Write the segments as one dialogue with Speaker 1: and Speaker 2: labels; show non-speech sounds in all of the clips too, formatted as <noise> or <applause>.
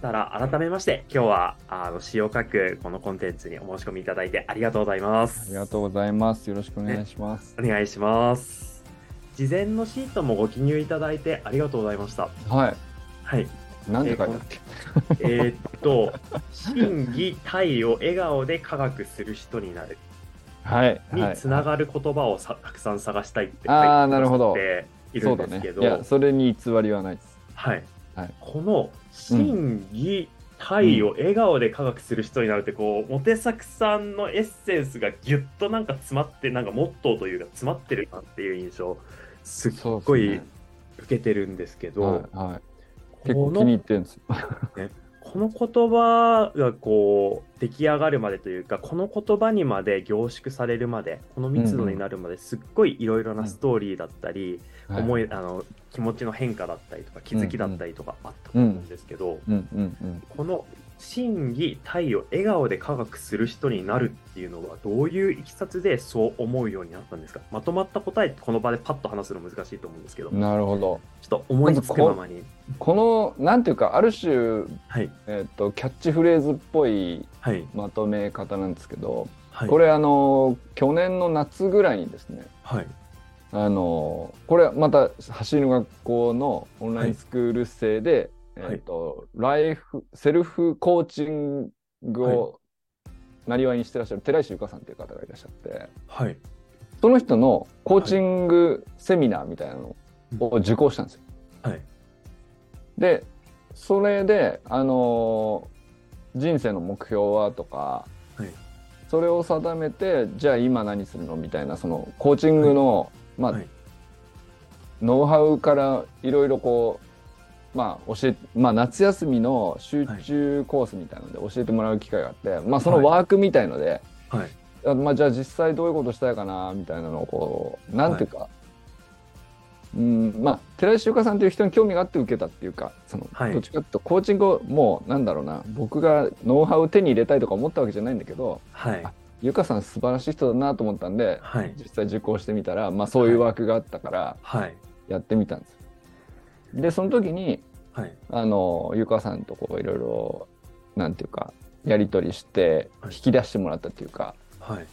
Speaker 1: たら改めまして今日はあの詩を書くこのコンテンツにお申し込みいただいてありがとうございま
Speaker 2: あ
Speaker 1: す
Speaker 2: りがとうございます。よろしくお願いします。
Speaker 1: お願いします事前のシートもご記入いただいてありがとうございました
Speaker 2: は <laughs>
Speaker 1: はい
Speaker 2: い。なんて書いてある
Speaker 1: えーっと「真偽体を笑顔で科学する人になる」
Speaker 2: はい。は
Speaker 1: に
Speaker 2: い。
Speaker 1: つながる言葉をさたくさん探したいって書いて
Speaker 2: あーなるほど
Speaker 1: ってい
Speaker 2: そ
Speaker 1: る
Speaker 2: うんだ
Speaker 1: です
Speaker 2: ね
Speaker 1: け。ど、
Speaker 2: いや、それに偽りはないです。
Speaker 1: はい
Speaker 2: はい
Speaker 1: この「真偽体を笑顔で科学する人になる」ってこうモテ作さんのエッセンスがギュッとなんか詰まってなんかモットーというか詰まってるなっていう印象すっ
Speaker 2: そう
Speaker 1: ご
Speaker 2: で
Speaker 1: い
Speaker 2: すね
Speaker 1: 受けてるんですけど
Speaker 2: はい。はい結
Speaker 1: こ
Speaker 2: 構気
Speaker 1: の
Speaker 2: に入ってるんですよ。
Speaker 1: この言葉がこう出来上がるまでというかこの言葉にまで凝縮されるまでこの密度になるまですっごいいろいろなストーリーだったり、
Speaker 2: <laughs> はい
Speaker 1: 思いあの気持ちの変化だったりとか気づきだったりとかあったと
Speaker 2: うん
Speaker 1: 思うんですけど、
Speaker 2: うんうんうん。
Speaker 1: この真偽体を笑顔で科学する人になるっていうのはどういういきさつでそう思うようになったんですかまとまった答えってこの場でパッと話すの難しいと思うんですけど、ちょ
Speaker 2: なるほど。
Speaker 1: っと思いつくままに
Speaker 2: この、なんていうか、ある種、
Speaker 1: はい
Speaker 2: えっと、キャッチフレーズっぽい
Speaker 1: はい
Speaker 2: まとめ方なんですけど、
Speaker 1: はい
Speaker 2: これ、あの、去年の夏ぐらいにですね、
Speaker 1: はい
Speaker 2: あのこれまた走りの学校のオンラインスクール生で、
Speaker 1: はい
Speaker 2: えっとライフセルフコーチングをなりわいにしてらっしゃる寺石由香さんという方がいらっしゃって
Speaker 1: はい
Speaker 2: その人のコーチングセミナーみたいなのを受講したんですよ。
Speaker 1: はい
Speaker 2: でそれで、あの人生の目標はとか、
Speaker 1: はい
Speaker 2: それを定めてじゃあ今何するのみたいなそのコーチングの、まあ、
Speaker 1: はい
Speaker 2: ノウハウからいろいろこう、まあ教えまあ、夏休みの集中コースみたいなので教えてもらう機会があって、まあ、そのワークみたいので、
Speaker 1: はい
Speaker 2: あまあ、じゃあ実際どういうことしたいかなみたいなのをこうなんていうか、うんまあ、寺石由香さんという人に興味があって受けたっていうかその、
Speaker 1: はい
Speaker 2: どっちかっていうとコーチングをもうなんだろうな僕がノウハウを手に入れたいとか思ったわけじゃないんだけど
Speaker 1: はい
Speaker 2: あ由香さん素晴らしい人だなと思ったんで
Speaker 1: はい
Speaker 2: 実際受講してみたら、まあ、そういうワークがあったから。
Speaker 1: はい
Speaker 2: やってみたんですよでその時に
Speaker 1: はい
Speaker 2: あのゆかさんとこういろいろなんていうかやり取りして
Speaker 1: は
Speaker 2: 引
Speaker 1: い
Speaker 2: き出してもらったっていうか、
Speaker 1: はい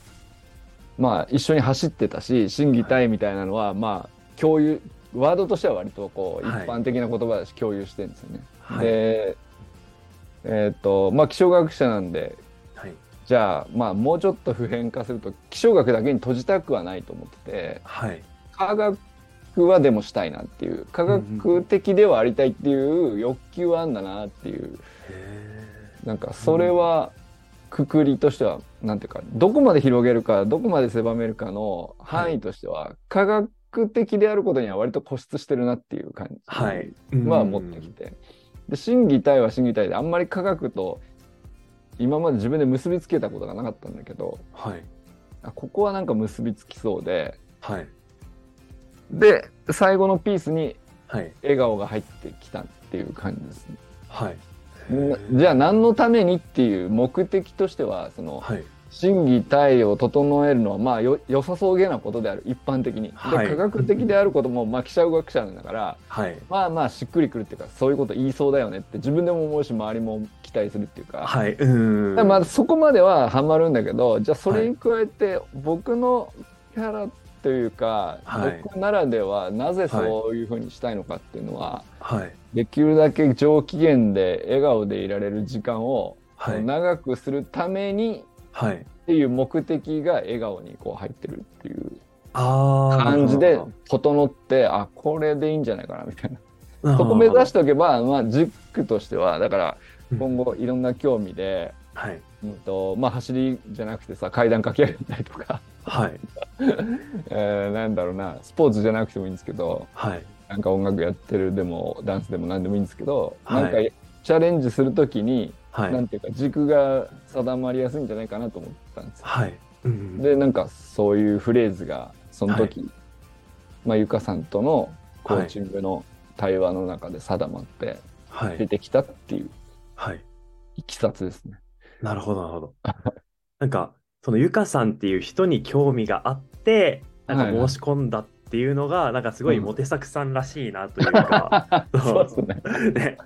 Speaker 2: まあ一緒に走ってたし審議体みたいなのは、まあ共有ワードとしては割とこう一
Speaker 1: はい
Speaker 2: 般的な言葉だし共有してるんですよね。
Speaker 1: はい
Speaker 2: でえっ、とまあ気象学者なんで
Speaker 1: はい
Speaker 2: じゃあまあもうちょっと普遍化すると気象学だけに閉じたくはないと思ってて。
Speaker 1: はい
Speaker 2: 科学はでもしたいなっていう科学的ではありたいっていう欲求はあんだなっていう
Speaker 1: へ
Speaker 2: なんかそれはくくりとしてはなんていうかどこまで広げるかどこまで狭めるかの範囲としては科学的であることには割と固執してるなっていう感じ
Speaker 1: ーはい
Speaker 2: は持ってきてで審議体は審議体であんまり科学と今まで自分で結びつけたことがなかったんだけど
Speaker 1: はい
Speaker 2: あここはなんか結びつきそうで
Speaker 1: はい
Speaker 2: で最後のピースに
Speaker 1: はい
Speaker 2: 笑顔が入ってきたっていう感じですね。
Speaker 1: はい
Speaker 2: なじゃあ何のためにっていう目的としてはその
Speaker 1: はい
Speaker 2: 審議体を整えるのはまあよ良さそうげなことである一般的に、
Speaker 1: はい
Speaker 2: で科学的であることもまあ記者学者なんだから
Speaker 1: はい
Speaker 2: まあまあしっくりくるっていうかそういうこと言いそうだよねって自分でも思うし周りも期待するっていうか,、
Speaker 1: はいうん
Speaker 2: まあそこまではハマるんだけどじゃあそれに加えて僕のキャラというか、
Speaker 1: はい
Speaker 2: 僕ならではなぜそういうふうにしたいのかっていうのは、
Speaker 1: はい
Speaker 2: できるだけ上機嫌で笑顔でいられる時間を
Speaker 1: はい
Speaker 2: 長くするために
Speaker 1: はい
Speaker 2: っていう目的が笑顔にこう入ってるっていう
Speaker 1: ああ
Speaker 2: 感じで整ってあこれでいいんじゃないかなみたいなそこ目指してておけば、まあ、軸としてはだから
Speaker 1: うん
Speaker 2: 今後いろんな興味で、
Speaker 1: はい
Speaker 2: うんとまあ、走りじゃなくてさ階段駆け上がったりとか、 <laughs>
Speaker 1: はい
Speaker 2: えーなんだろうなスポーツじゃなくてもいいんですけど
Speaker 1: はい
Speaker 2: なんか音楽やってるでもダンスでも何でもいいんですけど、
Speaker 1: はい
Speaker 2: なんかチャレンジするときに
Speaker 1: はい
Speaker 2: なんていうか軸が定まりやすいんじゃないかなと思ったんですよ。
Speaker 1: はいうん
Speaker 2: でなんかそういうフレーズがその時、まあ、ゆかさんとのコーチングの対話の中で定まって
Speaker 1: は
Speaker 2: 出
Speaker 1: い
Speaker 2: てきたっていう
Speaker 1: はい
Speaker 2: いきさつですね。
Speaker 1: なるほどなるほ
Speaker 2: <laughs>
Speaker 1: どなんかそのゆかさんっていう人に興味があってなんか申し込んだっていうのが、なんかすごいモテ作さんらしいなというか、
Speaker 2: <laughs> そうですね。
Speaker 1: ね、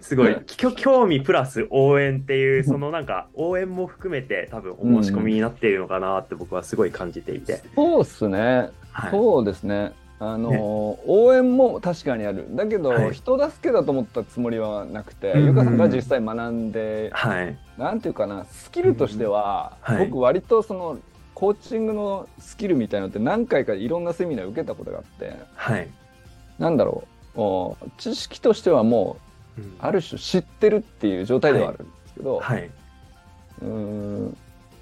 Speaker 1: すごい、きょ興味プラス応援って
Speaker 2: <laughs>
Speaker 1: いう、そのなんか応援も含めて、多分お申し込みになっているのかなって僕はすごい感じていて。
Speaker 2: そうですね。
Speaker 1: はい、
Speaker 2: そうですね。あのー応援も確かにある。だけど、
Speaker 1: はい
Speaker 2: 人助けだと思ったつもりはなくて、
Speaker 1: うんうん
Speaker 2: ゆかさんが実際学んで、
Speaker 1: はい、
Speaker 2: なんていうかな、スキルとしては、
Speaker 1: うんうんはい
Speaker 2: 僕割とその、コーチングのスキルみたいなのって何回かいろんなセミナー受けたことがあって、
Speaker 1: はい。
Speaker 2: なんだろう、お知識としてはも
Speaker 1: うん
Speaker 2: う、ある種知ってるっていう状態ではあるんですけど、
Speaker 1: はい、
Speaker 2: うーん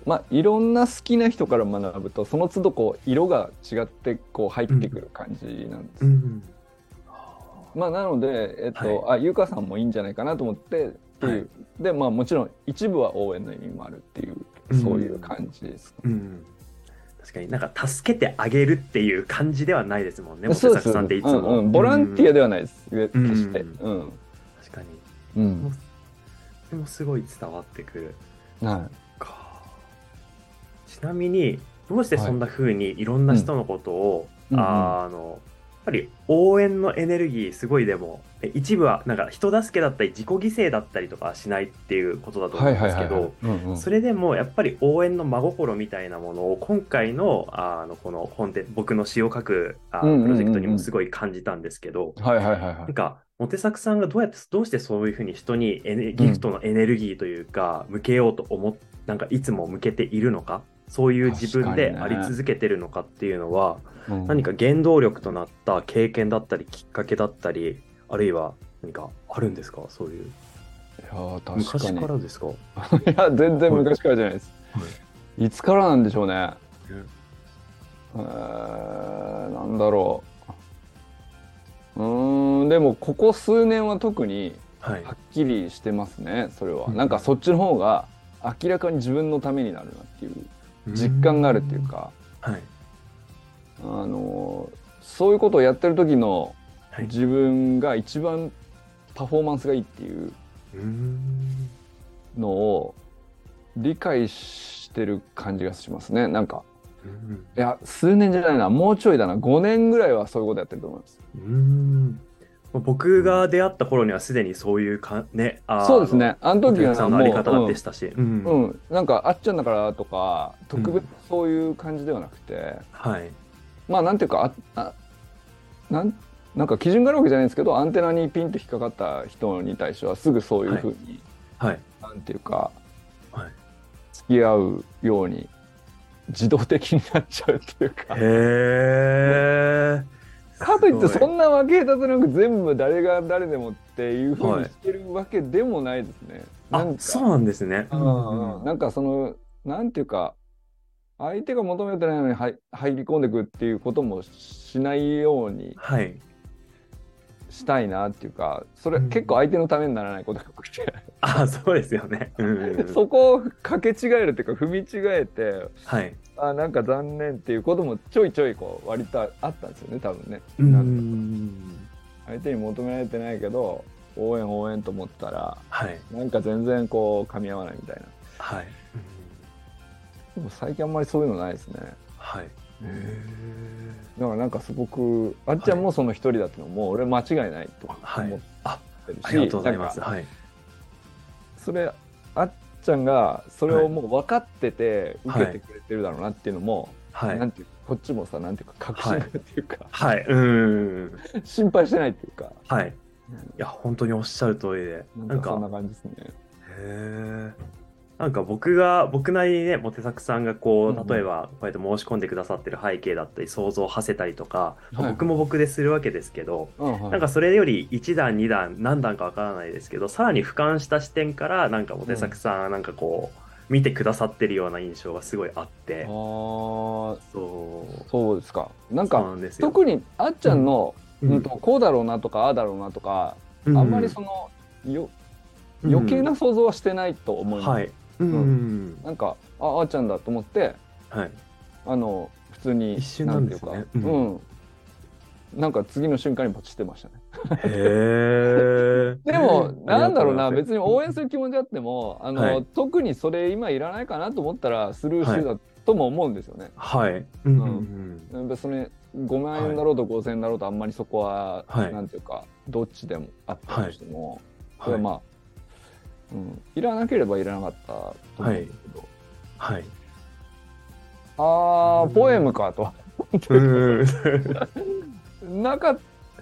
Speaker 2: まあいろんな好きな人から学ぶとその都度こう色が違ってこう入ってくる感じなんです、
Speaker 1: うん、
Speaker 2: まあなのでえっと、あゆかさんもいいんじゃないかなと思ってっていう、
Speaker 1: はい
Speaker 2: でまあもちろん一部は応援の意味もあるっていう
Speaker 1: うん
Speaker 2: そういう感じです、
Speaker 1: うん。確かになんか助けてあげるっていう感じではないですもんね、モテ
Speaker 2: そうで
Speaker 1: 作
Speaker 2: す
Speaker 1: さんっていつも。
Speaker 2: うんうん、ボランティア
Speaker 1: で。
Speaker 2: ではないです、
Speaker 1: ん
Speaker 2: 決して
Speaker 1: うん
Speaker 2: うん、
Speaker 1: 確かに。
Speaker 2: うん
Speaker 1: それもすごい伝わってくる。
Speaker 2: は
Speaker 1: かちなみにどうしてそんな風にいろんな人のことを、
Speaker 2: うんうんうん
Speaker 1: あーあのやっぱり応援のエネルギーすごいでもえ一部はなんか人助けだったり自己犠牲だったりとかはしないっていうことだ
Speaker 2: い
Speaker 1: と思
Speaker 2: は
Speaker 1: う
Speaker 2: い
Speaker 1: んで
Speaker 2: はい
Speaker 1: す
Speaker 2: は
Speaker 1: け
Speaker 2: い
Speaker 1: ど
Speaker 2: うんうん
Speaker 1: それでもやっぱり応援の真心みたいなものを今回のあーあのこの本で僕の詩を書くあ
Speaker 2: うんうんうんう
Speaker 1: ー
Speaker 2: ん
Speaker 1: プロジェクトにもすごい感じたんですけど
Speaker 2: はいはいはいは
Speaker 1: ないんかモテ作さんがどうやってどうしてそういうふうに人にエネギフトのエネルギーというか、向けようと思っなんかいつも向けているのかそういう自分で
Speaker 2: 確
Speaker 1: あ
Speaker 2: かに
Speaker 1: り
Speaker 2: ね
Speaker 1: 続けてるのかっていうのは、
Speaker 2: うん
Speaker 1: 何か原動力となった経験だったりきっかけだったりあるいは何かあるんですかそういう
Speaker 2: いやー確か
Speaker 1: 昔
Speaker 2: に
Speaker 1: からですか
Speaker 2: いや全然昔からじゃないです、い、つからなんでしょうね、えーなんだろううーんでもここ数年は特に
Speaker 1: はい
Speaker 2: はっきりしてますねそれは、
Speaker 1: うん
Speaker 2: なんかそっちの方が明らかに自分のためになるなっていう実感があるっていうか、
Speaker 1: はい
Speaker 2: あのーそういうことをやってる時の
Speaker 1: はい
Speaker 2: 自分が一番パフォーマンスがいいっていう
Speaker 1: うーん
Speaker 2: のを理解してる感じがしますねなんか
Speaker 1: うん
Speaker 2: いや数年じゃないなもうちょいだな5年ぐらいはそういうことやってると思います
Speaker 1: うーん僕が出会った頃にはすでにそういうかねあー
Speaker 2: そうですねあの
Speaker 1: お
Speaker 2: 時は
Speaker 1: 客さんのあり方
Speaker 2: もう
Speaker 1: でしたし、うん
Speaker 2: うん、うんなんかあっちゃんだからとか特別そういう感じではなくて、
Speaker 1: はい、
Speaker 2: まあなんていうかああなんなんか基準があるわけじゃないんですけどアンテナにピンと引っかかった人に対してはすぐそういうふうに、
Speaker 1: はい、
Speaker 2: なんていうか、
Speaker 1: はい
Speaker 2: 付き合うように自動的になっちゃうっていうか。
Speaker 1: へえ。
Speaker 2: かといってそ
Speaker 1: な。
Speaker 2: んな分け隔てなく全部誰が誰でもっていうふうにしてるわけでもないですね。な
Speaker 1: あ
Speaker 2: ん、か
Speaker 1: そうなんですね。
Speaker 2: うん
Speaker 1: な
Speaker 2: なんんかそのなんていうか相手が求めてないのに入入り込んでくっていうこともしないように
Speaker 1: はい。
Speaker 2: したいなっていうかそれ
Speaker 1: うん
Speaker 2: 結構相手のためにならないことが多くて、
Speaker 1: あ、そうですよね。うんうんうん
Speaker 2: <laughs> そこをかけ違えるっていうか踏み違えて
Speaker 1: はい。
Speaker 2: あなんか残念っていうこともちょいちょいこう割とあったんですよね多分ね。
Speaker 1: う
Speaker 2: なん
Speaker 1: ん。
Speaker 2: 相手に求められてないけど応援応援と思ったら
Speaker 1: はい。
Speaker 2: なんか全然こう噛み合わないみたいな
Speaker 1: はい。
Speaker 2: でも最近あんまりそういうのないですね
Speaker 1: はい。
Speaker 2: だからなんかすごくあっちゃんもその一人だってのも俺間違いないと
Speaker 1: は
Speaker 2: 思っ
Speaker 1: い。あ、
Speaker 2: てるし、
Speaker 1: ありがとうございます。
Speaker 2: なんか
Speaker 1: はい。
Speaker 2: それあっちゃんがそれをもう分かってて
Speaker 1: は
Speaker 2: 受
Speaker 1: い
Speaker 2: けてくれてるだろうなっていうのも、
Speaker 1: は
Speaker 2: なん
Speaker 1: い。
Speaker 2: ていうかこっちもさなんていうか確信がっていうか、
Speaker 1: はい。うん。
Speaker 2: 心配してないっていうか
Speaker 1: はい。いや、本当におっしゃる通りで。
Speaker 2: なんかそんな感じですね。
Speaker 1: へえ。なんか僕が僕なりにねモテ作さんがこ
Speaker 2: うんうん
Speaker 1: う例えばこうやって申し込んでくださってる背景だったり想像を馳せたりとか、
Speaker 2: はい
Speaker 1: 僕も僕でするわけですけど、
Speaker 2: うんはい
Speaker 1: なんかそれより1段2段何段かわからないですけどさらに俯瞰した視点からなんかモテ作さんなんかこう見てくださってるような印象がすごいあっ
Speaker 2: あ
Speaker 1: て、
Speaker 2: ー
Speaker 1: そう
Speaker 2: そうですかなん
Speaker 1: そう
Speaker 2: か
Speaker 1: なんですよ。
Speaker 2: 特にあっちゃんの、
Speaker 1: うん
Speaker 2: うんとこうだろうなとかああだろうなとか、
Speaker 1: うん
Speaker 2: あんまりそのよ
Speaker 1: うん
Speaker 2: 余計な想像はしてないと思います、
Speaker 1: はい、うんうん
Speaker 2: なんかああーちゃんだと思って
Speaker 1: はい、
Speaker 2: あの普通に
Speaker 1: 一瞬なんですね
Speaker 2: ていうかうん、なんか次の瞬間にポチってました
Speaker 1: <laughs>
Speaker 2: ね
Speaker 1: へえ
Speaker 2: でもなんだろうな別に応援す
Speaker 1: る
Speaker 2: る気持ちあってもあの、
Speaker 1: はい
Speaker 2: 特にそれ今いらないかなと思ったらスルーしてたとも思うんですよね、
Speaker 1: はい、うんうんう
Speaker 2: うん
Speaker 1: ん
Speaker 2: やっぱそれ5万円だろうと5000円だろうとあんまりそこは、
Speaker 1: はい
Speaker 2: なんていうかどっちでもあったとしても、
Speaker 1: は
Speaker 2: それはいまあ、うん、いらなければいらなかったと思うんですけど、
Speaker 1: はい。
Speaker 2: ああポエムかと
Speaker 1: うーん。
Speaker 2: なかっ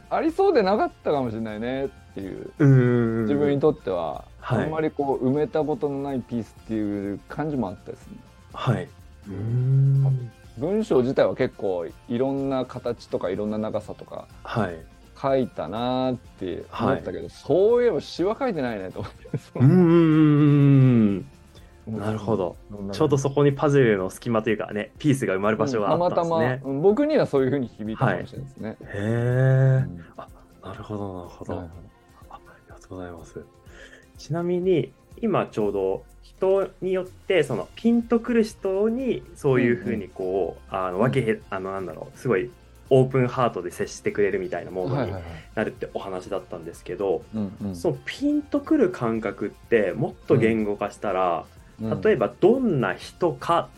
Speaker 2: ありそうでなかったかもしれないねっていう
Speaker 1: うーん
Speaker 2: <laughs> 自分にとっては、
Speaker 1: はい
Speaker 2: あんまりこう埋めたことのないピースっていう感じもあったですね
Speaker 1: はい。うーん。
Speaker 2: 文章自体は結構いろんな形とかいろんな長さとか
Speaker 1: はい。
Speaker 2: 書いたなーって思ったけど、そういえば詩は書いてないねと思ってそう
Speaker 1: ーん。なるほ
Speaker 2: ど
Speaker 1: ど。ちょうどそこにパズルの隙間というかね、ピースが生まれる場所があったんですね。
Speaker 2: たまたま、うん僕にはそういうふうに響いたかもしれないですね、
Speaker 1: へえ
Speaker 2: う。ん
Speaker 1: なるほど、なるほど。
Speaker 2: はいはい
Speaker 1: ありがとうございます。ちなみに、今ちょうど人によって、そのピンとくる人に、そういうふうにこう、あの分けへ、あの、なんだろう、すごいオープンハートで接してくれるみたいなモード
Speaker 2: はい
Speaker 1: に
Speaker 2: はいはい
Speaker 1: なるってお話だったんですけど、
Speaker 2: うんうん
Speaker 1: そのピンとくる感覚って、もっと言語化したら、
Speaker 2: うん
Speaker 1: 例えばどんな人か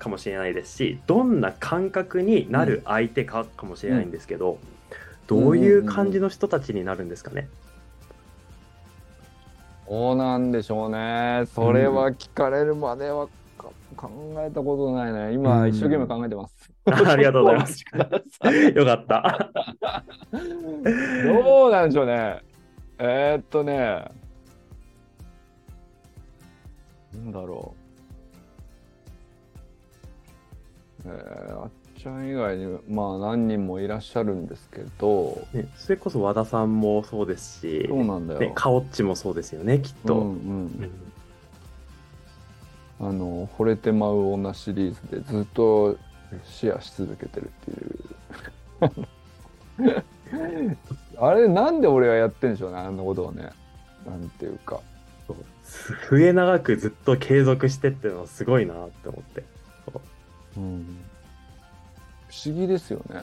Speaker 1: かもしれないですしどんな感覚になる相手かかもしれないんですけど、どういう感じの人たちになるんですかね、
Speaker 2: そうなんでしょうねそれは聞かれるまではか考えたことないね
Speaker 1: う
Speaker 2: 今
Speaker 1: ん
Speaker 2: 一生懸命考えてます、
Speaker 1: <laughs> ありがとうございます
Speaker 2: <laughs>
Speaker 1: よかった
Speaker 2: どうなんでしょうね。えー、っとね。なんだろう。えー、あっちゃん以外に、まあ何人もいらっしゃるんですけど、
Speaker 1: ねそれこそ和田さんもそうですし
Speaker 2: そうなんだよ。
Speaker 1: ね、カオッチもそうですよねきっ
Speaker 2: う
Speaker 1: と、
Speaker 2: ん
Speaker 1: う
Speaker 2: うんん。あの、惚れてまう女シリーズでずっとシェアし続けてるっていう。 <laughs> あれ、なんで俺はやってんでしょうね、あんなことをね。なんていうか。
Speaker 1: 末永くずっと継続してっていうのはすごいなって思って
Speaker 2: うん不思議ですよね。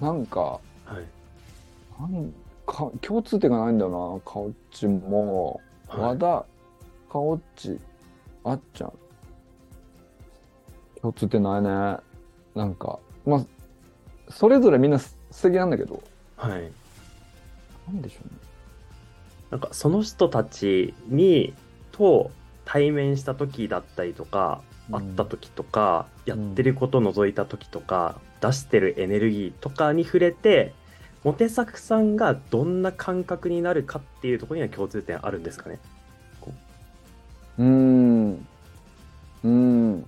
Speaker 2: なんか、
Speaker 1: はい
Speaker 2: なんか共通点がないんだよな、カオッチも、
Speaker 1: は
Speaker 2: 和
Speaker 1: い
Speaker 2: 田、カオッチ、あっちゃん。共通点ないね。なんか、まあ、それぞれみんなす素敵なんだけど、
Speaker 1: はい、
Speaker 2: なんでしょうね。
Speaker 1: なんかその人たちにと対面した時だったりとか
Speaker 2: うん
Speaker 1: 会った時とか、
Speaker 2: ん
Speaker 1: やってることを覗いた時とか、出してるエネルギーとかに触れてモテサクさんがどんな感覚になるかっていうところには共通点あるんですかね。
Speaker 2: うーん。うーん。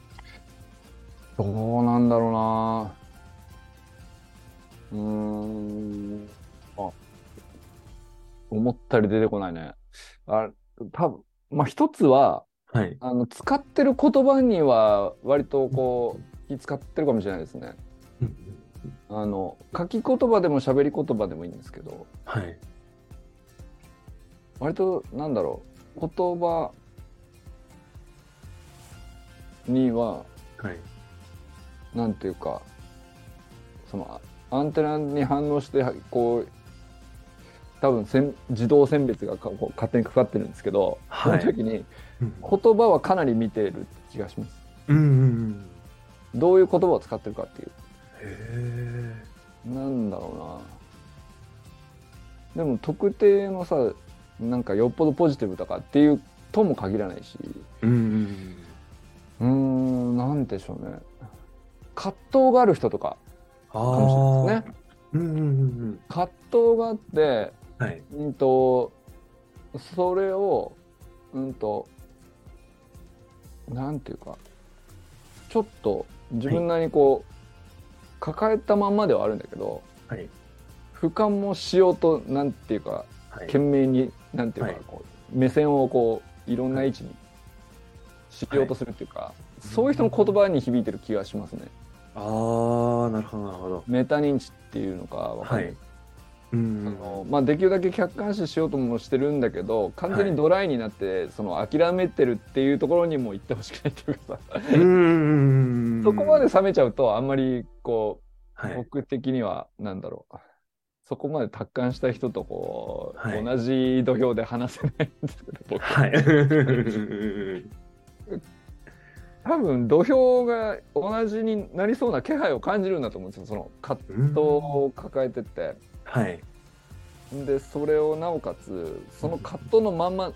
Speaker 2: どうなんだろうな。うーん。あ、思ったより出てこないね。あ、多分まあ一つは、
Speaker 1: はい、
Speaker 2: あの、使ってる言葉には割とこう、気使ってるかもしれないですね。あの、書き言葉でも喋り言葉でもいいんですけど、
Speaker 1: はい、
Speaker 2: 割となんだろう、言葉には、
Speaker 1: はい、
Speaker 2: なんていうかそのあアンテナに反応してはこう多分せん自動選別がかこう勝手にかかってるんですけど、
Speaker 1: はい
Speaker 2: その時に
Speaker 1: うん
Speaker 2: 言葉はかなり見ている気がします
Speaker 1: うんうん
Speaker 2: どういう言葉を使ってるかってい
Speaker 1: へえ
Speaker 2: うなんだろうなでも特定のさなんかよっぽどポジティブとかっていうとも限らないし
Speaker 1: うんうん
Speaker 2: うーんなんでしょうね葛藤がある人とか
Speaker 1: あ
Speaker 2: かもしれない
Speaker 1: ー
Speaker 2: ですね
Speaker 1: うんうんうん
Speaker 2: 葛藤があって
Speaker 1: うんはい
Speaker 2: うんとそれをうんとなんていうかちょっと自分なりにこう、抱えたまんまではあるんだけど
Speaker 1: はい
Speaker 2: 俯瞰もしようとなんていうか
Speaker 1: はい
Speaker 2: 懸命になんていうか、
Speaker 1: はい
Speaker 2: こう目線をこういろんな位置にしようとするっていうか、そういう人の言葉に響いてる気がしますね。
Speaker 1: あーなるほどなるほど
Speaker 2: メタ認知っていうのかわかんない
Speaker 1: はいうん
Speaker 2: あのまあ、できるだけ客観視しようともしてるんだけど完全にドライになって、その諦めてるっていうところにも行ってほしくないっていうかさ、
Speaker 1: うんうんうん
Speaker 2: そこまで冷めちゃうとあんまりこう、
Speaker 1: はい
Speaker 2: 僕的にはなんだろうそこまで達観した人とこう、
Speaker 1: はい
Speaker 2: 同じ土俵で話せないんですけど僕
Speaker 1: はい。
Speaker 2: 多分土俵が同じになりそうな気配を感じるんだと思うんですよその葛藤を抱えてって、
Speaker 1: はい。
Speaker 2: でそれをなおかつその葛藤のまんま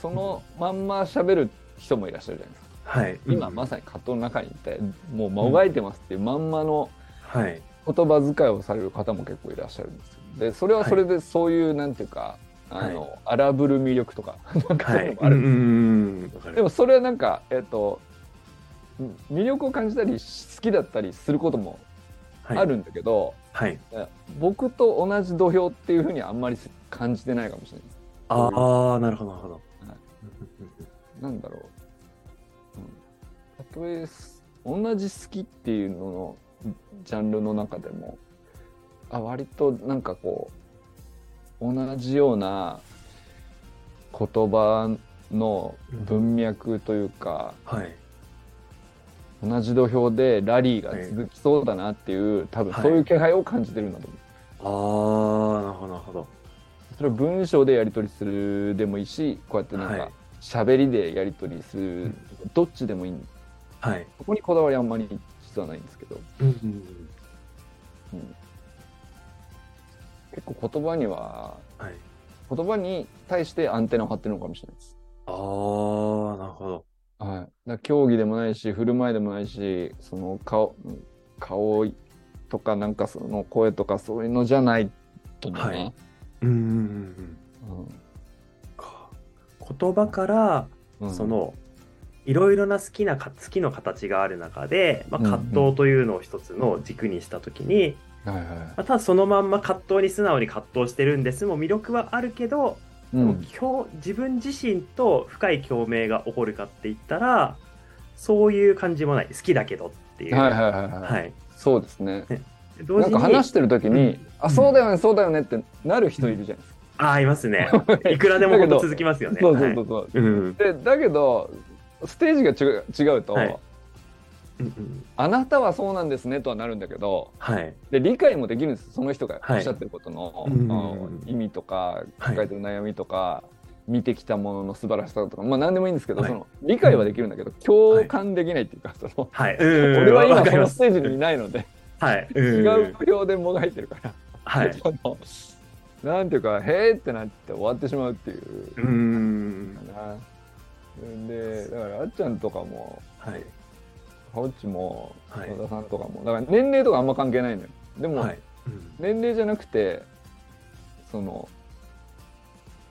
Speaker 2: そのまんま喋る人もいらっしゃるじゃないですか
Speaker 1: はい。
Speaker 2: 今
Speaker 1: うん
Speaker 2: まさに葛藤の中にいてもうもがいてますっていうまんまの
Speaker 1: はい。
Speaker 2: 言葉遣いをされる方も結構いらっしゃるんですよでそれはそれでそういうなんていうか、あの荒ぶる魅力とかなんかそう
Speaker 1: は
Speaker 2: いうの
Speaker 1: い。
Speaker 2: もある、
Speaker 1: うんうんうんうん。わか
Speaker 2: で
Speaker 1: る。
Speaker 2: もそれはなんかえっ、と魅力を感じたり好きだったりすることも
Speaker 1: はい
Speaker 2: あ。るんだけど、
Speaker 1: はい。
Speaker 2: 僕と同じ土俵っていうふうにあんまり感じてないかもしれない
Speaker 1: ああ、なるほど、なるほど
Speaker 2: はい。なんだろう、うん、たとえす同じ好きっていうののジャンルの中でもあ割となんかこう同じような言葉の文脈というか、
Speaker 1: はい。
Speaker 2: 同じ土俵でラリーが続きそうだなっていう、多分そういう気配を感じてるんだと思
Speaker 1: あ
Speaker 2: う。
Speaker 1: あ、なるほど、なるほど。
Speaker 2: それは文章でやり取りするでもいいしこうやってなん
Speaker 1: は
Speaker 2: か
Speaker 1: い
Speaker 2: 喋りでやり取りする、どっちでもいい
Speaker 1: はい。
Speaker 2: ここにこだわりあんまり実はないんですけど、
Speaker 1: うんうんうん。
Speaker 2: うん結構言葉には
Speaker 1: はい。
Speaker 2: 言葉に対してアンテナを張ってるのかもしれないです。
Speaker 1: ああ、なるほど。
Speaker 2: はい、だから競技でもないし振る舞いでもないしその顔うん顔とかなんかその声とかそういうのじゃないと思うな、
Speaker 1: はいうんうんうん
Speaker 2: うん
Speaker 1: うん。か言葉から、
Speaker 2: うん
Speaker 1: その、いろいろな好きなか、好きの形がある中で、まあ、
Speaker 2: うんうん
Speaker 1: 葛藤というのを一つの軸にしたときに、
Speaker 2: はいは
Speaker 1: まあ、ただそのまんま葛藤に素直に葛藤してるんですも魅力はあるけど、
Speaker 2: い、う
Speaker 1: でも
Speaker 2: ん
Speaker 1: 共自分自身と深い共鳴が起こるかって言ったらそういう感じもない好きだけどっていう、
Speaker 2: はいはいはいはい、
Speaker 1: はい
Speaker 2: そうですね
Speaker 1: 同
Speaker 2: な
Speaker 1: 時
Speaker 2: ん
Speaker 1: に
Speaker 2: か話してる時に、
Speaker 1: うん
Speaker 2: あそうだよねそうだよねってなる人いるじゃないですか。
Speaker 1: ああいます
Speaker 2: <laughs>
Speaker 1: ねいくらでもほんと続きますよね
Speaker 2: そうそうそうそう、
Speaker 1: はいうん
Speaker 2: でだけどステージが違う違うと、
Speaker 1: はいうんうん
Speaker 2: あなたはそうなんですねとはなるんだけど
Speaker 1: はい
Speaker 2: で理解もできるんですその人が
Speaker 1: はい
Speaker 2: おっしゃってることの、
Speaker 1: うんうんうん
Speaker 2: あの意味とか
Speaker 1: はい
Speaker 2: 抱えてる悩みとか、見てきたものの素晴らしさとかまあ何でもいいんですけど、
Speaker 1: はい
Speaker 2: その理解はできるんだけど共感できないっていうか、その
Speaker 1: はいうん
Speaker 2: 俺は
Speaker 1: わ
Speaker 2: 今
Speaker 1: か
Speaker 2: そ
Speaker 1: りま
Speaker 2: の
Speaker 1: す
Speaker 2: ステージにいないので、
Speaker 1: はい違
Speaker 2: 違う不評でもがいてるから。
Speaker 1: はい
Speaker 2: そのなんていうか「へえ」ってなって終わってしまうっていう
Speaker 1: うーん
Speaker 2: かな。でだからあっちゃんとかも
Speaker 1: はい
Speaker 2: ハオッチも
Speaker 1: はい
Speaker 2: 野田さんとかもだから年齢とかあんま関係ないのよ。でも、
Speaker 1: はいうん
Speaker 2: 年齢じゃなくてその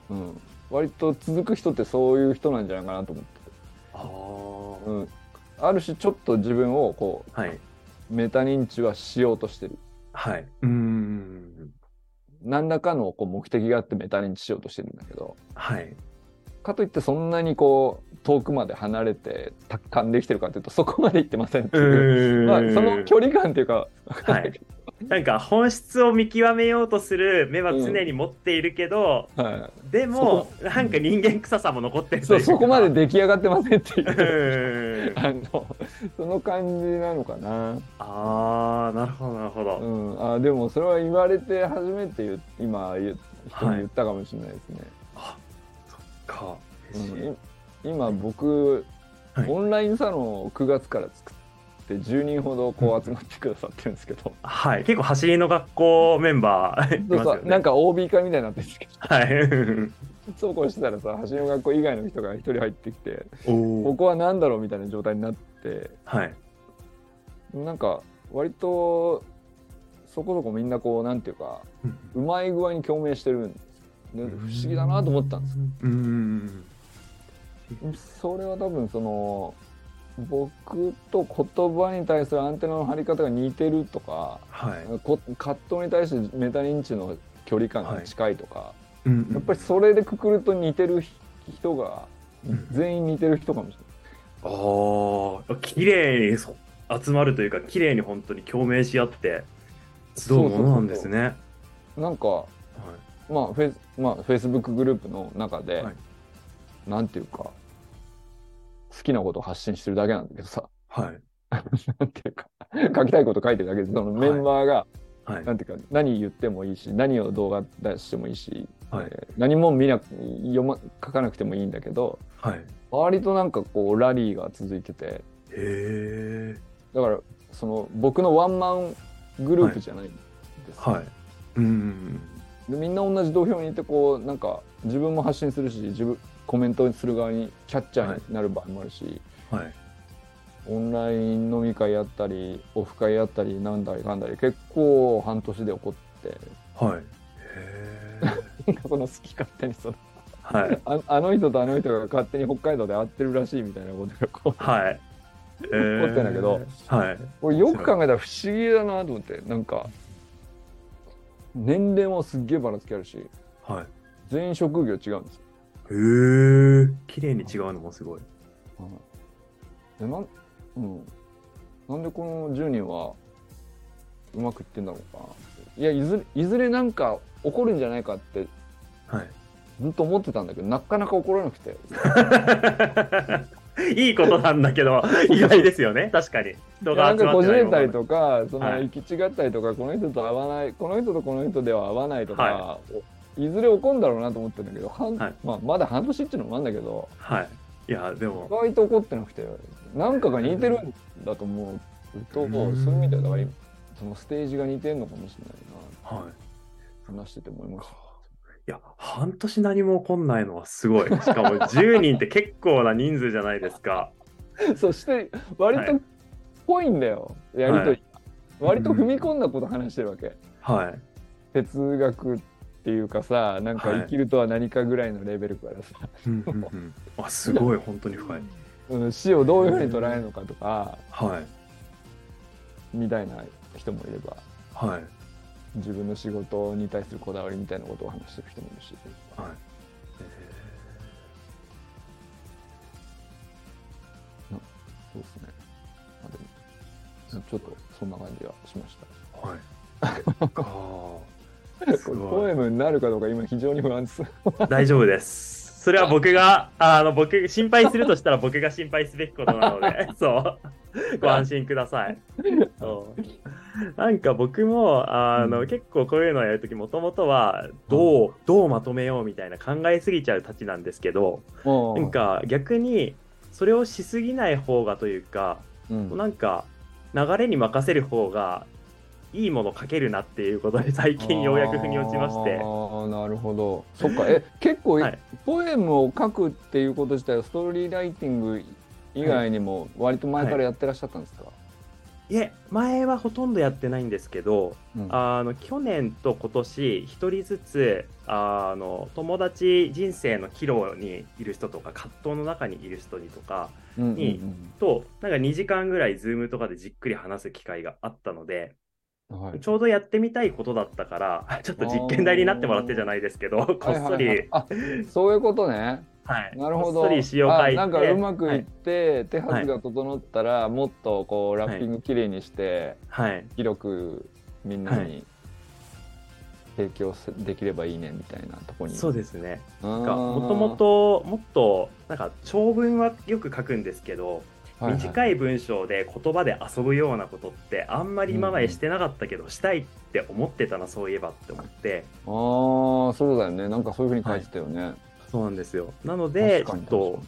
Speaker 2: うん割と続く人ってそういう人なんじゃないかなと思って
Speaker 1: あー
Speaker 2: うん、ある種ちょっと自分をこ
Speaker 1: はい。
Speaker 2: うメタ認知はしようとしてる
Speaker 1: はい。うーん。
Speaker 2: 何らかのこう目的があってメタ認知しようとしてるんだけど
Speaker 1: はい。
Speaker 2: かといってそんなにこう遠くまで離れて達観できてるかというとそこまで行ってませんっていう、まあ、その距離感というか、
Speaker 1: はい、なんか本質を見極めようとする目は常に持っているけど、
Speaker 2: は
Speaker 1: でもなんか人間臭さも残って
Speaker 2: い、
Speaker 1: ると
Speaker 2: そ
Speaker 1: いうう
Speaker 2: そこまで
Speaker 1: で
Speaker 2: 出来上がってませんっていう <laughs>
Speaker 1: ん
Speaker 2: あのその感じなのかな、
Speaker 1: あーなるほどなるほ
Speaker 2: う
Speaker 1: ど、
Speaker 2: ん、あでもそれは言われて初めて言う今言う人に
Speaker 1: はい
Speaker 2: 言ったかもしれないですね、
Speaker 1: あそっか嬉しい、
Speaker 2: うん、い今僕、
Speaker 1: はい
Speaker 2: オンラインサロンを9月から作って10人ほどこう集まってくださってるんですけど、
Speaker 1: はい結構走りの学校メンバーい
Speaker 2: そ
Speaker 1: ま
Speaker 2: う
Speaker 1: す
Speaker 2: そ
Speaker 1: よ
Speaker 2: う
Speaker 1: ね
Speaker 2: なんか OB 会みたいになってるんですけど <laughs>
Speaker 1: はい
Speaker 2: そうこうしてたらさ橋の学校以外の人が一人入ってきて
Speaker 1: お
Speaker 2: こ
Speaker 1: お
Speaker 2: こは何だろうみたいな状態になって
Speaker 1: はい
Speaker 2: なんか割とそこそこみんなこうなんていうかうまい具合に共鳴してるんですよで不思議だなと思ったんです
Speaker 1: うん
Speaker 2: それは多分その僕と言葉に対するアンテナの張り方が似てるとか
Speaker 1: はい
Speaker 2: こ葛藤に対してメタ認知の距離感が近いとか、
Speaker 1: うん
Speaker 2: やっぱりそれでくくると似てる人が全員似てる人かもしれない。
Speaker 1: ああ、綺麗にそ集まるというか、綺麗に本当に共鳴し合って、集うものなんですね。
Speaker 2: なんか
Speaker 1: はい
Speaker 2: まあフェイスまあフェイスブックグループの中で、
Speaker 1: はい
Speaker 2: なんていうか好きなことを発信してるだけなんだけどさ <laughs>
Speaker 1: はい。
Speaker 2: なんていうか書きたいこと書いてるだけでそのメンバーが、
Speaker 1: はい。
Speaker 2: なんていうか何言ってもいいし何を動画出してもいいし、
Speaker 1: はい
Speaker 2: えー何も見なく読ま書かなくてもいいんだけど
Speaker 1: はい。
Speaker 2: 割となんかこうラリーが続いてて
Speaker 1: へへえ。
Speaker 2: だからその僕のワンマングループじゃないんです、
Speaker 1: はい。うん。
Speaker 2: でみんな同じ土俵にいてこうなんか自分も発信するし自分コメントする側にキャッチャーになる場合もあるし、
Speaker 1: はい。
Speaker 2: オンライン飲み会やったりオフ会やったりなんだりなんだり結構半年で起こって
Speaker 1: はい。へえ。
Speaker 2: なんかその好き勝手にその
Speaker 1: はい。
Speaker 2: ああの人とあの人が勝手に北海道で会ってるらしいみたいなことがこ
Speaker 1: <laughs>
Speaker 2: う
Speaker 1: はい。えー
Speaker 2: 怒ってんだけど。
Speaker 1: はい。
Speaker 2: 俺よく考えたら不思議だなと思ってなんか年齢もすっげえばらつきあるし
Speaker 1: はい。
Speaker 2: 全員職業違うんですよ、
Speaker 1: へえ。綺麗に違うのもすごい。
Speaker 2: でなんうん、なんでこの10人はうまくいってんだろうかないやいずれいずれなんか怒るんじゃないかって
Speaker 1: はい。
Speaker 2: ずっと思ってたんだけどなかなか怒らなくて
Speaker 1: <laughs> いいことなんだけど、 <laughs> 意外ですよね、確かに。人が
Speaker 2: なん
Speaker 1: 集
Speaker 2: か
Speaker 1: ま
Speaker 2: こ
Speaker 1: っ
Speaker 2: じ
Speaker 1: てない
Speaker 2: れ
Speaker 1: も
Speaker 2: たり
Speaker 1: の
Speaker 2: とかその
Speaker 1: はい
Speaker 2: 行き違ったりとか、この人と合わないこの人とこの人では合わないとか、、
Speaker 1: はい
Speaker 2: ずれ怒るんだろうなと思ってるんだけど、半
Speaker 1: はい
Speaker 2: まあ、まだ半年っていうのもあるんだけど
Speaker 1: はい。いや、でも
Speaker 2: 意、外と怒ってなくてなんかが似てるんだと思うと、
Speaker 1: うん
Speaker 2: そういう意味ではだから今そのステージが似てるのかもしれない
Speaker 1: はい。
Speaker 2: な話してて思いました。
Speaker 1: いや、半年何も起こんないのはすごい。しかも10人って結構な人数じゃないですか。
Speaker 2: そして割
Speaker 1: は
Speaker 2: とっぽいんだよ、やりとりが、割と踏み込んだこと話してるわけ、
Speaker 1: はい。
Speaker 2: 哲学っていうかさなんか
Speaker 1: はい
Speaker 2: 生きるとは何かぐらいのレベルからさ、
Speaker 1: うんうんうんあ、すごい、本当に深い。
Speaker 2: うん、死をどういうふうに捉えるのかとか
Speaker 1: はい。
Speaker 2: みたいな人もいれば
Speaker 1: はい。
Speaker 2: 自分の仕事に対するこだわりみたいなことを話してる人もいるし
Speaker 1: はい。
Speaker 2: そうですね、まあでもちょっとそんな感じがしました
Speaker 1: はい。
Speaker 2: <laughs>
Speaker 1: あーすご
Speaker 2: ポ
Speaker 1: い
Speaker 2: エムになるかどうか今非常に不安です
Speaker 1: 大丈夫です。それは僕が、あの、僕、心配するとしたら僕が心配すべきことなの
Speaker 2: <laughs>
Speaker 1: で、そう。ご安心ください。そうなんか僕も、あの、
Speaker 2: うん
Speaker 1: 結構こういうのをやるとき、もともとは、どう、どうまとめようみたいな考えすぎちゃうたちなんですけど、
Speaker 2: な
Speaker 1: なん、か逆に、それをしすぎない方がというか、
Speaker 2: うん
Speaker 1: なんか流れに任せる方がいいもの書けるなっていうことで最近ようやく腑に落ちまして
Speaker 2: あーなるほどそっかえ結構、
Speaker 1: はい
Speaker 2: ポエムを書くっていうこと自体はストーリーライティング以外にも割と前からやってらっしゃったんですか、
Speaker 1: いえ前はほとんどやってないんですけど
Speaker 2: うん
Speaker 1: あの去年と今年一人ずつあの友達人生の岐路にいる人とか葛藤の中にいる人にとか
Speaker 2: うんうん
Speaker 1: にとなんか2時間ぐらい Zoom とかでじっくり話す機会があったので
Speaker 2: うんはい
Speaker 1: ちょうどやってみたいことだったから <laughs> ちょっと実験台になってもらってじゃないですけどこっそ
Speaker 2: はいはいは
Speaker 1: り
Speaker 2: いあそういうことね
Speaker 1: はい、
Speaker 2: なるほど
Speaker 1: こっそり詩を書いて
Speaker 2: あなんかうまく
Speaker 1: はい
Speaker 2: っ
Speaker 1: い、
Speaker 2: て、手はずが整ったら、もっとこうラッピングきれいにして、
Speaker 1: はい、
Speaker 2: 広くみんな
Speaker 1: は
Speaker 2: に提供せできればいいねみたいなところに
Speaker 1: そうですね
Speaker 2: あー
Speaker 1: もともともっとなんか長文はよく書くんですけど、
Speaker 2: はいはい
Speaker 1: 短い文章で言葉で遊ぶようなことってあんまり今までしてなかったけど、したいって思ってたなそういえばって思って
Speaker 2: ああそうだよねなんかそういうふうに書いてたよね、
Speaker 1: そうなんですよなのでちょっ
Speaker 2: 確かに
Speaker 1: と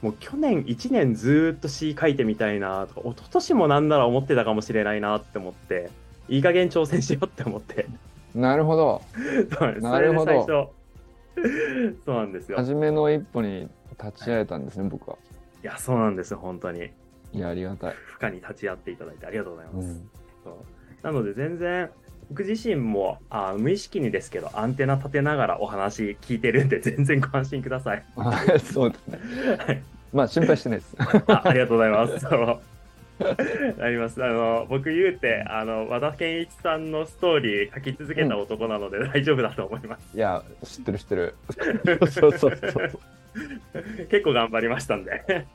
Speaker 1: もう去年1年ずーっと詩書いてみたいなとか一昨年もなんなら思ってたかもしれないなって思っていい加減挑戦しようって思って <laughs>
Speaker 2: なるほど
Speaker 1: そうです
Speaker 2: なるほど
Speaker 1: それで最初 <laughs> そうなんですよ。
Speaker 2: 初めの一歩に立ち会えたんですね、僕はい
Speaker 1: や、そうなんですよ、本当に。
Speaker 2: いやありがたい、
Speaker 1: 負荷に立ち会っていただいてありがとうございま
Speaker 2: う
Speaker 1: す。
Speaker 2: ん、
Speaker 1: そうなので、全然、僕自身もあ無意識にですけど、アンテナ立てながらお話聞いてるんで、全然ご安心ください。 <laughs>
Speaker 2: あ <laughs> そうだね
Speaker 1: はい
Speaker 2: まあ心配してな
Speaker 1: <laughs>
Speaker 2: いです
Speaker 1: あありがとうご <laughs> ざいます。そのなりますあの僕言うてあの和田健一さんのストーリー書き続けた男なので大丈夫だと思います、
Speaker 2: いや知ってる知って
Speaker 1: <laughs>
Speaker 2: るそうそうそうそう
Speaker 1: 結構頑張りましたん <laughs> で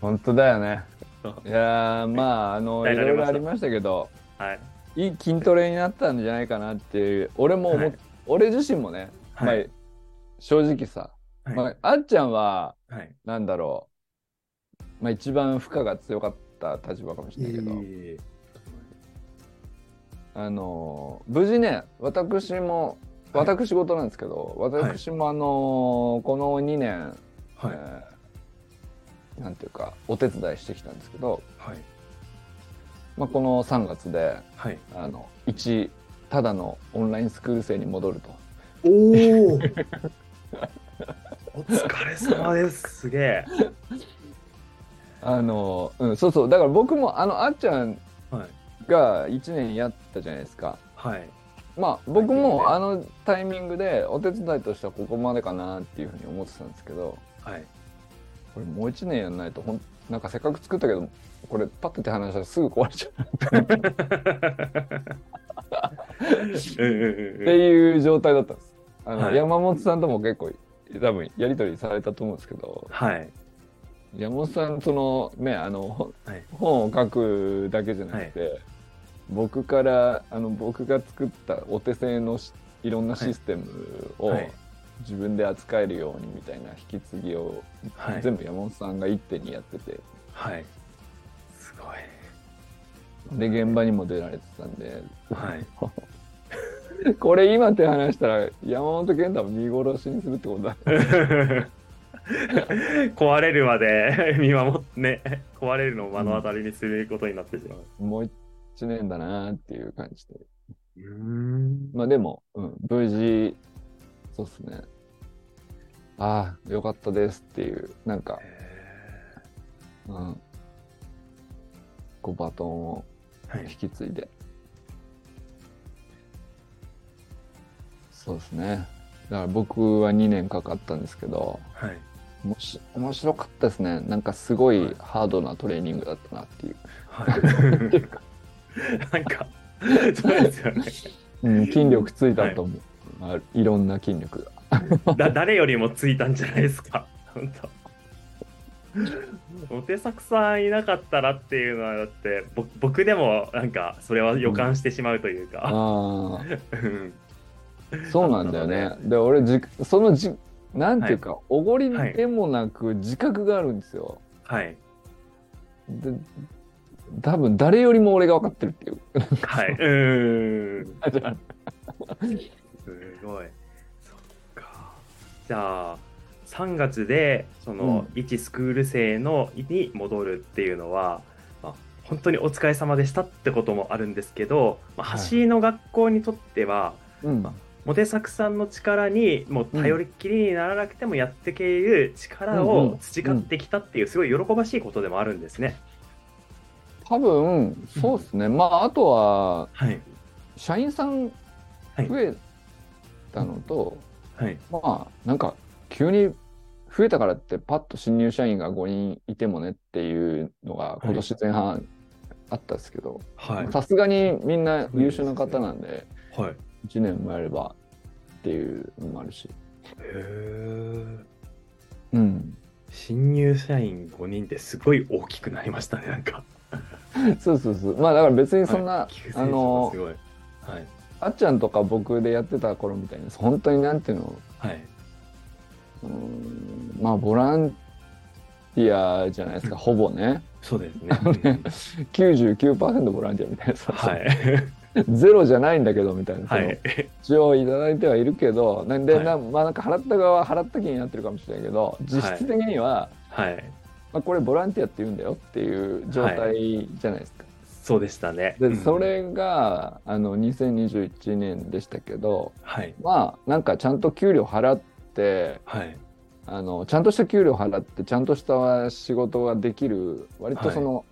Speaker 2: 本当だよね
Speaker 1: そう
Speaker 2: いやーまああのい
Speaker 1: はい
Speaker 2: ろいろありましたけど
Speaker 1: はい
Speaker 2: いい筋トレになったんじゃないかなっていう俺も思っ
Speaker 1: はい
Speaker 2: 俺自身もね、
Speaker 1: はい、
Speaker 2: まあ、正直さ、
Speaker 1: はい
Speaker 2: まあ、あっちゃんは
Speaker 1: はい
Speaker 2: なんだろう、まあ、一番負荷が強かった立場かもしれないけど、
Speaker 1: え
Speaker 2: あのー無事ね私も
Speaker 1: はい
Speaker 2: 私事なんですけど、
Speaker 1: い
Speaker 2: 私もあのーこの2年、
Speaker 1: はい
Speaker 2: えーなんていうかお手伝いしてきたんですけど、
Speaker 1: はい
Speaker 2: まあ、この3月で
Speaker 1: はい
Speaker 2: あの一ただのオンラインスクール生に戻ると
Speaker 1: おおお疲れ様ですすげえ
Speaker 2: あの、うん、そうそうだから僕もあのあっちゃん
Speaker 1: はい
Speaker 2: が1年やったじゃないですか
Speaker 1: はい
Speaker 2: まあ僕
Speaker 1: はい
Speaker 2: もあのタイミングでお手伝いとしてはここまでかなっていうふうに思ってたんですけど
Speaker 1: はい
Speaker 2: これもう1年やんないとほんなんかせっかく作ったけどこれパッと手離したらすぐ壊れちゃう
Speaker 1: うんうんうん
Speaker 2: っ
Speaker 1: う
Speaker 2: て
Speaker 1: ん
Speaker 2: いう状態だったんです。あの、
Speaker 1: はい
Speaker 2: 山本さんとも結構多分やり取りされたと思うんですけど
Speaker 1: はい
Speaker 2: 山本さんそのねあの、ほ
Speaker 1: はい
Speaker 2: 本を書くだけじゃなくて、僕からあの僕が作ったお手製のしいろんなシステムを、
Speaker 1: はいはい
Speaker 2: 自分で扱えるようにみたいな引き継ぎを
Speaker 1: はい
Speaker 2: 全部山本さんが一手にやってて、
Speaker 1: はいすごい
Speaker 2: で現場にも出られてたんで
Speaker 1: はい
Speaker 2: これ今手離したら山本健太を見殺しにするってことだ
Speaker 1: 壊れるまで見守ってね壊れるのを目の当たりにすることになってしまう。
Speaker 2: もう一年だなっていう感じで。
Speaker 1: うん
Speaker 2: まあでも、うん、無事、そうっすね。ああ、よかったですっていう、なんか、うん。こうバトンを
Speaker 1: は
Speaker 2: 引
Speaker 1: い、
Speaker 2: き継いで。そうですね。だから僕は2年かかったんですけど、
Speaker 1: はい、
Speaker 2: もし面白かったですね。なんかすごいハードなトレーニングだったなっていう。
Speaker 1: はい、 <laughs> なんかそうですよね
Speaker 2: うん、筋力ついたと思う。あいろんな筋力が。
Speaker 1: <laughs> だ誰よりもついたんじゃないですか <laughs> 本
Speaker 2: <laughs>
Speaker 1: 当お手作さんいなかったらっていうのはだってぼ僕でもなんかそれは予感してしまうというか、
Speaker 2: ああ。
Speaker 1: うん
Speaker 2: そう <laughs> なんだよね。で、俺じ、そのじ、なんていうか、おごり
Speaker 1: はい
Speaker 2: でもなく自覚があるんですよ。 <laughs>
Speaker 1: はい
Speaker 2: で、多分誰よりも俺が分かってるっていう。
Speaker 1: はいうーんすごい。そっか。じゃあ、3月で、その、一スクール生のに戻るっていうのは、まあ、本当にお疲れ様でしたってこともあるんですけど、まあ、
Speaker 2: はい
Speaker 1: 橋井の学校にとっては、
Speaker 2: うん。
Speaker 1: モテ作さんの力にもう頼りっきりにならなくてもやっていける力
Speaker 2: うんう
Speaker 1: を
Speaker 2: ん
Speaker 1: 培ってきたっていうすごい喜ばしいことでもあるんですね。
Speaker 2: 多分、そうですね。まあ、あとは、
Speaker 1: はい。
Speaker 2: 社員さん
Speaker 1: はい
Speaker 2: 増えたのと、
Speaker 1: はい。
Speaker 2: まあ、なんか、急に増えたからって、パッと新入社員が5人いてもねっていうのが、今年前半あったんですけど、
Speaker 1: はい。
Speaker 2: さすがにみんな優秀な方なんで、
Speaker 1: はい。へ
Speaker 2: 1年もやればっていうのもあるし、
Speaker 1: え。
Speaker 2: うん、
Speaker 1: 新入社員5人ってすごい大きくなりましたね、なんか。
Speaker 2: そうそうそうまあだから別にそん
Speaker 1: は
Speaker 2: な、
Speaker 1: い急成長
Speaker 2: あ
Speaker 1: が
Speaker 2: の
Speaker 1: すごい。はい。
Speaker 2: あっちゃんとか僕でやってた頃みたいに本当になんていうの
Speaker 1: はい。
Speaker 2: うーんまあボランティアじゃないですかほぼね
Speaker 1: そうですね。
Speaker 2: 99%ボランティアみたいなさ、
Speaker 1: はい。
Speaker 2: ゼロじゃないんだけどみたいな、そ
Speaker 1: は
Speaker 2: の
Speaker 1: い。
Speaker 2: 一応いただいてはいるけどなんで、
Speaker 1: はい
Speaker 2: なまあなんか払った側は払った気になってるかもしれないけど実質的には、
Speaker 1: はい。
Speaker 2: まあ、これボランティアって言うんだよっていう状態じゃないですか。
Speaker 1: そうでしたね。う
Speaker 2: で
Speaker 1: ん
Speaker 2: そ。れがあの2021年でしたけど
Speaker 1: はい。
Speaker 2: まあなんかちゃんと給料払って
Speaker 1: はい。
Speaker 2: あのちゃんとした給料払ってちゃんとした仕事ができる割とその、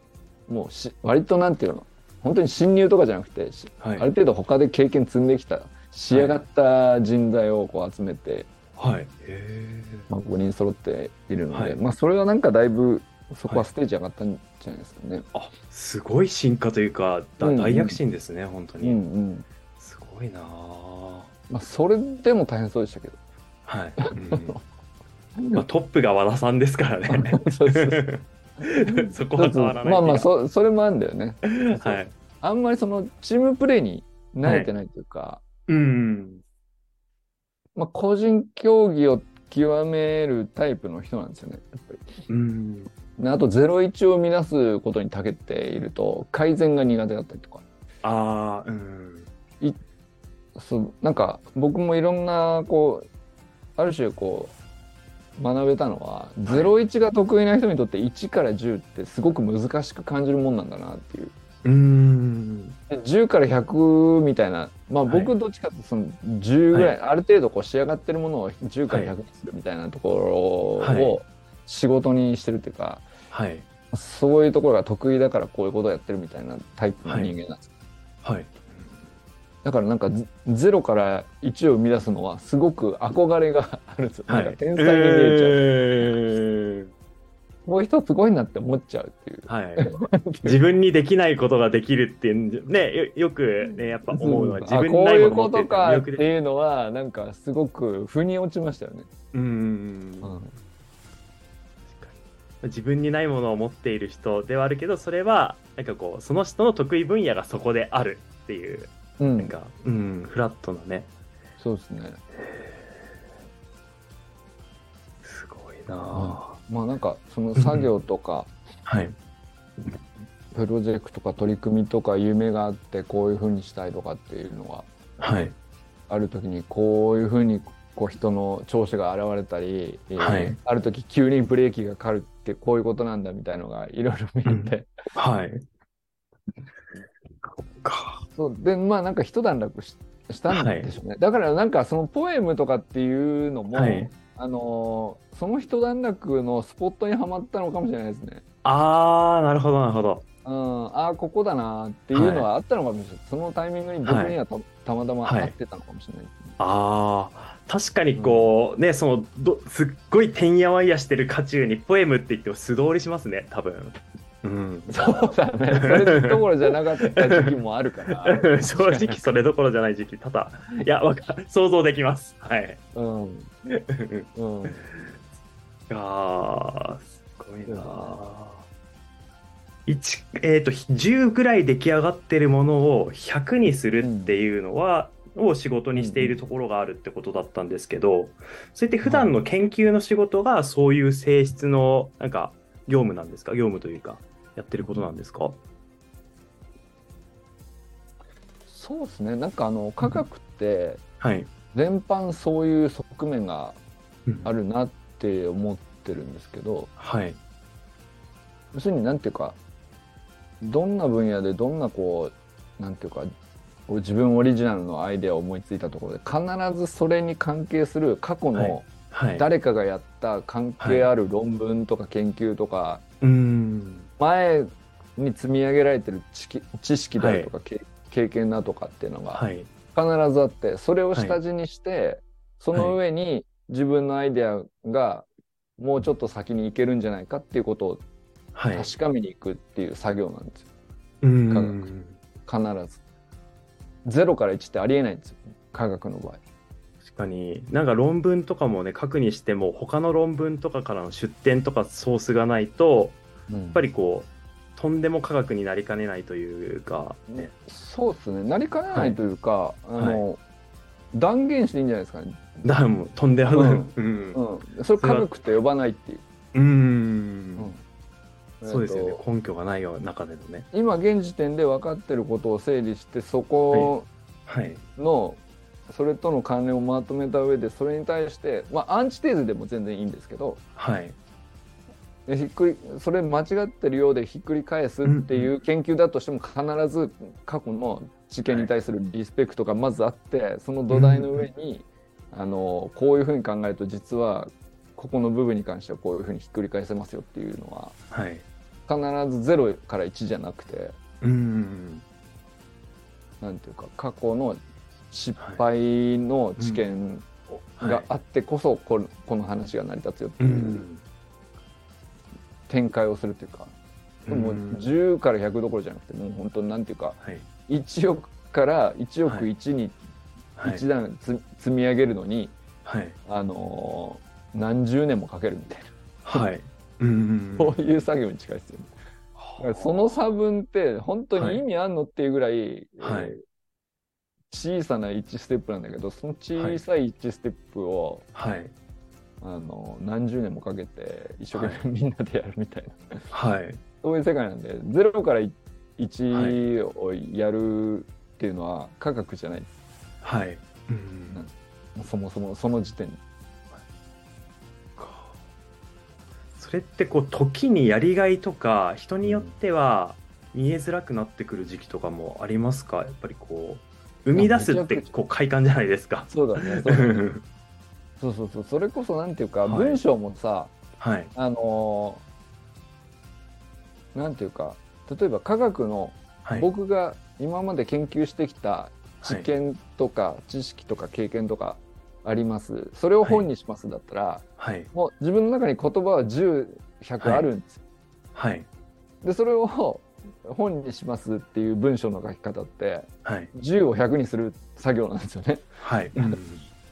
Speaker 2: もうし割となんていうの本当に新入とかじゃなくて、し
Speaker 1: はい。
Speaker 2: ある程度他で経験積んできた仕上がった人材をこう集めて、
Speaker 1: はい。へ
Speaker 2: まあ、5人揃っているの
Speaker 1: は
Speaker 2: で、
Speaker 1: い
Speaker 2: まあそれはなんかだいぶそこはステージ上がったんじゃないですかね。
Speaker 1: ーあ、すごい進化というか、だ
Speaker 2: うんうん
Speaker 1: 大躍進ですね、本当
Speaker 2: うん
Speaker 1: に。
Speaker 2: うん
Speaker 1: すごいなあ
Speaker 2: まあ、それでも大変そうでしたけど。 <laughs>
Speaker 1: はい。うんまあトップが和田さんですからね。
Speaker 2: そう
Speaker 1: <laughs>
Speaker 2: そうそう
Speaker 1: そこは変わらない。
Speaker 2: まあまあそそれもあるんだよね
Speaker 1: はい。
Speaker 2: あんまりそのチームプレーに慣れてないというか、
Speaker 1: うん。
Speaker 2: まあ、個人競技を極めるタイプの人なんですよねやっぱり
Speaker 1: うん。
Speaker 2: であと01を乱すことに長けていると改善が苦手だったりとか
Speaker 1: ああ、うん。
Speaker 2: そうなんか僕もいろんなこうある種こ学べたのは、01が得意な人にとって1から10ってすごく難しく感じるもんなんだなっていう。
Speaker 1: うーん。
Speaker 2: で10から100みたいな、まあ、
Speaker 1: はい
Speaker 2: 僕どっちかっていうとその10ぐらい、
Speaker 1: はい
Speaker 2: ある程度こう仕上がってるものを10から100にするみたいなところ
Speaker 1: はい
Speaker 2: を仕事にしてるっていうか、
Speaker 1: はい。
Speaker 2: そういうところが得意だからこういうことをやってるみたいなタイプの人間なんです、
Speaker 1: はい。
Speaker 2: だからなんかゼ0から1を生み出すのはすごく憧れが <laughs> あるんですよ、
Speaker 1: はい。
Speaker 2: なんか天才に見えちゃう、
Speaker 1: えー
Speaker 2: もう一つすごいなって思っちゃうっていう
Speaker 1: はい。自分にできないことができるっていうね、よよくね、やっぱ思うのは自
Speaker 2: あ
Speaker 1: 分に
Speaker 2: こう
Speaker 1: ないいうもの
Speaker 2: こ
Speaker 1: 持って
Speaker 2: と
Speaker 1: るから
Speaker 2: か
Speaker 1: 魅
Speaker 2: っ
Speaker 1: 力
Speaker 2: て
Speaker 1: で
Speaker 2: いうのはなんかすごく腑に落ちましたよね、
Speaker 1: うーん。
Speaker 2: うん
Speaker 1: 自分にないものを持っている人ではあるけどそれはなんかこうその人の得意分野がそこであるっていう
Speaker 2: うん
Speaker 1: なんか、うん、フラットなね
Speaker 2: そうですね
Speaker 1: すごいなあ
Speaker 2: まあなんかその作業とか
Speaker 1: はい
Speaker 2: プロジェクトとか取り組みとか夢があってこういうふうにしたいとかっていうのが
Speaker 1: はい
Speaker 2: ある時にこういうふうにこう人の調子が現れたり、えー
Speaker 1: はい
Speaker 2: ある時急にブレーキがかかるってこういうことなんだみたいのがいろいろ見えて、
Speaker 1: はいそっか
Speaker 2: そうでまあなんか一段落ししたんでしょうね、だからなんかそのポエムとかっていうのも、
Speaker 1: はい
Speaker 2: あのーその一段落のスポットにはまったのかもしれないですね。
Speaker 1: あーなるほどなるほど
Speaker 2: うん、ああここだなーっていうのはあったのかもしれない、そのタイミングに僕にはた,、たまたま合ってたのかもしれないですね、
Speaker 1: ああ確かにこう、ねそのどすっごいてんやわんやしてる渦中にポエムって言っても素通りしますね多分うん
Speaker 2: そうだねそれどころじゃなかった時期もあるから
Speaker 1: 正直それどころじゃない時期多々いやわか想像できますはい
Speaker 2: うんうん
Speaker 1: あーすごいな一えっ、と10ぐらい出来上がってるものを100にするっていうのは、を仕事にしているところがあるってことだったんですけど、それって普段の研究の仕事がそういう性質のなんか業務なんですか業務というかやってることなんですか
Speaker 2: そうですねなんかあの科学って
Speaker 1: はい、
Speaker 2: 全般そういう側面があ
Speaker 1: る
Speaker 2: るなって思ってるんですけど
Speaker 1: はい
Speaker 2: 要するになんていうかどんな分野でどんなこうなんていうか自分オリジナルのアイデアを思いついたところで必ずそれに関係する過去
Speaker 1: はい
Speaker 2: の
Speaker 1: はい
Speaker 2: 誰かがやった関係ある論文とか研究とか
Speaker 1: うーん
Speaker 2: 前に積み上げられてる知識知識だとかけ経験だとかっていうのが
Speaker 1: はい
Speaker 2: 必ずあってそれを下地にしてその上に自分のアイデアがもうちょっと先に行けるんじゃないかっていうことを
Speaker 1: はい
Speaker 2: 確かめに行くっていう作業なんですよ
Speaker 1: うー
Speaker 2: 科
Speaker 1: ん
Speaker 2: 必ず。0から1ってありえないんですよ科学の場合。
Speaker 1: 確かになんか論文とかもね書くにしても他の論文とかからの出典とかソースがないと
Speaker 2: や
Speaker 1: やっぱりこうとんでも科学になりかねないというか、ね、
Speaker 2: そうですねなりかねないというか、あの断言していいんじゃないですかね、
Speaker 1: だからもうとんでもない、
Speaker 2: うん
Speaker 1: うん
Speaker 2: うん、それ科学と呼ばないっていう。
Speaker 1: うーん
Speaker 2: うん
Speaker 1: そうですよね
Speaker 2: えっと
Speaker 1: 根拠がないような中でのね
Speaker 2: 今現時点で分かってることを整理してそこ
Speaker 1: はい
Speaker 2: の、それとの関連をまとめた上でそれに対してまあアンチテーゼでも全然いいんですけど
Speaker 1: はい
Speaker 2: でひっくりそれ間違ってるようでひっくり返すっていう研究だとしても必ず過去の知見に対するリスペクトがまずあってその土台の上に、あのこういうふうに考えると実はここの部分に関してはこういうふうにひっくり返せますよっていうのは
Speaker 1: はい
Speaker 2: 必ず0から1じゃなくて。
Speaker 1: うーん
Speaker 2: なんていうか過去の失敗の知見があってこそこ,、この話が成り立つよって
Speaker 1: う
Speaker 2: いううん展開をするっていうか、もう10から100どころじゃなくてもう本当になんていうか
Speaker 1: はい
Speaker 2: 1億から1億
Speaker 1: はい
Speaker 2: 1に
Speaker 1: はい
Speaker 2: 1段つ、積み上げるのに、 <laughs>
Speaker 1: はい
Speaker 2: あのー何十年もかけるみたいな、
Speaker 1: はいうん
Speaker 2: そういう作業に近いですよね。だからその差分って本当に意味あんのっていうぐらい、
Speaker 1: はい
Speaker 2: えー小さな1ステップなんだけどその小さい1ステップを、
Speaker 1: はい
Speaker 2: あの何十年もかけて一生懸命みんなでやるみたいな、
Speaker 1: はい
Speaker 2: そういう世界なんで0から1をやるっていうのは科学じゃないで
Speaker 1: はいうん
Speaker 2: すそもそもその時点
Speaker 1: かそれってこう時にやりがいとか人によっては見えづらくなってくる時期とかもありますかやっぱりこう生み出すってこう快感じゃないですか。
Speaker 2: そうだね。そうだね <laughs> そうそうそうそれこそなんていう
Speaker 1: は
Speaker 2: か、
Speaker 1: い
Speaker 2: 文章もさ
Speaker 1: はい
Speaker 2: あのーなんていうか例えば科学の
Speaker 1: はい
Speaker 2: 僕が今まで研究してきた知見とか知識とか経験とかあります、それを本にしますだったら、
Speaker 1: はい
Speaker 2: もう自分の中に言葉は10100あるんですよ、
Speaker 1: はい
Speaker 2: でそれを本にしますっていう文章の書き方って
Speaker 1: はい
Speaker 2: 10を100にする作業なんですよね
Speaker 1: はいうん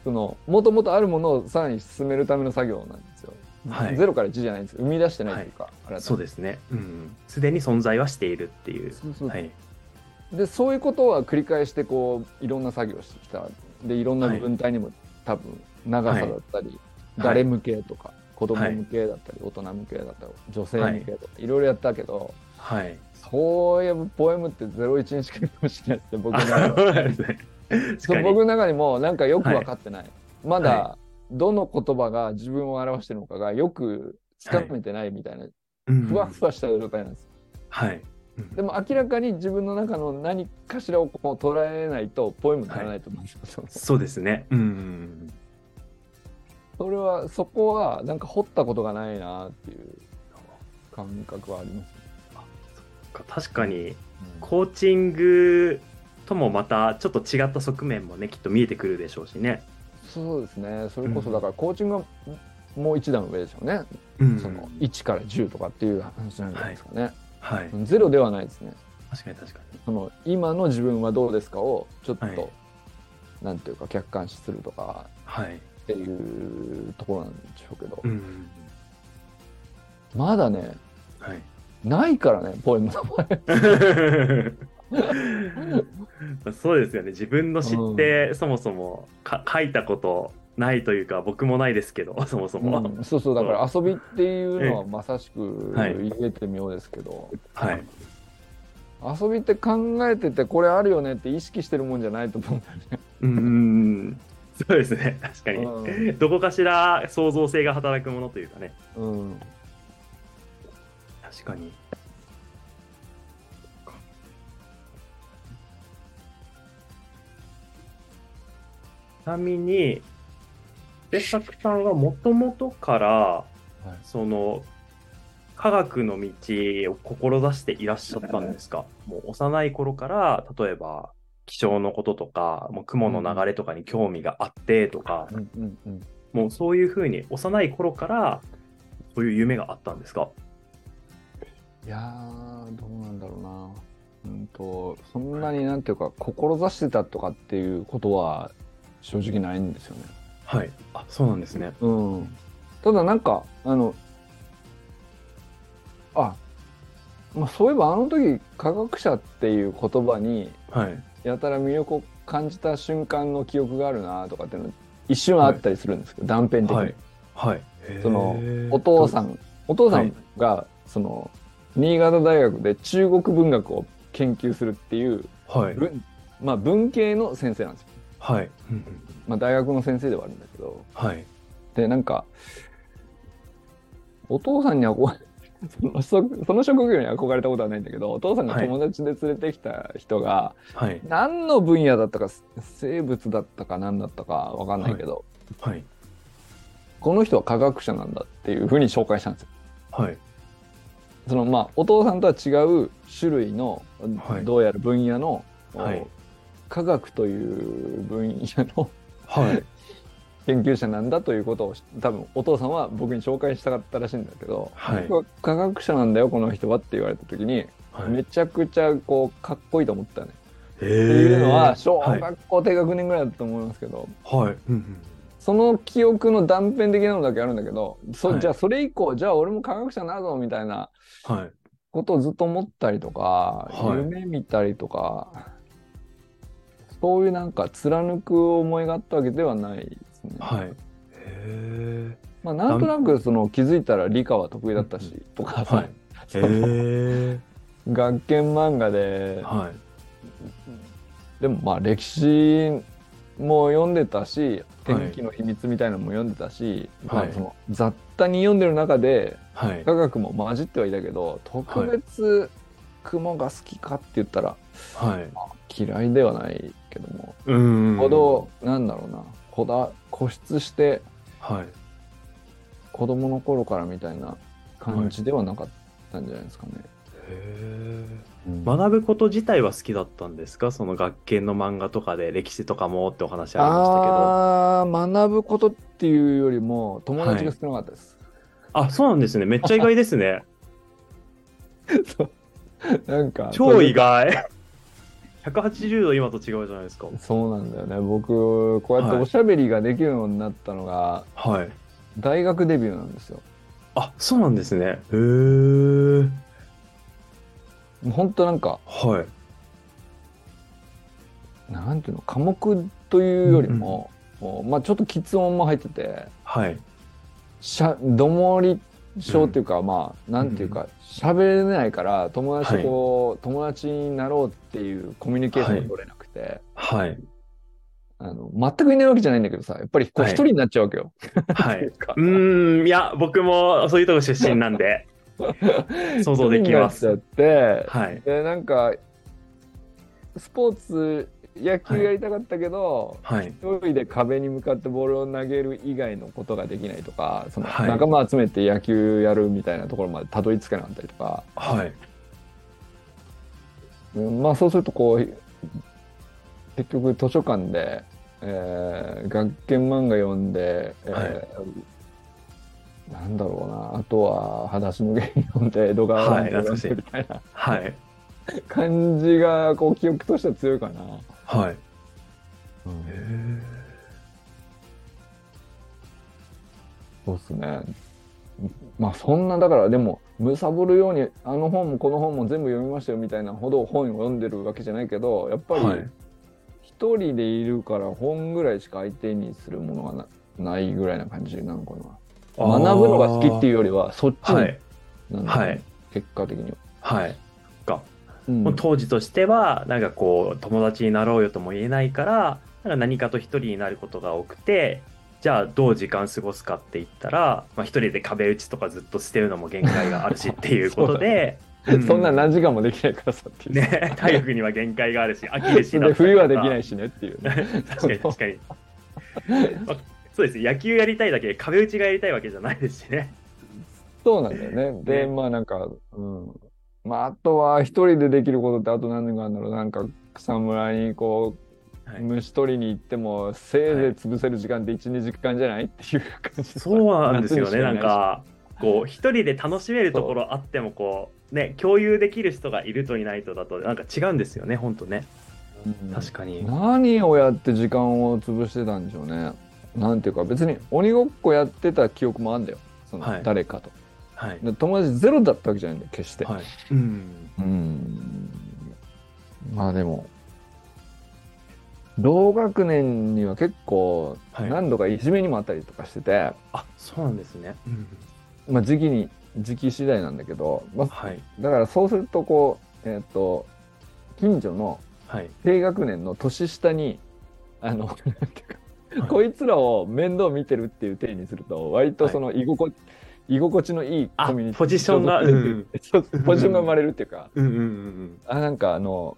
Speaker 2: そのもともとあるものをさらに進めるための作業なんですよ、
Speaker 1: はい
Speaker 2: ゼロから1じゃないんです生み出してないというか、新たに
Speaker 1: そうですね。うんすでに存在はしているっていう。
Speaker 2: そうそう
Speaker 1: はい
Speaker 2: でそういうことは繰り返してこういろんな作業をしてきたでいろんな文体にも、多分長さだったり、誰向けとか、子供向けだったり、大人向けだったり女性向けとか、い、ろいろやったけど
Speaker 1: はい。
Speaker 2: そういえばポエムって01にしかかもしれないって僕の中
Speaker 1: あ <laughs>
Speaker 2: で
Speaker 1: そうなんですね
Speaker 2: そ
Speaker 1: 確か
Speaker 2: う
Speaker 1: に。
Speaker 2: 僕の中にもなんかよく分かってない、まだ、
Speaker 1: は
Speaker 2: どの言葉が自分を表してるのかがよくつかめてないみたいな、
Speaker 1: うん
Speaker 2: ふわふわした状態なんです
Speaker 1: はい。うん
Speaker 2: でも明らかに自分の中の何かしらをこう捉えないとポエムにならないと思うんですよ、その
Speaker 1: そうですね。うん。
Speaker 2: それはそこはなんか掘ったことがないなっていう感覚はあります、
Speaker 1: 確かにコーチングともまたちょっと違った側面もねきっと見えてくるでしょうしね。
Speaker 2: そうですねそれこそだからコーチングはもう一段上でしょうね、
Speaker 1: うん
Speaker 2: その1から10とかっていう話なんじゃないですかね、
Speaker 1: はい。
Speaker 2: ゼロではないですね
Speaker 1: 確かに確かに。
Speaker 2: その今の自分はどうですかをちょっと、
Speaker 1: はい
Speaker 2: なんていうか客観視するとか
Speaker 1: はい。
Speaker 2: っていうところなんでしょうけど、
Speaker 1: うん。
Speaker 2: まだね
Speaker 1: はい。
Speaker 2: ないからねポエムの場合
Speaker 1: <laughs> そうですよね自分の知って、そもそもか書いたことないというか僕もないですけど <laughs> そもそも、
Speaker 2: うんそうそうだから遊びっていうのはまさしく
Speaker 1: はい
Speaker 2: 言えて妙ですけど、
Speaker 1: はい
Speaker 2: 遊びって考えててこれあるよねって意識してるもんじゃないと思
Speaker 1: うんそうですね確かに、
Speaker 2: う、うん
Speaker 1: どこかしら創造性が働くものというかね
Speaker 2: うん、
Speaker 1: 確かにちなみに別作さんはもともとから
Speaker 2: はい
Speaker 1: その科学の道を志していらっしゃったんですか、もう幼い頃から例えば気象のこととかもう雲の流れとかに興味があってとか、
Speaker 2: うんうんうん
Speaker 1: もうそういうふうに幼い頃からそういう夢があったんですか
Speaker 2: いやーどうなんだろうなうんとそんなになんていうか志してたとかっていうことは正直ないんですよね
Speaker 1: はいあそうなんですね
Speaker 2: うんただなんかあのあまあそういえばあの時科学者っていう言葉に
Speaker 1: はい
Speaker 2: やたら魅力を感じた瞬間の記憶があるなとかっていうの一瞬はあったりするんですけど、断片的に、
Speaker 1: はいはい
Speaker 2: そのお父さ
Speaker 1: ん
Speaker 2: んお父さんがその新潟大学で中国文学を研究するっていう
Speaker 1: はい
Speaker 2: 文,、まあ、文系の先生なんですよ、
Speaker 1: はいうんうん
Speaker 2: まあ、大学の先生ではあるんだけど
Speaker 1: はい
Speaker 2: でなんかお父さんに憧れ <laughs> そのその職業に憧れたことはないんだけどお父さんが友達で連れてきた人が、
Speaker 1: はい
Speaker 2: 何の分野だったか生物だったか何だったか分かんないけど、
Speaker 1: はい
Speaker 2: この人は科学者なんだっていうふうに紹介したんですよ。
Speaker 1: はい
Speaker 2: そのまあお父さんとは違う種類の、
Speaker 1: はい
Speaker 2: どうやら分野の、
Speaker 1: はい
Speaker 2: 科学という分野の <laughs>
Speaker 1: はい
Speaker 2: 研究者なんだということを多分お父さんは僕に紹介したかったらしいんだけど、 <laughs>
Speaker 1: はい
Speaker 2: 僕は科学者なんだよこの人はって言われた時に、
Speaker 1: はい
Speaker 2: めちゃくちゃこうかっこいいと思ったね。
Speaker 1: え
Speaker 2: っていうのは小
Speaker 1: はい
Speaker 2: 学校低学年ぐらいだと思いますけど、
Speaker 1: はいうんうん
Speaker 2: その記憶の断片的なのだけあるんだけど、そ
Speaker 1: はい
Speaker 2: じゃあそれ以降、じゃあ俺も科学者になるぞみたいな
Speaker 1: はい
Speaker 2: ことをずっと思ったりとか、
Speaker 1: はい
Speaker 2: 夢見たりとか、そういうなんか貫く思いがあったわけではないですね。
Speaker 1: はいへえ
Speaker 2: まあ、なんとなくその気づいたら理科は得意だった
Speaker 1: う
Speaker 2: しとかさ、
Speaker 1: はい
Speaker 2: <laughs>
Speaker 1: へえ
Speaker 2: 学研漫画で、
Speaker 1: はい
Speaker 2: でもまあ歴史も読んでたし「天気の秘密」みたいなのも読んでたし、
Speaker 3: はい
Speaker 2: その雑多に読んでる中で
Speaker 3: はい。
Speaker 2: 科学も混じってはいたけど特別雲が好きかって言ったら <laughs>
Speaker 3: はい。
Speaker 2: 嫌いではないけども、
Speaker 3: うん
Speaker 2: ほどなんだろうなこだ固執して
Speaker 3: はい。
Speaker 2: 子供の頃からみたいな感じではなかったんじゃないですかね。
Speaker 3: へ
Speaker 2: うん
Speaker 1: 学ぶこと自体は好きだったんですかその学研の漫画とかで歴史とかもってお話ありましたけど。
Speaker 2: あー学ぶことっていうよりも友達が少なかったです。
Speaker 1: あ、そうなんですね。めっちゃ意外ですね。
Speaker 2: <laughs> なんか
Speaker 1: 超意 <laughs> 外。180度今と違うじゃないですか。
Speaker 2: そうなんだよね僕こうやって
Speaker 3: はい
Speaker 2: おしゃべりができるようになったのが
Speaker 3: ーはい。
Speaker 2: 大学デビューなんですよ。
Speaker 1: あ、そうなんですね。へえ。
Speaker 2: もうほんとなんか
Speaker 3: はい。
Speaker 2: なんていうの科目というよりも,、もうまあ、ちょっとき音も入ってて
Speaker 3: はい。
Speaker 2: しゃどもり症っていうか、まあなんていうか喋、れないから友達とこう、友達になろうっていうコミュニケーションが取れなくて、
Speaker 3: はい。
Speaker 2: あの全くいないわけじゃないんだけどさやっぱりこう
Speaker 3: は
Speaker 2: 一
Speaker 3: い
Speaker 2: 人になっちゃうわけよ。
Speaker 3: はい。
Speaker 1: <laughs> うーん、いや、僕もそういうとこ出身なん
Speaker 3: <laughs>
Speaker 1: で、想像できます。
Speaker 2: 一人になっちゃって、
Speaker 1: はい。
Speaker 2: でなんかスポーツ野球やりたかったけど、
Speaker 3: はい。
Speaker 2: 一人で壁に向かってボールを投げる以外のことができないとかその
Speaker 3: はい
Speaker 2: 仲間集めて野球やるみたいなところまでたどり着かなかったりとか、
Speaker 3: はい。
Speaker 2: うんまあそうするとこう結局図書館で、えー学研漫画読んで、えー
Speaker 3: は
Speaker 2: なんだろうなあとは「裸足のゲイ」読んで江戸川
Speaker 3: はい
Speaker 2: 乱歩
Speaker 3: 懐かしい
Speaker 2: 読んでみたいな
Speaker 3: はい。
Speaker 2: 感じがこう記憶としては強いかな。
Speaker 3: はい。
Speaker 2: うん
Speaker 3: へ
Speaker 2: そうですね。まあそんなだからでもむさぼるようにあの本もこの本も全部読みましたよみたいなほど本を読んでるわけじゃないけどやっぱ
Speaker 3: ーは
Speaker 2: り
Speaker 3: い。。
Speaker 2: 一人でいるから本ぐらいしか相手にするものがなないぐらいな感じなのかな学ぶのが好きっていううよりはそっちに
Speaker 3: はい。
Speaker 2: なんだろう
Speaker 3: はい。
Speaker 2: 結果的には、
Speaker 3: はい。
Speaker 2: うん
Speaker 1: もう当時としては、なんかこう、友達になろうよとも言えないから、なんか何かと一人になることが多くて、じゃあどう時間過ごすかって言ったら、まあ、一人で壁打ちとかずっとしてるのも限界があるしっていうことで、う
Speaker 2: <laughs> そんな何時間もできないからさっていう、
Speaker 1: ね、体力には限界がある
Speaker 2: <laughs>
Speaker 1: し、飽きるしだったりと
Speaker 2: で
Speaker 1: か
Speaker 2: 冬はできないしねっていうね、
Speaker 1: 確かに確かに、まあそうです野球やりたいだけで壁打ちがやりたいわけじゃないですしね
Speaker 2: そうなんだよね。
Speaker 1: ね
Speaker 2: で、まあなんか、うん。まああとは一人でできることってあと何があるんだろう。なんか草むらにこう、
Speaker 1: はい
Speaker 2: 虫取りに行ってもせいぜい潰せる時間って1、2時間じゃないっていう感じ。
Speaker 1: そうなんですよねな
Speaker 2: 夏に
Speaker 1: ん
Speaker 2: しか
Speaker 1: かこう一人で楽しめるところあってもこうね共有できる人がいるといないとだとなんか違うんですよね本当ね
Speaker 2: うん
Speaker 1: 確かに、
Speaker 2: 何をやって時間を潰してたんでしょうね。なんていうか別に鬼ごっこやってた記憶もあるんだよ。そ
Speaker 3: は
Speaker 2: の
Speaker 3: い
Speaker 2: 誰かと。
Speaker 3: はい。
Speaker 2: で友達ゼロだったわけじゃないんだよ、決して。
Speaker 3: はい。
Speaker 1: うん
Speaker 2: うんまあでも同学年には結構
Speaker 3: はい。
Speaker 2: 何度かいじめにもあったりとかしてて、
Speaker 1: あそうなんですね
Speaker 3: うん
Speaker 2: まあ時期に時期次第なんだけど、まあ、
Speaker 3: はい。
Speaker 2: だからそうするとこうえっ、と近所の
Speaker 3: はい。
Speaker 2: 低学年の年下にあのなんていう
Speaker 3: は
Speaker 2: か
Speaker 3: い
Speaker 2: <laughs> こいつらを面倒見てるっていう体にすると割とその居心,、居心地のいいコミュニティ
Speaker 1: あポジションが
Speaker 2: そうそうそうポジションが生まれるっていうか。
Speaker 3: うんうんうん
Speaker 2: あなんかあの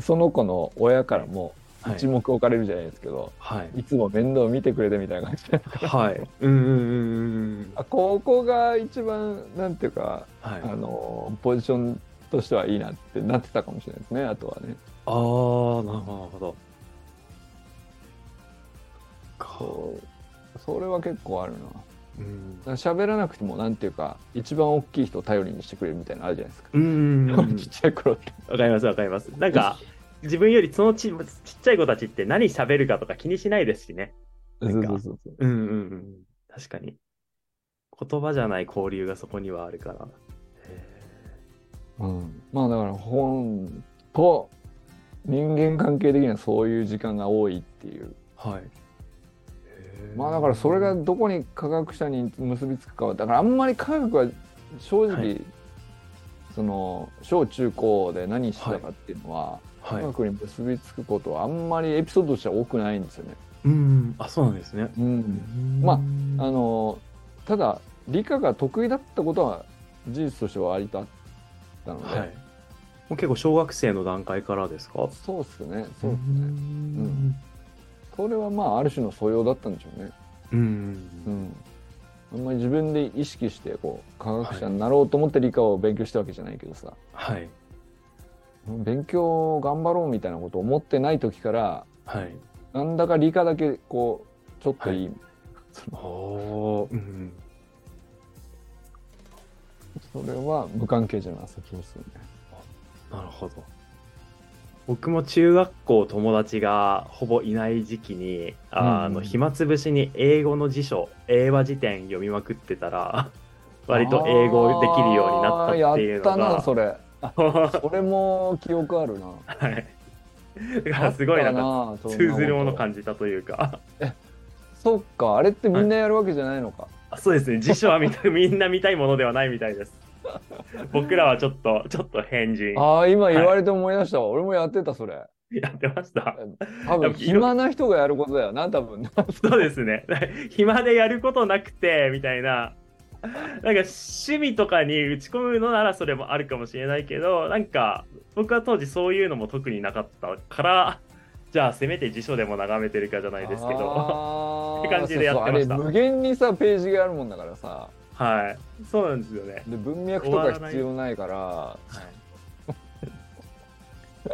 Speaker 2: その子の親からも
Speaker 3: うん。はい
Speaker 2: 一。目置かれるじゃないですけど、
Speaker 3: はい。
Speaker 2: い、つも面倒見てくれてみたいな感じで
Speaker 3: はい。うんうんうんうん。
Speaker 2: あここが一番なんていうか
Speaker 3: はい
Speaker 2: あ。のポジションとしてはいいなってなってたかもしれないですねあとはね
Speaker 3: あー、なるほど、なるほど。か。
Speaker 2: そうそれは結構あるな
Speaker 3: <laughs> うん。
Speaker 2: だから喋らなくてもなんていうか一番大きい人を頼りにしてくれるみたいなのあるじゃないですか、
Speaker 1: うんわ
Speaker 2: <laughs> ちっちゃい頃って
Speaker 1: かりますわかりますなんか自分よりそのちちっちゃい子たちって何喋るかとか気にしないですしね
Speaker 2: そ
Speaker 1: な
Speaker 2: うんそ
Speaker 1: か
Speaker 2: うそうそう
Speaker 1: うんうんうん。確かに。言葉じゃない交流がそこにはあるから。
Speaker 2: うん、まあだから本と人間関係的にはそういう時間が多いっていう
Speaker 3: はい。
Speaker 2: まあだからそれがどこに科学者に結びつくかはだからあんまり科学は正
Speaker 1: は
Speaker 2: 直その小中高で何してたかっていうのは、
Speaker 3: はい
Speaker 2: 科。学に結びつくことはあんまりエピソードとしては多くないんですよね。
Speaker 3: うん。あ、そうなんですね。
Speaker 2: うん、まあ
Speaker 3: あ、
Speaker 2: のただ理科が得意だったことは事実としては割とあったので、
Speaker 3: はい。もう結構小学生の段階からですか。
Speaker 2: そうっすねそううっすね、
Speaker 3: ん。
Speaker 2: これはまあある種の素養だったんでしょうね、う
Speaker 3: うん。
Speaker 2: ん、あんまり自分で意識してこう科学者になろうと思って理科を勉強したわけじゃないけどさ、
Speaker 3: はい。
Speaker 2: 勉強を頑張ろうみたいなことを思ってない時から
Speaker 3: はい。
Speaker 2: なんだか理科だけこうちょっといい、
Speaker 3: おおー。うん。
Speaker 2: それは無関係じゃないそうですよね
Speaker 3: なるほど。僕も中学校友達がほぼいない時期にああ
Speaker 2: うん
Speaker 3: の暇つぶしに英語の辞書英和辞典読みまくってた
Speaker 2: <laughs>
Speaker 3: ら割と英語できるようになったっていうの
Speaker 2: あーやったな
Speaker 3: が
Speaker 2: それ
Speaker 1: <laughs>
Speaker 2: それも記憶あるな
Speaker 1: はい。だからすごいなんか
Speaker 2: あったなそんなこ
Speaker 1: 通
Speaker 2: と
Speaker 1: ずるもの感じたというか。 <laughs>
Speaker 2: そっかあれってみんなやるわけじゃないのか、
Speaker 1: あそうですね。辞書は見
Speaker 2: <laughs>
Speaker 1: たみんな見たいものではないみたいです。僕らはちょっと、ちょっと変人
Speaker 2: ああ今言われて思い出したわ、俺もやってたそれ
Speaker 1: やってました。
Speaker 2: 多
Speaker 1: や
Speaker 2: 分
Speaker 1: っぱ
Speaker 2: 暇な人がやることだよな多分
Speaker 1: そうですね。暇でやることなくて、みたいな。なんか趣味とかに打ち込むのならそれもあるかもしれないけど、なんか僕は当時そういうのも特になかったから、じゃあせめて辞書でも眺めてるかじゃないですけど、
Speaker 2: <laughs> あー
Speaker 1: って感じでやってました
Speaker 2: そうそうあれ無限にさページがあるもんだからさ
Speaker 1: はい。そうなんですよね。
Speaker 2: で文脈とか必要ないから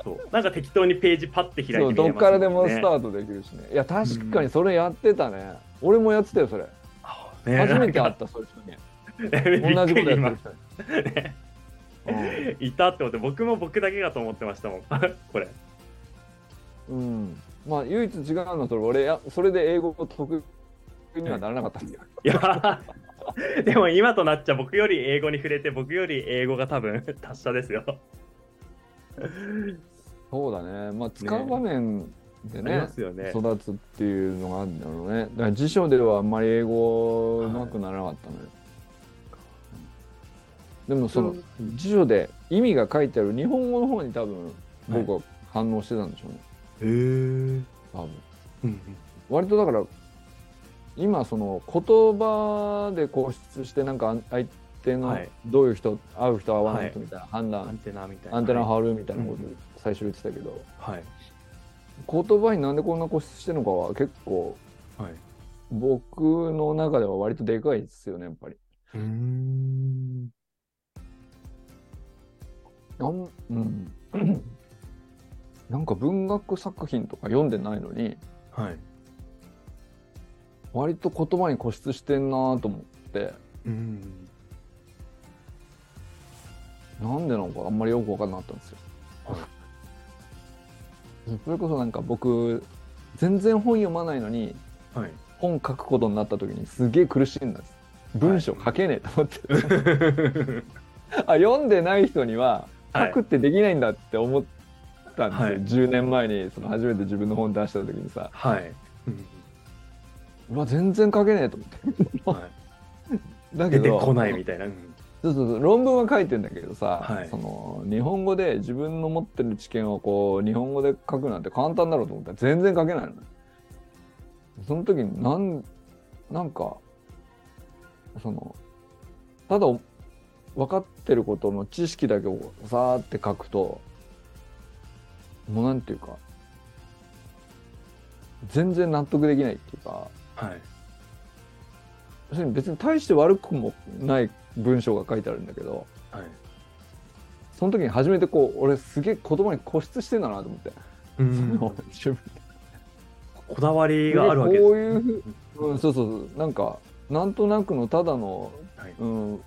Speaker 1: そうなんか適当にページパッて開いて見れ
Speaker 2: そ
Speaker 1: ま
Speaker 2: う
Speaker 1: す
Speaker 2: どっからでも
Speaker 1: ね
Speaker 2: スタートできるしねいや確かにそれやってたね、俺もやってたよそれ
Speaker 1: ね
Speaker 2: 初めて
Speaker 1: <laughs>
Speaker 2: 会ったそういう人に
Speaker 1: なんか
Speaker 2: 同じことや
Speaker 1: <laughs> びっ
Speaker 2: って
Speaker 1: く
Speaker 2: る人に
Speaker 1: り
Speaker 2: うん
Speaker 1: 今いたって思って僕も僕だけだと思ってましたもん <laughs> これ
Speaker 2: うん、まあ唯一違うのはそれ俺やそれで英語得意にはならなかったんだよ。
Speaker 1: いや <laughs> でも今となっちゃ僕より英語に触れて僕より英語が多分 <laughs> 達者ですよ
Speaker 2: そうだね。まあ使う場面
Speaker 1: あ
Speaker 2: で
Speaker 1: り
Speaker 2: ね
Speaker 1: ますよね
Speaker 2: 育つっていうのがあるんだろうね。だから辞書ではあんまり英語うまくならなかったのよ。でもその辞書で意味が書いてある日本語の方に多分僕は反応してたんでしょうね。
Speaker 3: へえうん
Speaker 2: 多分
Speaker 3: うん
Speaker 2: 割とだから今その言葉で固執してなんか相手の
Speaker 3: はい
Speaker 2: どういう人、会う人会わない人みたいな判断、
Speaker 3: アンテナみたいな
Speaker 2: アンテナ張るみたいなこと
Speaker 3: うん
Speaker 2: 最初言ってたけど、
Speaker 3: はい
Speaker 2: 言葉になんでこんな固執してるのかは結構
Speaker 3: はい
Speaker 2: 僕の中では割とでかいですよねやっぱり
Speaker 3: うん
Speaker 2: あん、うん、 <clears throat> なんか文学作品とか読んでないのに
Speaker 3: はい
Speaker 2: 割と言葉に固執してんなと思って
Speaker 3: うん
Speaker 2: なんでなのかあんまりよく分かんなかったんですよ。それこそなんか僕全然本読まないのに
Speaker 3: はい
Speaker 2: 本書くことになった時にすげえ苦しいんです文章書けねえと思って、 <laughs> あ読んでない人には
Speaker 1: はい
Speaker 2: 書くってできないんだって思ったんですよ、
Speaker 3: はい
Speaker 2: 10年前にその初めて自分の本出した時にさ
Speaker 3: はいうん
Speaker 2: うわ全然書けねえと思って
Speaker 3: はい
Speaker 2: <laughs> だけ
Speaker 1: 出
Speaker 2: ど
Speaker 1: てこないみたいなうん
Speaker 2: そうそうそう論文は書いてんだけどさ、
Speaker 3: はい
Speaker 2: その日本語で自分の持ってる知見をこう日本語で書くなんて簡単だろうと思ったら全然書けないのねその時になんなんかそのただ分かってることの知識だけをさーって書くともうなんていうか全然納得できないっていうか
Speaker 3: はい
Speaker 2: 要するに別に大して悪くもない文章が書いてあるんだけど、
Speaker 3: はい
Speaker 2: その時に初めてこう俺すげえ言葉に固執してんだなと思って、
Speaker 3: うん
Speaker 2: その自 <laughs> 分
Speaker 1: こだわりがあるわけです
Speaker 2: こういうふう、うん、そうそうそうなんかなんとなくのただの、
Speaker 3: はい
Speaker 2: うん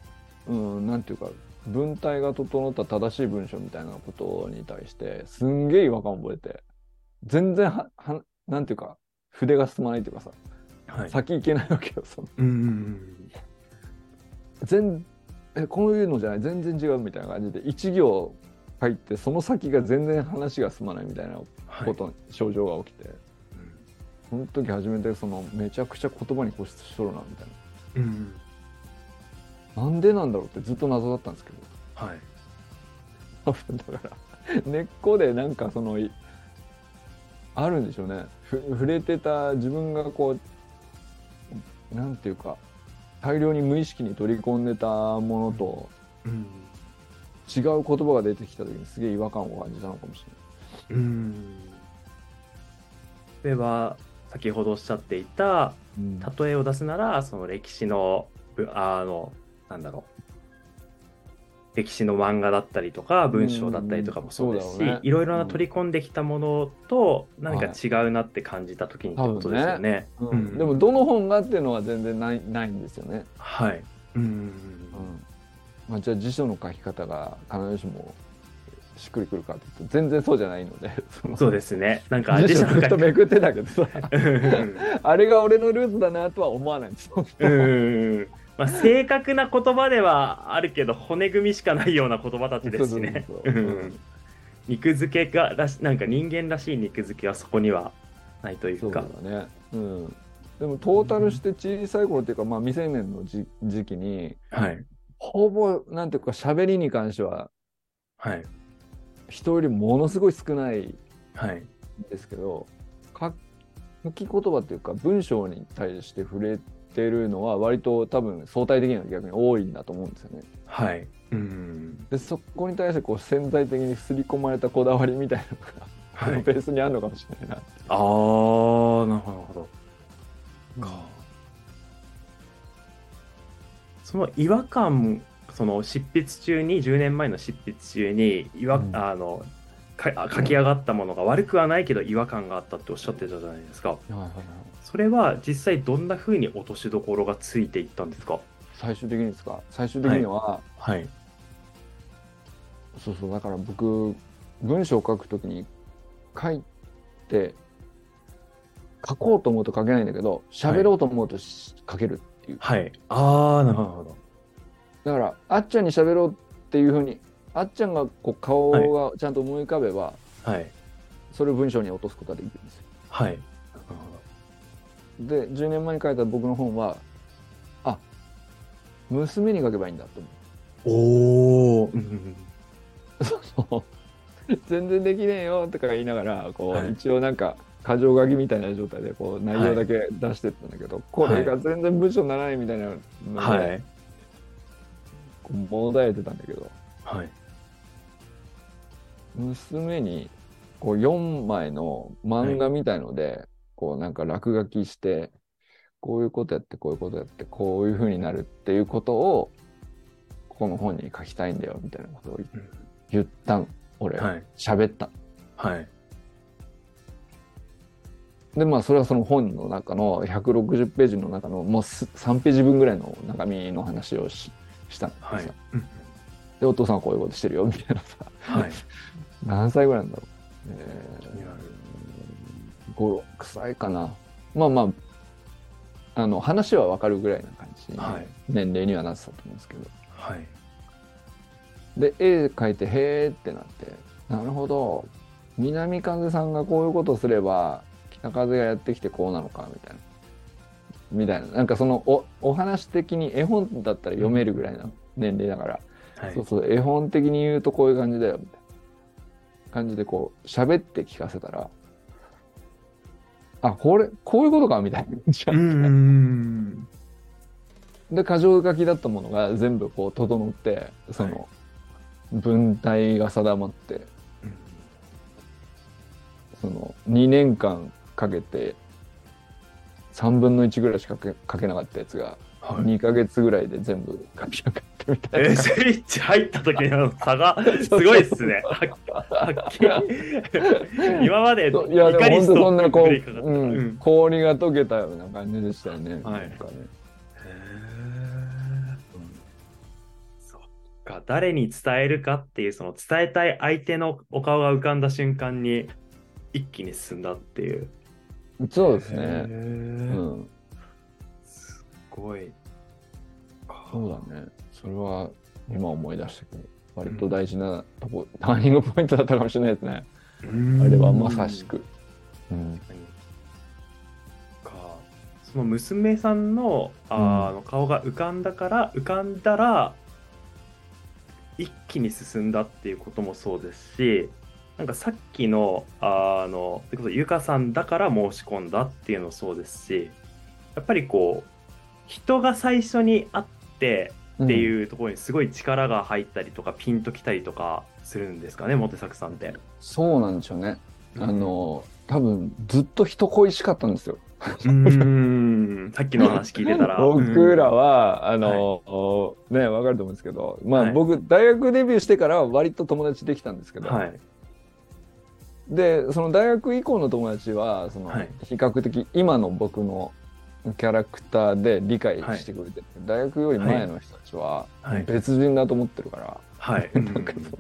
Speaker 2: うん、なんていうか文体が整った正しい文章みたいなことに対してすんげえ違和感覚えて全然ははなんていうか筆が進まないっていうかさ
Speaker 3: はい
Speaker 2: 先行けないわけよその
Speaker 3: うんうん
Speaker 2: 全えこういうのじゃない全然違うみたいな感じで一行入ってその先が全然話が進まないみたいな
Speaker 3: はい
Speaker 2: こと、症状が起きてその時初めてそのめちゃくちゃ言葉に固執しとるなみたい
Speaker 3: うんうん
Speaker 2: ななんでなんだろうってずっと謎だったんですけど
Speaker 3: はい
Speaker 2: 多分 <laughs> だから根っこでなんかそのいあるんでしょうねふ触れてた自分がこうなんていうか大量に無意識に取り込んでたものと
Speaker 1: うん
Speaker 2: 違う言葉が出てきた時にすげえ違和感を感じたのかもし
Speaker 1: うんそれは先ほどおっしゃっていた
Speaker 2: れない。
Speaker 1: 例えを出すならその歴史のぶあのなんだろう歴史の漫画だったりとか文章だったりとかもそうです
Speaker 2: うん
Speaker 1: し、
Speaker 2: そうだろうね
Speaker 1: いろいろな取り込んできたものと何か違うなって感じた時にってことですよね。
Speaker 2: うん
Speaker 1: うん
Speaker 2: でもどの本がっていうのは全然ないないんですよね。
Speaker 1: はい。うん。
Speaker 2: うんまあ、じゃあ辞書の書き方が必ずしもしっくりくるかって言うと全然そうじゃないので <laughs> その
Speaker 1: そうですね。なん
Speaker 2: <laughs>
Speaker 1: か、
Speaker 2: 辞書
Speaker 1: の書
Speaker 2: ず
Speaker 1: き
Speaker 2: っとめくってたけどさ <laughs>
Speaker 1: <laughs> うん
Speaker 2: あれが俺のルーツだなとは思わないんですよ。
Speaker 1: うん。まあ、正確な言葉ではあるけど、骨組みしかないような言葉たちですしね。
Speaker 2: そう
Speaker 1: う
Speaker 2: そうそうん
Speaker 1: 肉付けがらし、なんか人間らしい肉付けはそこにはないとい
Speaker 2: そううだ
Speaker 1: か。
Speaker 2: ね、うん、でもトータルして小さい頃っていうか、まあ、未成年のじ時期に
Speaker 1: はい。
Speaker 2: ほぼなんていうか喋りに関しては
Speaker 1: はい。
Speaker 2: 人よりものすごい少ないん
Speaker 1: はい。
Speaker 2: ですけど書書き言葉っていうか文章に対して触れてるのは割と多分相対的には逆に多いんだと思うんですよね。
Speaker 1: はい。うん。
Speaker 2: でそこに対してこう潜在的に刷り込まれたこだわりみたいなのが、こ
Speaker 1: は
Speaker 2: の
Speaker 1: い。
Speaker 2: ベースにあるのかもしれない
Speaker 1: あー、なるほど。
Speaker 2: な。
Speaker 1: その違和感その執筆中に10年前の執筆中に違和、
Speaker 2: うん
Speaker 1: あのかあ書き上がったものが悪くはないけど違和感があったっておっしゃってたじゃないですか
Speaker 2: はいはいはい
Speaker 1: それは実際どんな風に落としどころがついていったんですか
Speaker 2: 最終的にですか最終的には、
Speaker 1: はい
Speaker 2: そうそうだから僕文章を書くときに書いて書こうと思うと書けないんだけど喋ろうと思うとし書けるっていう、
Speaker 1: はいああなるほど
Speaker 2: だからあっちゃんに喋ろうっていうふうにあっちゃんがこう顔
Speaker 1: は
Speaker 2: がちゃんと思い浮かべば、
Speaker 1: はい
Speaker 2: それを文章に落とすことができるんですよ
Speaker 1: はいなる
Speaker 2: で10年前に書いた僕の本はあ娘に書けばいいんだと思
Speaker 1: ほどおお、うんうん
Speaker 2: う <laughs> 全然できねえよとか言いながらこう、
Speaker 1: はい
Speaker 2: 一応なんか過剰書きみたいな状態でこう内容だけ出してったんだけど、これが全然文章にならないみたいなの
Speaker 1: うん、
Speaker 2: で、
Speaker 1: はい
Speaker 2: こうもだえてたんだけど
Speaker 1: はい
Speaker 2: 娘にこう4枚の漫画みたいので、こうなんか落書きしてこういうことやってこういうことやってこういうふうになるっていうことをこの本に書きたいんだよみたいなことを
Speaker 1: うん
Speaker 2: 言ったん俺
Speaker 1: はい
Speaker 2: 喋、った
Speaker 1: はい
Speaker 2: でまあそれはその本の中の160ページの中のもうす3ページ分ぐらいの中身の話をししたんですよ、
Speaker 1: はいうん
Speaker 2: でお父さんはこういうことしてるよみたいなさ
Speaker 1: はい
Speaker 2: 何歳ぐらいなんだろう、えー
Speaker 1: になる
Speaker 2: 56歳かなまあまああの話は分かるぐらいな感じ、
Speaker 1: はい
Speaker 2: 年齢にはなってたと思うんですけど
Speaker 1: はい
Speaker 2: で絵描いて「へえ」ってなってなるほど南風さんがこういうことをすれば北風がやってきてこうなのかみたいなみたいななんかそのおお話的に絵本だったら読めるぐらいの年齢だから、
Speaker 1: はい
Speaker 2: そうそう絵本的に言うとこういう感じだよみたいな感じでこう喋って聞かせたらあこれこういうことかみたいな感じ
Speaker 1: うんうんうん
Speaker 2: で過剰書きだったものが全部こう整ってそ
Speaker 1: は
Speaker 2: の文体が定まって
Speaker 1: うん
Speaker 2: その2年間かけて3分の1ぐらいしか書け書けなかったやつが
Speaker 1: はい
Speaker 2: 2ヶ月ぐらいで全部書き上がってみた
Speaker 1: <laughs>
Speaker 2: い
Speaker 1: え
Speaker 2: な
Speaker 1: ー、スイッチ入った時の差がすごいっすね。はっはっきり。 <laughs> 今まで
Speaker 2: そういやでも
Speaker 1: 怒り
Speaker 2: 本当
Speaker 1: スト
Speaker 2: そんなこ
Speaker 1: ップ
Speaker 2: う、
Speaker 1: が
Speaker 2: う
Speaker 1: うんん、
Speaker 2: 氷が溶けたような感じでしたよね。
Speaker 1: はい
Speaker 2: なんかね
Speaker 1: そっか誰に伝えるかっていうその伝えたい相手のお顔が浮かんだ瞬間に一気に進んだっていう。
Speaker 2: そうです
Speaker 1: へ
Speaker 2: ね。う
Speaker 1: ー
Speaker 2: ん、
Speaker 1: すごい。
Speaker 2: そうだね。それは今思い出したけど、割と大事なとこ、ターニングポイントだったかもしれないですね。
Speaker 1: うん
Speaker 2: あれはまさしく。うん、
Speaker 1: かその娘さんのあー
Speaker 2: うん
Speaker 1: あの顔が浮かんだから浮かんだら一気に進んだっていうこともそうですしなんかさっきのあのそれこそゆかさんだから申し込んだっていうのもそうですしやっぱりこう人が最初に会ってっていうところにすごい力が入ったりとか、ピンときたりとかするんですかねモテ作さんって。
Speaker 2: そうなんでしょうね。あの、多分ずっと人恋しかったんですよ。
Speaker 1: うーんさっきの話聞いてたら。
Speaker 2: <laughs> 僕らは、あの、ね、わかると思うんですけど、まあ、
Speaker 1: はい
Speaker 2: 僕、大学デビューしてからは割と友達できたんですけ
Speaker 1: うん
Speaker 2: ど、
Speaker 1: はい。
Speaker 2: で、その大学以降の友達は、その、
Speaker 1: はい
Speaker 2: 比較的今の僕のキャラクターで理解してくれてる、大学より前の人たちは
Speaker 1: はい。
Speaker 2: 別人だと思ってるから、
Speaker 1: はい。
Speaker 2: <laughs> なんかそう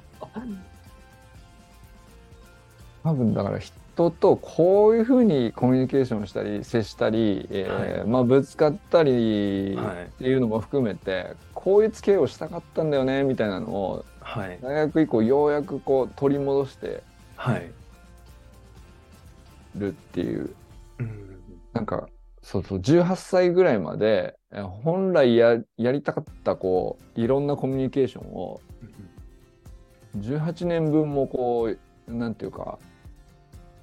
Speaker 2: 多分だから人とこういうふうにコミュニケーションしたり接したり、えーまあ、ぶつかったり
Speaker 1: はい
Speaker 2: っていうのも含めて、こういう付き合いをしたかったんだよねみたいなのを
Speaker 1: はい。
Speaker 2: 大学以降ようやくこう取り戻して
Speaker 1: はい。
Speaker 2: るっていう
Speaker 1: うん
Speaker 2: なんかそうそう18歳ぐらいまでえー本来ややりたかったこういろんなコミュニケーションを18年分もこうなんていうか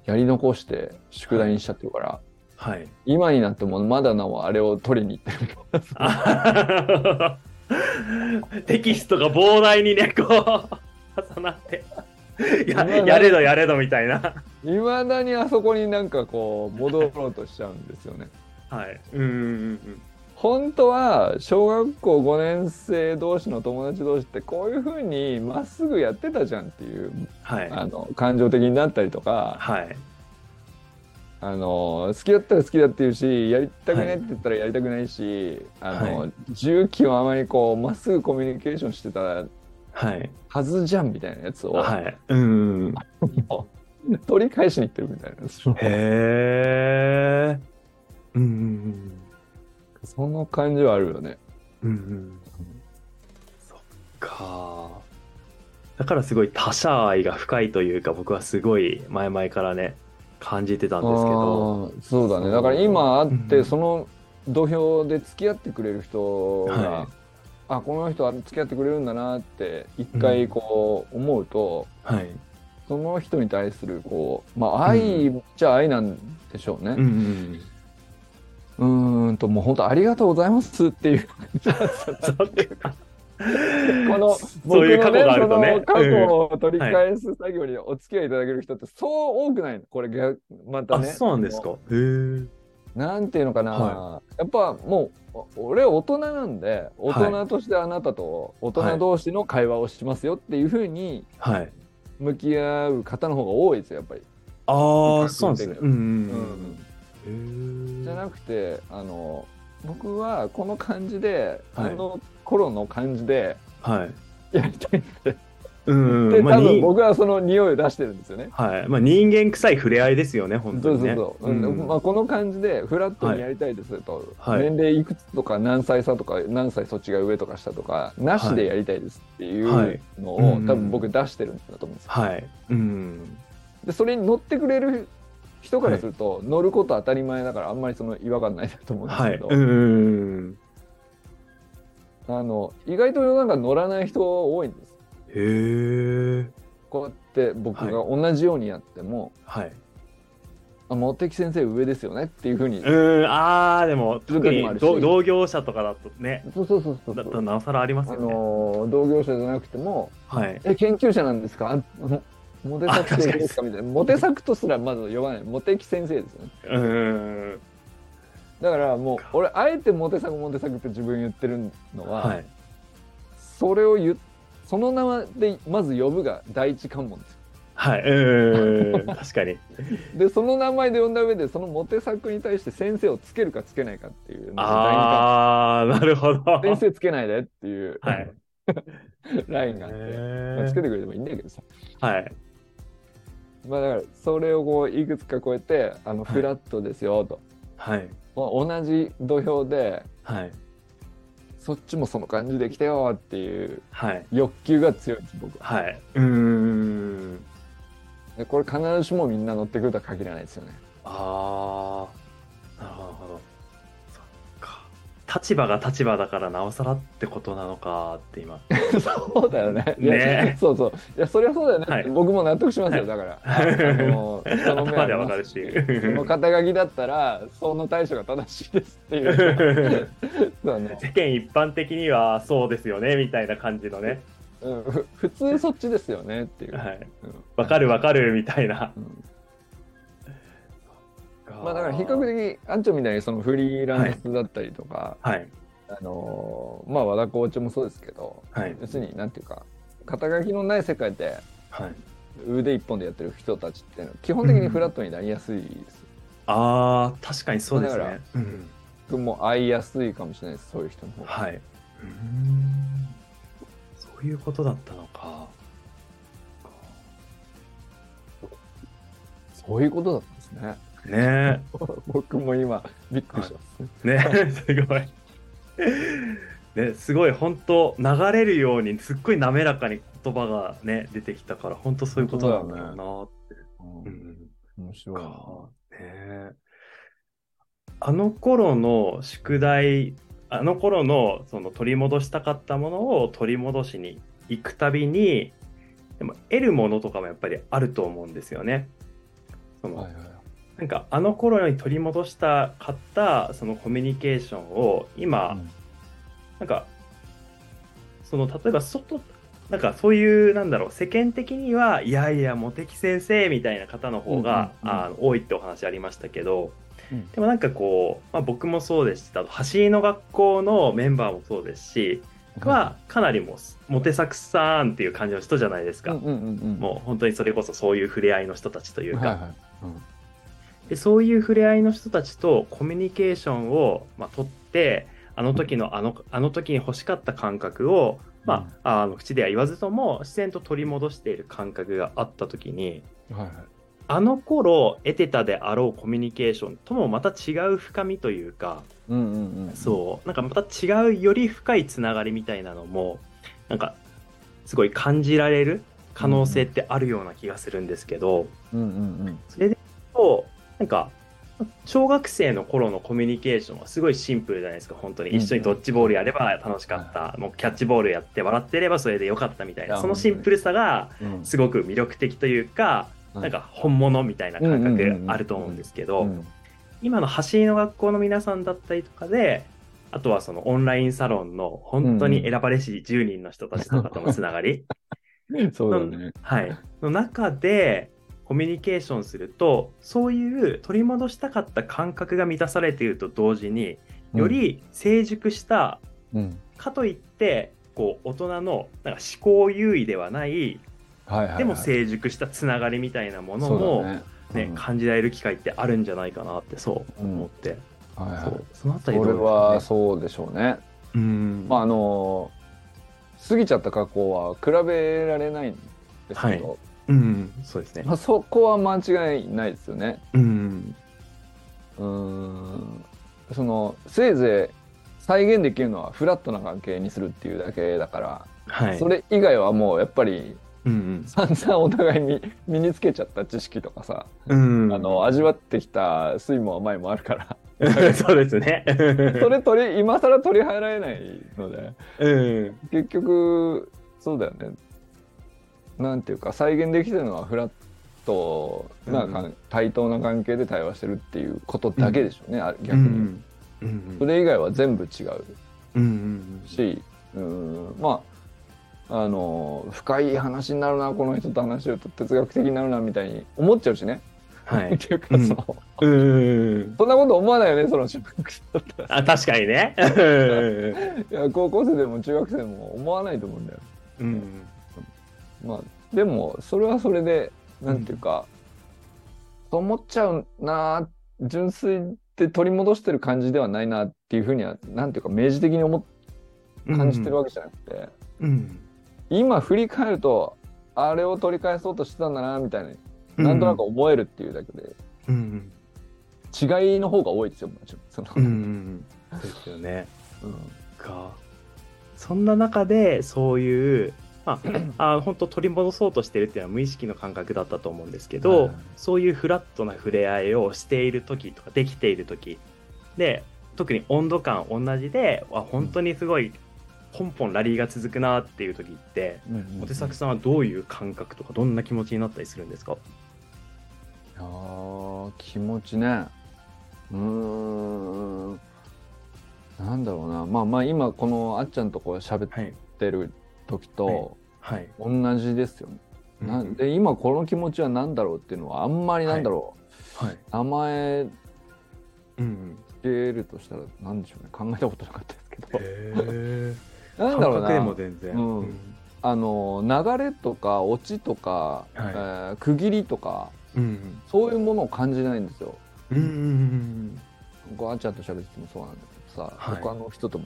Speaker 2: やり残して宿題にしちゃってるから、
Speaker 1: はい。 <laughs>
Speaker 2: 今になってもまだなおあれを取りに行ってる
Speaker 1: あテキストが膨大にね、こう、重なって。ややれどやれどみたいな。
Speaker 2: いまだにあそこになんかこう戻ろうとしちゃうんですよね。
Speaker 1: はい。うんうんうん
Speaker 2: 本当は小学校5年生同士の友達同士ってこういうふうにまっすぐやってたじゃんっていう
Speaker 1: はい。
Speaker 2: あの感情的になったりとか
Speaker 1: はい。
Speaker 2: あの好きだったら好きだって言うしやりたくないって言ったらやりたくないし、あの、
Speaker 1: は
Speaker 2: 重機をあまりこうまっすぐコミュニケーションしてた
Speaker 1: はい。
Speaker 2: はずじゃんみたいなやつを、
Speaker 1: はい。うん。
Speaker 2: 取り返しに行ってるみたいな
Speaker 1: へえ。うんうん
Speaker 2: その感じはあるよね。
Speaker 1: うん。うんうん。そっか。だからすごい他者愛が深いというか、僕はすごい前々からね、感じてたんですけど。
Speaker 2: あーそうだねだから今あっ
Speaker 1: う
Speaker 2: て
Speaker 1: ん
Speaker 2: その土俵で付き合ってくれる人が、
Speaker 1: はい
Speaker 2: あこの人は付き合ってくれるんだなって一回こう思うと、
Speaker 1: はい。
Speaker 2: その人に対するこう、まあ、愛じゃ愛なんでしょうね。
Speaker 1: ん。
Speaker 2: うーんと、もう本当ありがとうございますっ
Speaker 1: <laughs>
Speaker 2: ていう、この、
Speaker 1: そういう過去があるとね
Speaker 2: 僕のその過去を取り返す作業にお付き合いいただける人ってそう多くないのこれ逆、また
Speaker 1: あ、
Speaker 2: ね。
Speaker 1: そうなんですか。へえ。
Speaker 2: なんていうのかな、
Speaker 1: は
Speaker 2: やっぱもう、お俺大人なんで、大人としてあなたと大人同士の会話をしますよっていうふうに
Speaker 1: はい。
Speaker 2: 向き合う方の方が多いですよ、やっぱり。
Speaker 1: ああ、そうなんですね。うん
Speaker 2: じ
Speaker 1: う
Speaker 2: ゃ
Speaker 1: ん
Speaker 2: なくて、あの、僕はこの感じで、
Speaker 1: はい
Speaker 2: あの頃の感じで
Speaker 1: はい。
Speaker 2: やりたい
Speaker 1: うんう
Speaker 2: で、
Speaker 1: ん。まあ、
Speaker 2: 多分
Speaker 1: に
Speaker 2: 僕はその匂いを出してるんですよね。
Speaker 1: はい。まあ、人間臭い触れ合いですよね、
Speaker 2: そう
Speaker 1: 本当
Speaker 2: そう
Speaker 1: に
Speaker 2: そ
Speaker 1: ね。
Speaker 2: う、うんまあ、この感じでフラットにやりたいですと、
Speaker 1: はい
Speaker 2: 年齢いくつとか何歳差とか何歳そっちが上とか下とかなしでやりたいですっていう
Speaker 1: はい
Speaker 2: のを、
Speaker 1: うんうん
Speaker 2: 多分僕出してるんだと思うんですよ
Speaker 1: はい。うん。
Speaker 2: でそれに乗ってくれる人からすると、乗ること当たり前だからあんまりその違和感ないと思うんです
Speaker 1: は
Speaker 2: け
Speaker 1: い。
Speaker 2: ど、
Speaker 1: うん。
Speaker 2: あの意外と世の中乗らない人多いんです
Speaker 1: へえ。
Speaker 2: こうやって僕が同じようにやっても
Speaker 1: はい。
Speaker 2: 「あ茂木先生上ですよね」っていうふうに、
Speaker 1: うん。ああ、でも、特に
Speaker 2: ど
Speaker 1: 同業者とかだとね、
Speaker 2: そうそうそうそう
Speaker 1: だとなおさらあります
Speaker 2: あ
Speaker 1: よね。
Speaker 2: のー同業者じゃなくても
Speaker 1: はい。
Speaker 2: え研究者なんですか <laughs> あもモテ作
Speaker 1: あ確かに
Speaker 2: 先生ですかみたいなモテ作とすらまず呼ばないモテキ先生ですよね
Speaker 1: うん。
Speaker 2: だからもう俺あえてモテ作モテ作って自分言ってるのは、
Speaker 1: はい。
Speaker 2: それを言うその名でまず呼ぶが第一関門ですよ
Speaker 1: はい。 <laughs> うん。確かに。
Speaker 2: でその名前で呼んだ上でそのモテ作に対して先生をつけるかつけないかっていうのが第二関
Speaker 1: ああ、なるほど。
Speaker 2: 門先生つけないでっていう、
Speaker 1: はい。
Speaker 2: <laughs> ラインがあって、まあつけてくれてもいいんだけどさ
Speaker 1: はい。
Speaker 2: まあだからそれをこういくつか超えてあの
Speaker 1: はい
Speaker 2: フラットですよと、
Speaker 1: はい。
Speaker 2: まあ同じ土俵で
Speaker 1: はい。
Speaker 2: そっちもその感じで来てよっていう
Speaker 1: はい。
Speaker 2: 欲求が強いです僕は
Speaker 1: はい。うーん。
Speaker 2: でこれ必ずしもみんな乗ってくるとは限らないですよね
Speaker 1: ああ。なるほど。そっか。立場が立場だからなおさらってことなのかって今
Speaker 2: そうだよね。 <laughs> いや
Speaker 1: ね
Speaker 2: そうそう。いや、そりゃそうだよね。
Speaker 1: はい
Speaker 2: 僕も納得しますよ、
Speaker 1: <laughs>
Speaker 2: だから。あの人の目
Speaker 1: 頭でわかるし
Speaker 2: <laughs> その肩書きだったら、その対処が正しいですっ
Speaker 1: <laughs>
Speaker 2: ていう。そうね。
Speaker 1: 世間一般的にはそうですよねみたいな感じのね、
Speaker 2: うん、ふ普通そっちですよねっていう。
Speaker 1: はい、
Speaker 2: うん
Speaker 1: わかるわかるみたいな
Speaker 2: うんまあだから比較的アンチョみたいにそのフリーランスだったりとか、
Speaker 1: はい
Speaker 2: あのーまあ和田コーチもそうですけど
Speaker 1: はい
Speaker 2: 要するになんていうか肩書きのない世界で
Speaker 1: はい
Speaker 2: 腕一本でやってる人たちっていうのは基本的にフラットになりやすいです、
Speaker 1: あー確かにそうです
Speaker 2: だから
Speaker 1: ね、うん、
Speaker 2: 僕も会いやすいかもしれないですそういう人の方が、
Speaker 1: はいうーんそういうことだったのか
Speaker 2: そういうことだったんです
Speaker 1: <laughs>
Speaker 2: ね
Speaker 1: ね
Speaker 2: 僕も今びっくりします、
Speaker 1: えねえすごいねすごい本当流れるようにすっごい滑らかに言葉がね出てきたから本当そういうことなんだよな
Speaker 2: 本
Speaker 1: う
Speaker 2: うん
Speaker 1: ん
Speaker 2: 面白いな
Speaker 1: かねえあの頃の宿題あの頃のその取り戻したかったものを取り戻しに行くたびにでも得るものとかもやっぱりあると思うんですよね。その
Speaker 2: はいはい
Speaker 1: なんかあの頃に取り戻したかったそのコミュニケーションを今、
Speaker 2: うん
Speaker 1: なんかその例えば外なんかそういうなんだろう世間的にはいやいや茂木先生みたいな方の方が、
Speaker 2: うんうんうん
Speaker 1: あの多いってお話ありましたけど、
Speaker 2: うん
Speaker 1: でもなんかこう、まあ、僕もそうですしあと走りの学校のメンバーもそうですし、はかなりもうモテサクさんっていう感じの人じゃないです
Speaker 2: う
Speaker 1: か、
Speaker 2: んうんうんうん
Speaker 1: もう本当にそれこそそういう触れ合いの人たちというか、
Speaker 2: はいはいうん
Speaker 1: でそういう触れ合いの人たちとコミュニケーションを、まあ、取ってあの時のあのあの時に欲しかった感覚を、まあ、あの口では言わずとも自然と取り戻している感覚があった時に
Speaker 2: はいはい
Speaker 1: あの頃得てたであろうコミュニケーションともまた違う深みというか
Speaker 2: うんうんうん
Speaker 1: そうなんかまた違うより深いつながりみたいなのもなんかすごい感じられる可能性ってあるような気がするんですけど。
Speaker 2: うんうんうん
Speaker 1: それで言うと、なんか、小学生の頃のコミュニケーションはすごいシンプルじゃないですか、本当に。
Speaker 2: うん
Speaker 1: 一緒にドッジボールやれば楽しかった、もうキャッチボールやって笑ってればそれでよかったみたい
Speaker 2: い
Speaker 1: な、
Speaker 2: や
Speaker 1: そのシンプルさが
Speaker 2: うん
Speaker 1: すごく魅力的というか、
Speaker 2: うん
Speaker 1: なんか本物みたいな感
Speaker 2: うんうんうん
Speaker 1: 覚
Speaker 2: うん
Speaker 1: あると思うんですけ
Speaker 2: う
Speaker 1: ど、
Speaker 2: ん
Speaker 1: 今の走りの学校の皆さんだったりとかで、あとはそのオンラインサロンの本当に選ばれし10人の人たちとかとのつながり、
Speaker 2: そうだね
Speaker 1: はい、の中でコミュニケーションするとそういう取り戻したかった感覚が満たされていると同時により成熟した、
Speaker 2: うん
Speaker 1: かといってこう大人のなんか思考優位ではない
Speaker 2: はいはいはい
Speaker 1: でも成熟したつながりみたいなもの
Speaker 2: そう
Speaker 1: も、
Speaker 2: だ
Speaker 1: ね
Speaker 2: うん
Speaker 1: 感じられる機会ってあるんじゃないかなってそう思って、
Speaker 2: はいはい
Speaker 1: そうそのあた
Speaker 2: そ
Speaker 1: りどう
Speaker 2: れ
Speaker 1: ですかね
Speaker 2: はそうでしょうね。
Speaker 1: うん
Speaker 2: まああの過ぎちゃった過去は比べられないんですけど、
Speaker 1: うんそうですね
Speaker 2: まあ、そこは間違いないですよね。
Speaker 1: うん
Speaker 2: うーんそのせいぜい再現できるのはフラットな関係にするっていうだけだから、
Speaker 1: はい
Speaker 2: それ以外はもうやっぱり
Speaker 1: うん
Speaker 2: 散々お互いに身につけちゃった知識とかさ、
Speaker 1: うん
Speaker 2: あの味わってきた酸いも甘いもあるか
Speaker 1: <laughs>
Speaker 2: ら
Speaker 1: そうですね
Speaker 2: それ取り今更取り払えないので。
Speaker 1: うん
Speaker 2: 結局そうだよねなんていうか再現できてるのはフラットなかん、対等な関係で対話してるっていうことだけでしょうね、あれ逆に、
Speaker 1: うんうん
Speaker 2: それ以外は全部違う
Speaker 1: うんうん
Speaker 2: しうんまああの深い話になるなこの人と話してると哲学的になるなみたいに思っちゃう <laughs> しね、
Speaker 1: は
Speaker 2: っ
Speaker 1: い。
Speaker 2: ていうか
Speaker 1: うん
Speaker 2: その、
Speaker 1: うん。
Speaker 2: そんなこと思わないよねその小学生だったら
Speaker 1: あ、確かにね。
Speaker 2: いや高校生でも中学生でも思わないと思うんだよ
Speaker 1: うん。
Speaker 2: まあでもそれはそれでなんていうか、そう思っちゃうな純粋で取り戻してる感じではないなっていうふうにはなんていうか明示的に思っ感じてるわけじゃなくて、
Speaker 1: うん。
Speaker 2: 今振り返るとあれを取り返そうとしてたんだなみたいになんとなく思えるっていうだけで、
Speaker 1: うん。
Speaker 2: 違いの方が多いですよもちろん。その
Speaker 1: うん。ですよね。
Speaker 2: うん
Speaker 1: か。そんな中で、そういう、まあ、
Speaker 2: <clears throat>
Speaker 1: あ本当取り戻そうとしてるっていうのは無意識の感覚だったと思うんですけど、
Speaker 2: はい
Speaker 1: そういうフラットな触れ合いをしている時とかできている時で特に温度感同じでわ本当にすごいポンポンラリーが続くなっていう時って
Speaker 2: うんうん
Speaker 1: 小手作さんはどういう感覚とかどんな気持ちになったりするんですか
Speaker 2: いやー気持ちねうーんなんだろうなまあまあ今このあっちゃんとこう喋っ
Speaker 1: はい
Speaker 2: てる時と
Speaker 1: はい
Speaker 2: 同じですよね、な
Speaker 1: うん
Speaker 2: んで今この気持ちは何だろうっていうのはあんまりなんだろ
Speaker 1: はい、
Speaker 2: う、甘え
Speaker 1: うん
Speaker 2: てるとしたら何でしょうね考えたことなかったですけど
Speaker 1: へえ <laughs>
Speaker 2: なんだろう
Speaker 1: でも
Speaker 2: な
Speaker 1: 全然、
Speaker 2: うんあの流れとかオチとか、
Speaker 1: はい
Speaker 2: えー区切りとか
Speaker 1: うん
Speaker 2: そういうものを感じないんですよ。
Speaker 1: うんうんうん
Speaker 2: 僕あっちゃんと喋っててもそうなんだけどさ、
Speaker 1: はい
Speaker 2: 他の人とも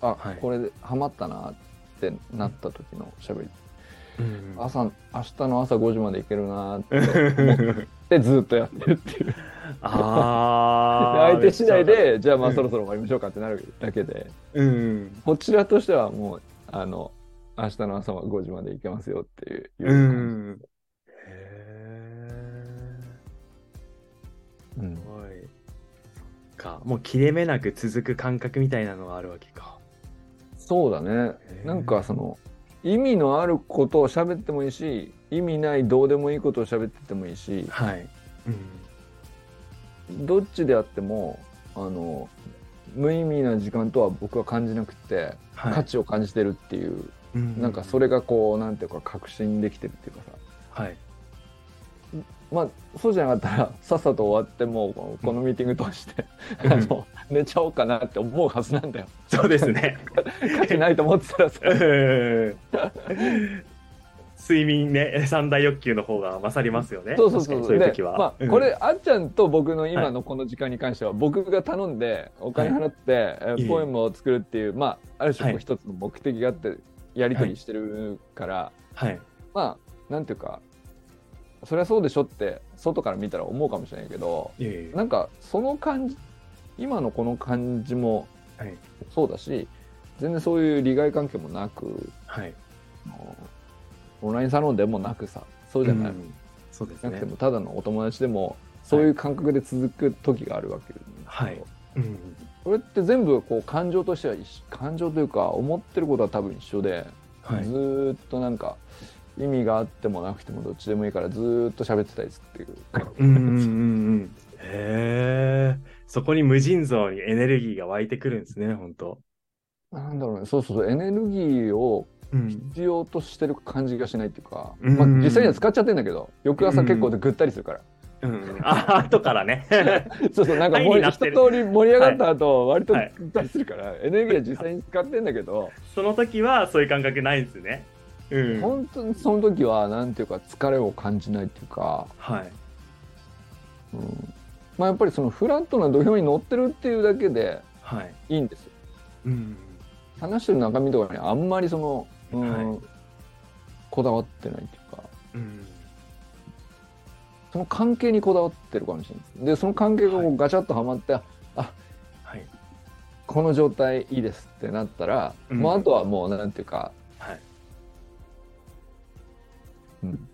Speaker 2: あ、
Speaker 1: はい
Speaker 2: これでハマったなってなった時の喋り、
Speaker 1: うんうん
Speaker 2: 朝明日の朝5時までいけるなって
Speaker 1: うん
Speaker 2: ってずっとやってるっていうで
Speaker 1: <laughs> ああ
Speaker 2: 相手次第でじゃあまあそろそろ終わりましょうかってなるだけで、
Speaker 1: うん
Speaker 2: こちらとしてはもうあの明日の朝は5時までいけますよっていういううん
Speaker 1: へえ
Speaker 2: 感じ、うん
Speaker 1: すごいそっかもう切れ目なく続く感覚みたいなのがあるわけか
Speaker 2: そうだね
Speaker 1: へー
Speaker 2: なんかその意味のあることを喋ってもいいし意味ないどうでもいいことを喋っててもいいし、
Speaker 1: はいうん
Speaker 2: どっちであってもあの無意味な時間とは僕は感じなくて、
Speaker 1: はい
Speaker 2: 価値を感じてるっていう、
Speaker 1: うう
Speaker 2: なんかそれがこうなんていうか確信できてるっていうかさ
Speaker 1: はい
Speaker 2: まあそうじゃなかったらさっさと終わってもうこのこのミーティング通して、 <laughs> あの寝ちゃおうかなって思うはずな
Speaker 1: <laughs>
Speaker 2: んだよ
Speaker 1: そうです
Speaker 2: <laughs>
Speaker 1: ね
Speaker 2: 価値ないと思ってたらさ
Speaker 1: うん睡眠ね三大欲求の方が勝りますよね
Speaker 2: そうそうそ
Speaker 1: 確か
Speaker 2: う
Speaker 1: にそういう時
Speaker 2: で
Speaker 1: は、
Speaker 2: まあ、
Speaker 1: うん
Speaker 2: これ、あっちゃんと僕の今のこの時間に関しては、僕が頼んでお金払って、え
Speaker 1: いえいえ
Speaker 2: ポエムを作るっていう、まあ、ある種こ
Speaker 1: は
Speaker 2: う
Speaker 1: い
Speaker 2: 一つの目的があってやり取りしてるから、
Speaker 1: はい
Speaker 2: まあなんていうかそりゃそうでしょって外から見たら思うかもしれないけど
Speaker 1: いえいえ
Speaker 2: なんかその感じ今のこの感じも
Speaker 1: はい
Speaker 2: そうだし全然そういう利害関係もなく
Speaker 1: はい
Speaker 2: あのオンラインサロンでもなくさそうじゃない、
Speaker 1: うんそうです
Speaker 2: な
Speaker 1: ね
Speaker 2: くてもただのお友達でもそういう感覚で続く時があるわけですけど
Speaker 1: はいうん
Speaker 2: これって全部こう感情としては一緒感情というか思ってることは多分一緒で、
Speaker 1: はい
Speaker 2: ずーっとなんか意味があってもなくてもどっちでもいいからずーっと喋ってたりするっていう
Speaker 1: うんうんうんうんへえそこに無尽蔵にエネルギーが湧いてくるんですね本当
Speaker 2: なんだろうねそうそうそうエネルギーを
Speaker 1: うん
Speaker 2: 必要としてる感じがしないっていうか、
Speaker 1: うん
Speaker 2: まあ、実際には使っちゃってんだけど翌朝結構でぐったりするから、
Speaker 1: うんあ <laughs> 後からね
Speaker 2: <laughs> そうそうなんかも
Speaker 1: 愛
Speaker 2: う
Speaker 1: にな
Speaker 2: 一
Speaker 1: って
Speaker 2: 通
Speaker 1: る
Speaker 2: り盛り上がった後、割と
Speaker 1: はい
Speaker 2: ぐったりするから、エネルギーは実際に使ってんだけど、
Speaker 1: その時はそういう感覚ないんですねうん
Speaker 2: 本当にその時はなんていうか疲れを感じないっていうか、
Speaker 1: はい
Speaker 2: うんまあ、やっぱりそのフラットな土俵に乗ってるっていうだけで
Speaker 1: はい
Speaker 2: いいんですよ
Speaker 1: うん
Speaker 2: 話してる中身とかにあんまりその、うん
Speaker 1: は
Speaker 2: こだわってないっていうか
Speaker 1: うん
Speaker 2: その関係にこだわってるかもしれないですでその関係がこ
Speaker 1: は
Speaker 2: うガチャッとはまって、あ
Speaker 1: はい
Speaker 2: この状態いいですってなったら、
Speaker 1: うん
Speaker 2: もうあとはもうなんていうか、
Speaker 1: はい
Speaker 2: うん、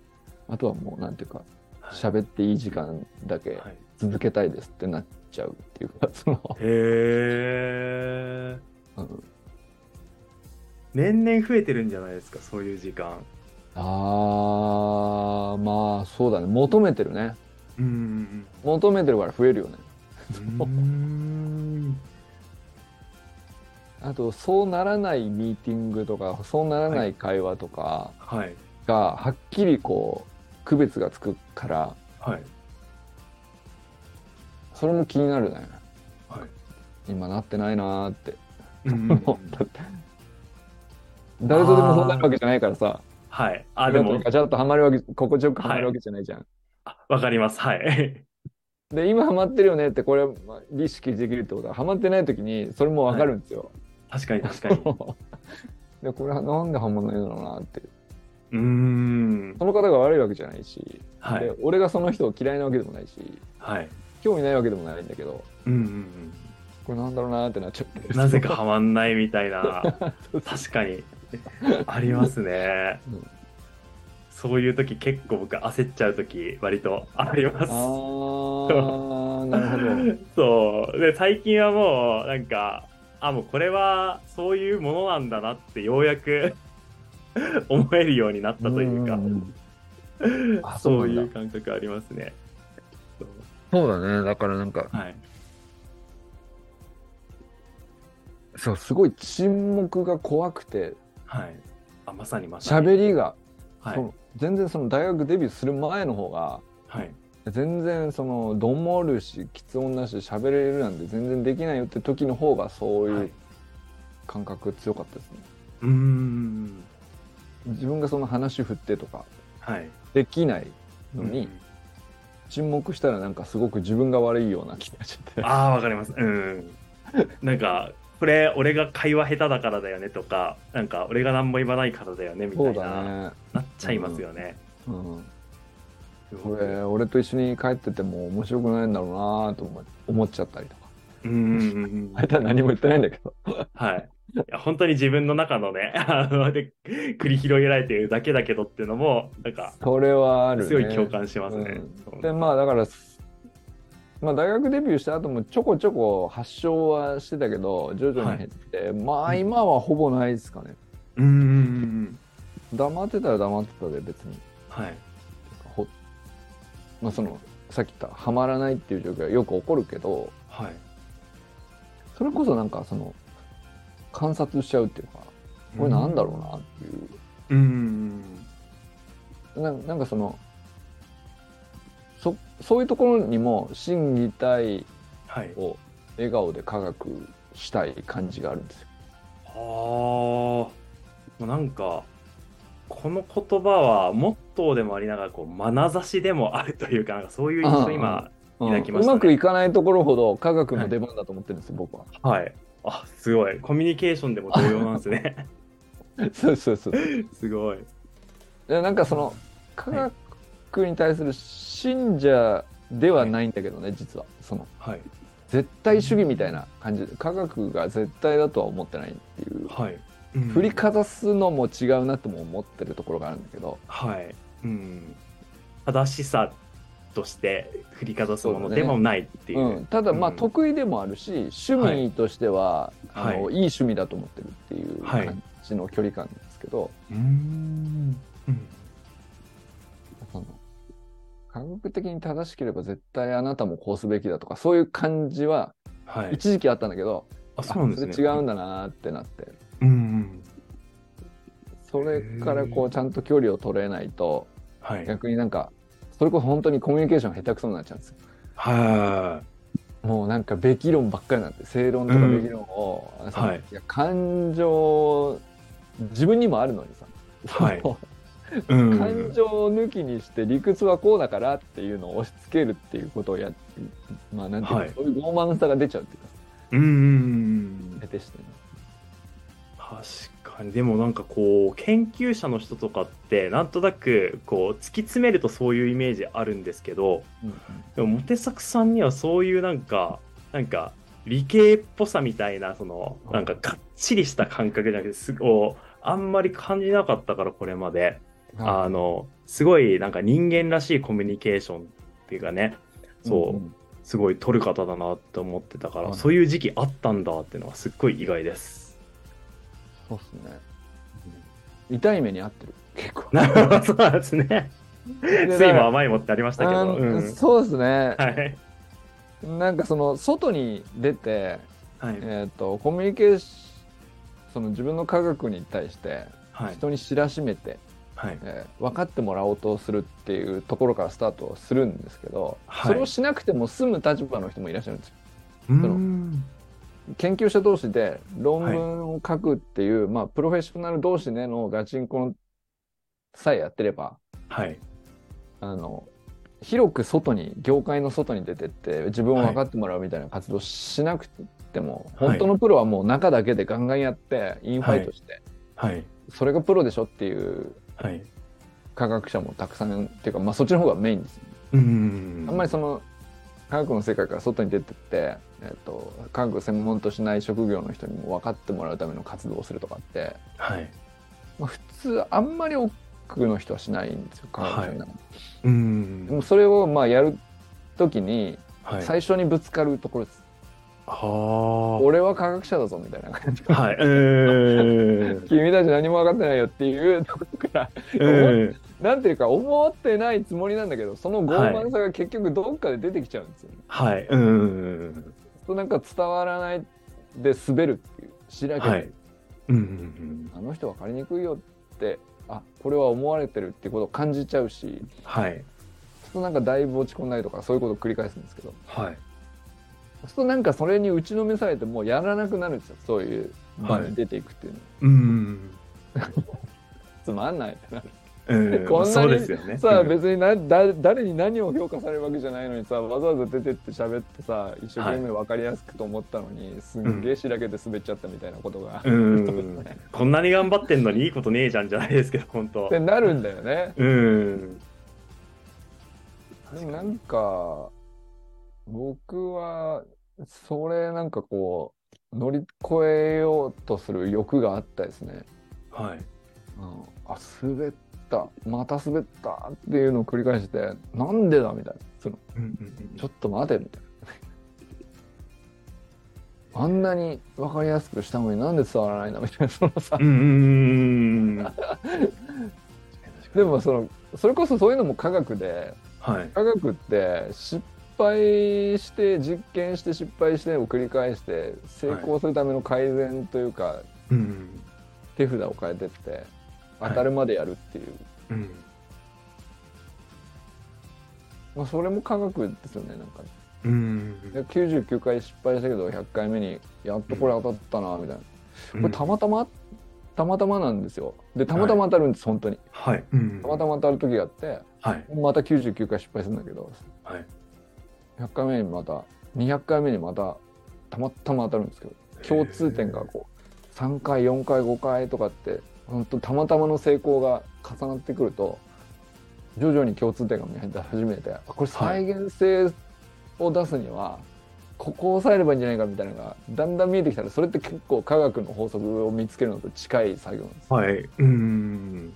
Speaker 2: あとはもうなんていうか
Speaker 1: はい
Speaker 2: 喋っていい時間だけ
Speaker 1: はい
Speaker 2: 続けたいですってなっちゃうっていうか <laughs> その、
Speaker 1: へえ
Speaker 2: うん
Speaker 1: 年々増えてるんじゃないですかそういう時間
Speaker 2: あーまあそうだね求めてるね
Speaker 1: うん
Speaker 2: 求めてるから増えるよね
Speaker 1: うん
Speaker 2: あとそうならないミーティングとかそうならな
Speaker 1: はい
Speaker 2: 会話とか
Speaker 1: <laughs> はい
Speaker 2: がはっきりこう区別がつくから
Speaker 1: はい
Speaker 2: それも気になるね
Speaker 1: はい
Speaker 2: 今なってないなーって
Speaker 1: うんうんうん
Speaker 2: だって誰とでもそうなるわけじゃないからさ
Speaker 1: はいあでも
Speaker 2: ガチャッとはまるわけ心地よくはまるわけじゃないじゃん、
Speaker 1: あわかりますはい <laughs>
Speaker 2: で今ハマってるよねってこれまあ意識できるってことはハマってない時にそれもわかるんで
Speaker 1: <laughs>
Speaker 2: すよ、
Speaker 1: 確かに確か
Speaker 2: <laughs>
Speaker 1: に
Speaker 2: でこれはなんでハマんないんだろうなって
Speaker 1: うーん
Speaker 2: その方が悪いわけじゃないし、
Speaker 1: は
Speaker 2: で
Speaker 1: い
Speaker 2: 俺がその人を嫌いなわけでもないし
Speaker 1: はい
Speaker 2: 興味ないわけでもないんだけど
Speaker 1: うんうん
Speaker 2: これなんだろうなってなっちゃって
Speaker 1: うんなぜかハマんないみたい
Speaker 2: <laughs>
Speaker 1: な確かにありますね、
Speaker 2: うん
Speaker 1: そういう時結構僕焦っちゃう時割とあります <laughs>
Speaker 2: あーなるほど。
Speaker 1: そうで最近はもうなんかあもうこれはそういうものなんだなってようやく <laughs> 思えるようになったというか
Speaker 2: んあ
Speaker 1: そ
Speaker 2: そううない
Speaker 1: うん
Speaker 2: だ。
Speaker 1: 感覚ありますね。そう
Speaker 3: そうだね。だからなんか、
Speaker 1: はい、
Speaker 3: そうそ
Speaker 2: すごい沈黙が怖くて
Speaker 1: はい、あまさにまさに。
Speaker 2: 喋りが、
Speaker 1: はい
Speaker 2: その全然その大学デビューする前の方が
Speaker 1: はい
Speaker 2: 全然そのどもるしき音だし喋れるなんて全然できないよって時の方がそう
Speaker 1: はいいう
Speaker 2: 感覚強かったですね。
Speaker 1: うーん
Speaker 2: 自分がその話振ってとか
Speaker 1: はい。
Speaker 2: できないの
Speaker 1: う
Speaker 2: に
Speaker 1: ん
Speaker 2: 沈黙したらなんかすごく自分が悪いような気がしちゃって。
Speaker 1: ああ、わかります。うん。なんか、これ、俺が会話下手だからだよねとか、なんか、俺が何も言わないからだよねみた
Speaker 2: そう
Speaker 1: いな、
Speaker 2: だね。
Speaker 1: なっちゃいますよね。
Speaker 2: うん。
Speaker 1: すご
Speaker 2: こ
Speaker 1: い
Speaker 2: れ俺と一緒に帰ってても面白くないんだろうなと思い思っちゃったりとか。 <laughs>
Speaker 1: うん。
Speaker 2: あいつは何も言ってないんだけど。
Speaker 1: はい。いや本当に自分の中のね、 <laughs> あので繰り広げられているだけだけどっていうのも、なんか、
Speaker 2: それはある、ね。
Speaker 1: すごい共感しますね。
Speaker 2: うんでまあだから、まあ、大学デビューした後もちょこちょこ発症はしてたけど徐々に減って、まあ今はほぼないですかね
Speaker 1: うんうんうん
Speaker 2: 黙ってたら黙ってたで別に
Speaker 1: はい。
Speaker 2: ほ、まあ、そのさっき言ったハマらないっていう状況はよく起こるけど
Speaker 1: はい。
Speaker 2: それこそなんかその観察しちゃうっていうかこれなんだろうなっていう、
Speaker 1: うんうん
Speaker 2: ななんかそのそそういうところにも心技体
Speaker 1: はい。
Speaker 2: を笑顔で科学したい感じがあるんですよ。
Speaker 1: ああ、もうなんか、この言葉はモットーでもありながら、こう、眼差しでもあるというか、なんかそういう印象を今、
Speaker 2: う
Speaker 1: いただきました
Speaker 2: う
Speaker 1: ね
Speaker 2: まくいかないところほど科学の出番だと思ってるんですよ、
Speaker 1: <laughs>
Speaker 2: 僕は。
Speaker 1: はい。あ、すごい。コミュニケーションでも同様なんですね。
Speaker 2: そうそうそう。
Speaker 1: <laughs> すごい。
Speaker 2: でなんかその科学に対する信者ではないんだけどね、実は。その
Speaker 1: はい。
Speaker 2: 絶対主義みたいな感じで科学が絶対だとは思ってないっていう。
Speaker 1: はい。
Speaker 2: 振りかざすのも違うなとも思ってるところがあるんだけど、
Speaker 1: はい。うん。正しさとして振りかざすも
Speaker 2: そう
Speaker 1: の
Speaker 2: だ
Speaker 1: で
Speaker 2: ね
Speaker 1: もないっていう。
Speaker 2: うん、ただまあ
Speaker 1: うん
Speaker 2: 得意でもあるし、趣味としては、
Speaker 1: はい
Speaker 2: い、あのいい趣味だと思ってるっていう
Speaker 1: はい
Speaker 2: 感じの距離感ですけど、
Speaker 1: うーん。うん
Speaker 2: その科学的に正しければ絶対あなたもこうすべきだとかそういう感じは
Speaker 1: はい。
Speaker 2: 一時期あったんだけど、
Speaker 1: あ、
Speaker 2: あ
Speaker 1: そうなんですね。
Speaker 2: それ違うんだなーってなって
Speaker 1: うんうん。
Speaker 2: それからこ
Speaker 1: へー
Speaker 2: うちゃんと距離を取れないと
Speaker 1: はい。
Speaker 2: 逆になんかそれこそ本当にコミュニケーション下手くそになっちゃうんですよ。
Speaker 1: は
Speaker 2: もうなんかべき論ばっかりなんて正論とかべき論を、その
Speaker 1: はい
Speaker 2: や感情自分にもあるのにさ、 <laughs>
Speaker 1: はい
Speaker 2: そ
Speaker 1: い。うん。
Speaker 2: の感情抜きにして理屈はこうだからっていうのを押し付けるっていうことをやっまあなんていうか、
Speaker 1: はい
Speaker 2: そういう傲慢さが出ちゃうっていうか
Speaker 1: うんうんうんうん
Speaker 2: 出てしてね
Speaker 1: 確かにでもなんかこう研究者の人とかってなんとなくこう突き詰めるとそういうイメージあるんですけどでもモテサクさんにはそういうなんかなんか理系っぽさみたいなそのなんかがっちりした感覚じゃなくてすごいあんまり感じなかったからこれまであのすごいなんか人間らしいコミュニケーションっていうかねそう、
Speaker 2: うん
Speaker 1: すごい取る方だなって思ってたから、
Speaker 2: はい
Speaker 1: そういう時期あったんだっていうのはすっごい意外
Speaker 2: <laughs>
Speaker 1: です。
Speaker 2: そうっすね痛い目に遭ってる結構
Speaker 1: なるほど、そうなんです <laughs> ね。
Speaker 2: で
Speaker 1: ついも
Speaker 2: だか
Speaker 1: 甘いもってありましたけ
Speaker 2: ら
Speaker 1: ど。う
Speaker 2: うん
Speaker 1: ん、
Speaker 2: そうですね、
Speaker 1: はい。
Speaker 2: なんかその外に出て
Speaker 1: はい。
Speaker 2: えー、とコミュニケーションその自分の科学に対して
Speaker 1: はい。
Speaker 2: 人に知らしめて、
Speaker 1: はい。
Speaker 2: えー分かってもらおうとするっていうところからスタートするんですけど、
Speaker 1: はい
Speaker 2: それをしなくても済む立場の人もいらっしゃるんですよ。
Speaker 1: うーん。
Speaker 2: 研究者同士で論文を書くっていう、まあ、プロフェッショナル同士でのガチンコのさえやってれば
Speaker 1: はい。
Speaker 2: あの広く外に業界の外に出てって自分を分かってもらうみたいな活動しなくても、
Speaker 1: はい
Speaker 2: 本当のプロはもう中だけでガンガンやってインファイトして、
Speaker 1: はい。
Speaker 2: それがプロでしょっていう
Speaker 1: はい。
Speaker 2: 科学者もたくさんっていうか、まあ、そっちの方がメインです、
Speaker 1: うーん。
Speaker 2: あんまりその科学の世界から外に出てって、えっと科学を専門としない職業の人にも分かってもらうための活動をするとかって、
Speaker 1: はい。
Speaker 2: まあ、普通あんまり多くの人はしないんですよ科学者の中で
Speaker 1: うー
Speaker 2: で
Speaker 1: ん。
Speaker 2: もそれをまあやる時に
Speaker 1: はい。
Speaker 2: 最初にぶつかるところです、
Speaker 1: は
Speaker 2: 俺は科学者だぞみたいな <laughs> 感じ
Speaker 1: あ。はい。うーん。
Speaker 2: 君たち何も分かってないよっていうところから <laughs>
Speaker 1: うん。
Speaker 2: なんていうか思ってないつもりなんだけどその傲慢さが結局どっかで出てきちゃうんですよね、
Speaker 1: はい。うん。
Speaker 2: そうなんか伝わらないで滑るっていうしなきゃ、
Speaker 1: はい。うん。
Speaker 2: あの人分かりにくいよってあこれは思われてるっていうことを感じちゃうし
Speaker 1: はい。
Speaker 2: そうするとなんかだいぶ落ち込んだりとかそういうことを繰り返すんですけど
Speaker 1: はい。
Speaker 2: そうするとなんかそれに打ちのめされてもうやらなくなるんですよそういう場
Speaker 1: は
Speaker 2: に
Speaker 1: い
Speaker 2: 出ていくっていうの、
Speaker 1: うん。
Speaker 2: つまんないってなる
Speaker 1: うん
Speaker 2: こんなに
Speaker 1: そうですよね。
Speaker 2: さあ
Speaker 1: うん
Speaker 2: 別になだ誰に何を評価されるわけじゃないのにさわざわざ出てって喋ってさ一生懸命分かりやすくと思ったのに、すんげえしらけて滑っちゃったみたいなことが、
Speaker 1: うん。こんなに頑張ってんのにいいことねえじゃんじゃないですけど、本当
Speaker 2: って。なるんだよね。
Speaker 1: うん。
Speaker 2: でもなんか僕はそれなんかこう乗り越えようとする欲があったですね。
Speaker 1: はい。
Speaker 2: うん、あ滑ったまた滑ったっていうのを繰り返してなんでだみたいなその
Speaker 1: うんうん
Speaker 2: ちょっと待てみたい <laughs> な。あんなに分かりやすくしたのになんで伝わらないんだみたいなそのさ
Speaker 1: うんうん
Speaker 2: <laughs>
Speaker 1: うん。
Speaker 2: でもそのそれこそそういうのも科学で
Speaker 1: はい。
Speaker 2: 科学って失敗して実験して失敗してを繰り返して成功するための改善というか、
Speaker 1: うん。
Speaker 2: 手札を変えてって当たるまでやるっていう、
Speaker 1: うん。
Speaker 2: まあ、それも科学ですよねなんかね
Speaker 1: うん
Speaker 2: いや99回失敗したけど100回目にやっとこれ当たったなみたいな。これたまたまたまたまなんですよでたまたま当たるんです、本当に
Speaker 1: はい。うん
Speaker 2: たまたま当たる時があって
Speaker 1: はい。
Speaker 2: また99回失敗するんだけど
Speaker 1: はい。
Speaker 2: 100回目にまた200回目にまたたまたま当たるんですけど共通点がこう3回4回5回とかって本当たまたまの成功が重なってくると徐々に共通点が見え始めてあこれ再現性を出すにはここを抑えればいいんじゃないかみたいなのがだんだん見えてきたらそれって結構科学の法則を見つけるのと近い作業なんですよ
Speaker 1: はい。うん。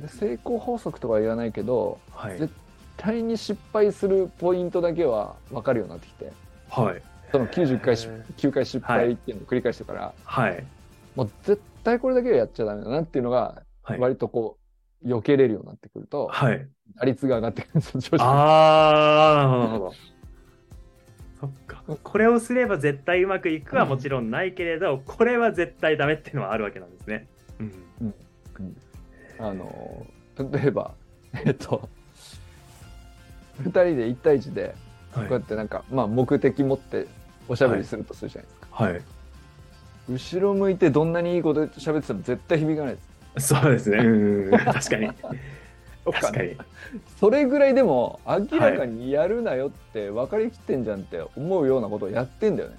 Speaker 2: で成功法則とかは言わないけど
Speaker 1: はい。
Speaker 2: 対に失敗するポイントだけは分かるようになってきて
Speaker 1: はい。
Speaker 2: その90回失
Speaker 1: へー
Speaker 2: 9回失敗っていうのを繰り返してから、
Speaker 1: はい。
Speaker 2: もう絶対これだけはやっちゃダメだなっていうのが
Speaker 1: はい。
Speaker 2: 割とこう避けれるようになってくると
Speaker 1: はい。
Speaker 2: 打率が上がってくるんですよ徐々に
Speaker 1: ああ、なるほど。そっか。これをすれば絶対うまくいくはもちろんないけれど、これは絶対ダメっていうのはあるわけなんですね。うん。
Speaker 2: あの例えば <laughs> えっと2人で1対1で
Speaker 1: は
Speaker 2: こうやってなんか、まあ目的持っておしゃべりするとするじゃないですか、
Speaker 1: はい。
Speaker 2: 後ろ向いてどんなにいいこと喋ってても絶対響かないです
Speaker 1: そうですね。うん。確かに。確かに。
Speaker 2: それぐらいでも明らかにやるなよって分かりきってんじゃんって思うようなことをやってんだよね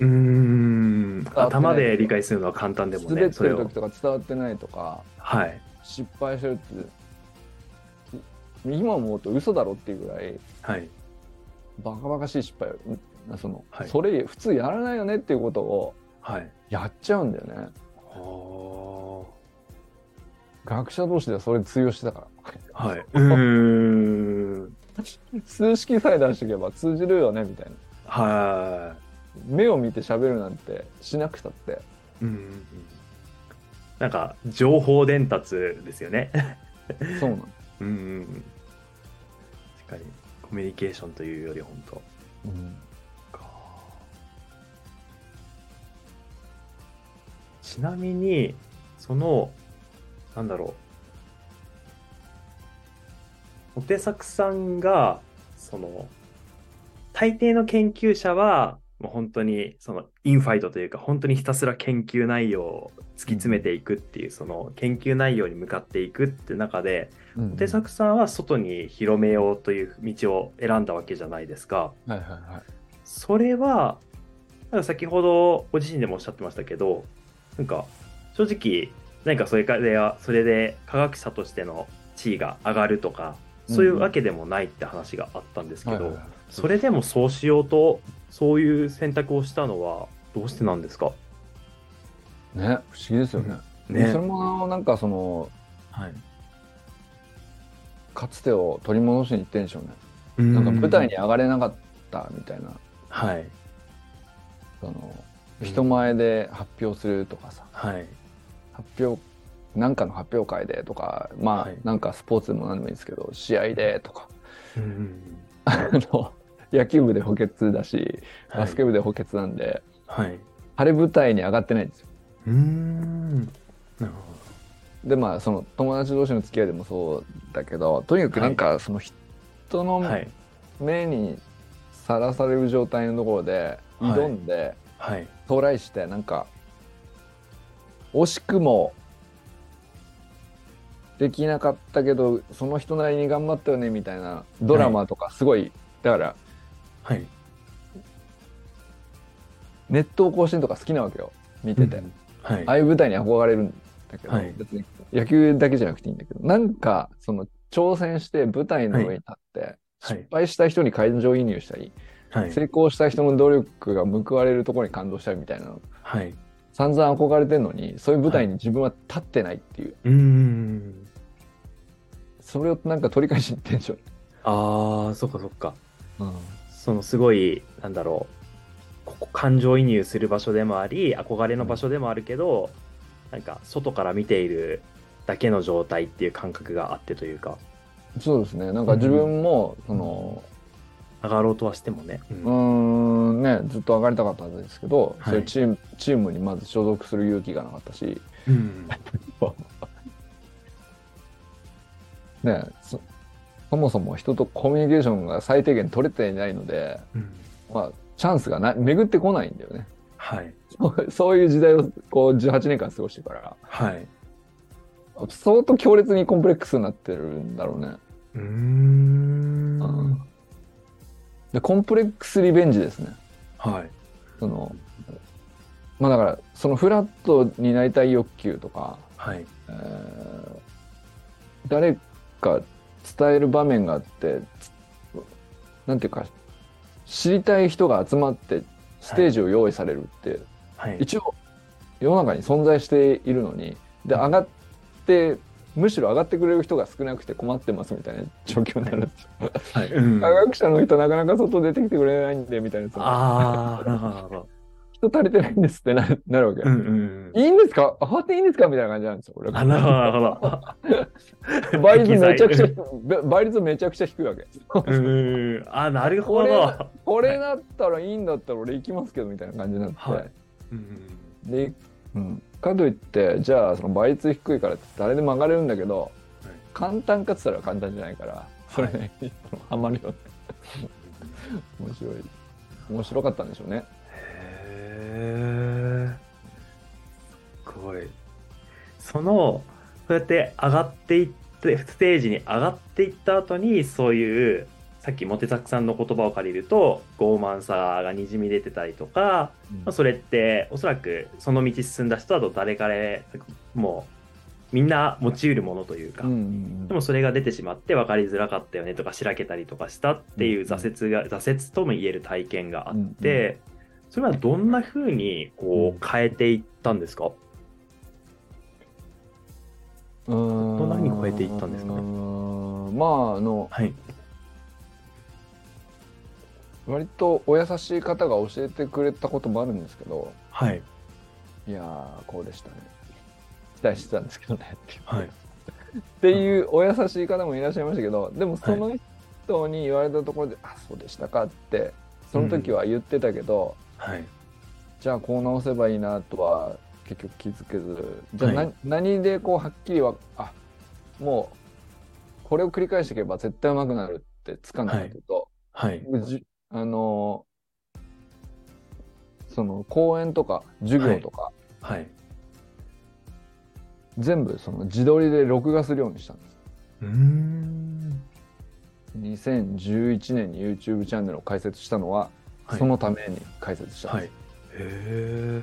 Speaker 1: うん。頭で理解するのは簡単でも
Speaker 2: 滑
Speaker 1: ね、
Speaker 2: って
Speaker 1: それ
Speaker 2: る
Speaker 1: を
Speaker 2: 時。とか伝わってないとか
Speaker 1: はい。
Speaker 2: 失敗してるってい今思うと嘘だろっていうぐらい
Speaker 1: はい。
Speaker 2: バカバカしい失敗をその、
Speaker 1: はい
Speaker 2: それ普通やらないよねっていうことを
Speaker 1: はい。
Speaker 2: やっちゃうんだよね
Speaker 1: は
Speaker 2: 学者同士ではそれ通用してたから
Speaker 1: あ。はい。うん。
Speaker 2: <laughs> 数式さえ出していけば通じるよねみたいな
Speaker 1: は
Speaker 2: 目を見て喋るなんてしなくたって
Speaker 1: い。うん。なんか、情報伝達ですよね。
Speaker 2: そうなの、
Speaker 1: うんうんうん確かにコミュニケーションというより本当
Speaker 2: うん
Speaker 1: かちなみにそのなんだろうお手作さんがその大抵の研究者はもう本当にそのインファイトというか本当にひたすら研究内容を突き詰めていくっていうその研究内容に向かっていくって中で、
Speaker 2: うん
Speaker 1: 手作さんは外に広めようという道を選んだわけじゃないですか。
Speaker 2: はいはいはい
Speaker 1: それは、なんか先ほどご自身でもおっしゃってましたけど、なんか正直、何かそれからそれで科学者としての地位が上がるとか、そういうわけでもないって話があったんですけ
Speaker 2: はいはい
Speaker 1: ど
Speaker 2: は、い
Speaker 1: それでもそうしようと、そういう選択をしたのはどうしてなんですか
Speaker 2: ね不思議ですよね、それもなんかその
Speaker 1: はい。
Speaker 2: かつてを取り戻しに行ってんでしょうねな
Speaker 1: なん
Speaker 2: か舞台に上がれなかったみたいな、
Speaker 1: はい
Speaker 2: その
Speaker 1: うん
Speaker 2: 人前で発表するとかさ、
Speaker 1: はい
Speaker 2: 発表なんかの発表会でとかまあ、
Speaker 1: はい
Speaker 2: なんかスポーツでも何でもいいんですけど試合でとか
Speaker 1: うん
Speaker 2: あの野球部で補欠だし
Speaker 1: はい
Speaker 2: バスケ部で補欠なんで、
Speaker 1: はい
Speaker 2: 晴れ舞台に上がってないんですよ。
Speaker 1: うーんなるほ
Speaker 2: でまあその友達同士の付き合いでもそうだけどとにかくなんかその人の
Speaker 1: どはい
Speaker 2: 目にさらされる状態のところで
Speaker 1: はい
Speaker 2: 挑んで、
Speaker 1: はい
Speaker 2: トライしてなんか惜しくもできなかったけどその人なりに頑張ったよねみたいなドラマとかすごい、だから
Speaker 1: はい
Speaker 2: 熱湯甲子園とか好きなわけよ見てて、
Speaker 1: うんはい
Speaker 2: ああいう舞台に憧れるんだけど、
Speaker 1: はい
Speaker 2: 別に野球だけじゃなくていいんだけどなんかその挑戦して舞台の上に立って、
Speaker 1: はい
Speaker 2: 失敗した人に感情移入したり、
Speaker 1: はい
Speaker 2: 成功した人の努力が報われるところに感動したりみたいなの
Speaker 1: はい
Speaker 2: 散々憧れてるのにそういう舞台に自分は立ってないっていう、
Speaker 1: うーん
Speaker 2: それをなんか取り返しに行ってんでしょ、
Speaker 1: ああそっかそっか
Speaker 2: うん
Speaker 1: そのすごいなんだろうここ感情移入する場所でもあり憧れの場所でもあるけどなんか外から見ているだけの状態っていう感覚があってというか
Speaker 2: そうですねなんか自分もその
Speaker 1: 上がろうとはしてもね、
Speaker 2: うーんねずっと上がりたかったはずですけど、
Speaker 1: はい
Speaker 2: そういうチームチームにまず所属する勇気がなかったし
Speaker 1: うん
Speaker 2: ねそそもそも人とコミュニケーションが最低限取れていないので、
Speaker 1: うん
Speaker 2: まあ、チャンスがな巡ってこないんだよね <laughs>
Speaker 1: はい
Speaker 2: そうそういう時代をこう18年間過ごしてから
Speaker 1: はい
Speaker 2: 相当強烈にコンプレックスになってるんだろうね
Speaker 1: うーん
Speaker 2: でコンプレックスリベンジですね
Speaker 1: はい
Speaker 2: そのまあだからそのフラットになりたい欲求とか、
Speaker 1: はい
Speaker 2: えー誰か伝える場面があってつなんていうか知りたい人が集まってステージを用意されるって、
Speaker 1: はい
Speaker 2: 一応世の中に存在しているのにで上がってむしろ上がってくれる人が少なくて困ってますみたいな <laughs> 状況になるんですよ
Speaker 1: はい、うん
Speaker 2: 科学者の人なかなか外出てきてくれないんでみたいなさ
Speaker 1: ああなるほどなるほど
Speaker 2: 人足りてないんですってななるわけ、
Speaker 1: うんうんうん
Speaker 2: いいんですか上がっていいんですかみたいな感じなんですよ俺
Speaker 1: あなるほどなるほど
Speaker 2: 倍率めちゃくちゃ
Speaker 1: 適
Speaker 2: <laughs> 倍率めちゃくちゃ低いわけ
Speaker 1: うんうんうんあなるほど
Speaker 2: ここれだったらいいんだったら俺行きますけどみたいな感じになって、
Speaker 1: はいうんうん
Speaker 2: で、うん、かといってじゃあその倍率低いからって誰でも上がれるんだけど、
Speaker 1: はい
Speaker 2: 簡単かっつったら簡単じゃないからそれね、ハマるよね面白い面白かったんでしょうね
Speaker 1: へえすごいそのそうやって上がっていってステージに上がっていった後にそういうさっきモテザクさんの言葉を借りると傲慢さがにじみ出てたりとか、まあ、それっておそらくその道進んだ人だと誰彼もうみんな持ちうるものというか、
Speaker 2: うんうん
Speaker 1: でもそれが出てしまって分かりづらかったよねとかしらけたりとかしたっていう挫折が、挫折とも言える体験があって、それはどんな風にこう変えていったんですか、
Speaker 2: うん
Speaker 1: どんなふうに超えていったんですかね
Speaker 2: うんまああの
Speaker 1: はい
Speaker 2: 割とお優しい方が教えてくれたこともあるんですけど
Speaker 1: はい
Speaker 2: いやーこうでしたね期待してたんですけ
Speaker 1: <laughs>
Speaker 2: どねっていう
Speaker 1: はい
Speaker 2: っていうお優しい方もいらっしゃいましたけどでもその人に言われたところで、あそうでしたかってその時は言ってたけど、
Speaker 1: はい
Speaker 2: じゃあこう直せばいいなとは結局気づけずじゃあ、な
Speaker 1: はい
Speaker 2: 何でこうはっきりはあもうこれを繰り返していけば絶対上手くなるってつかんだけど、
Speaker 1: はい
Speaker 2: じあのその講演とか授業とか、
Speaker 1: はい
Speaker 2: 全部その自撮りで録画するようにしたんです。
Speaker 1: うーん
Speaker 2: 2011年に YouTube チャンネルを開設したのは、
Speaker 1: はい
Speaker 2: そのために開設したん
Speaker 1: はい
Speaker 2: で
Speaker 1: へえ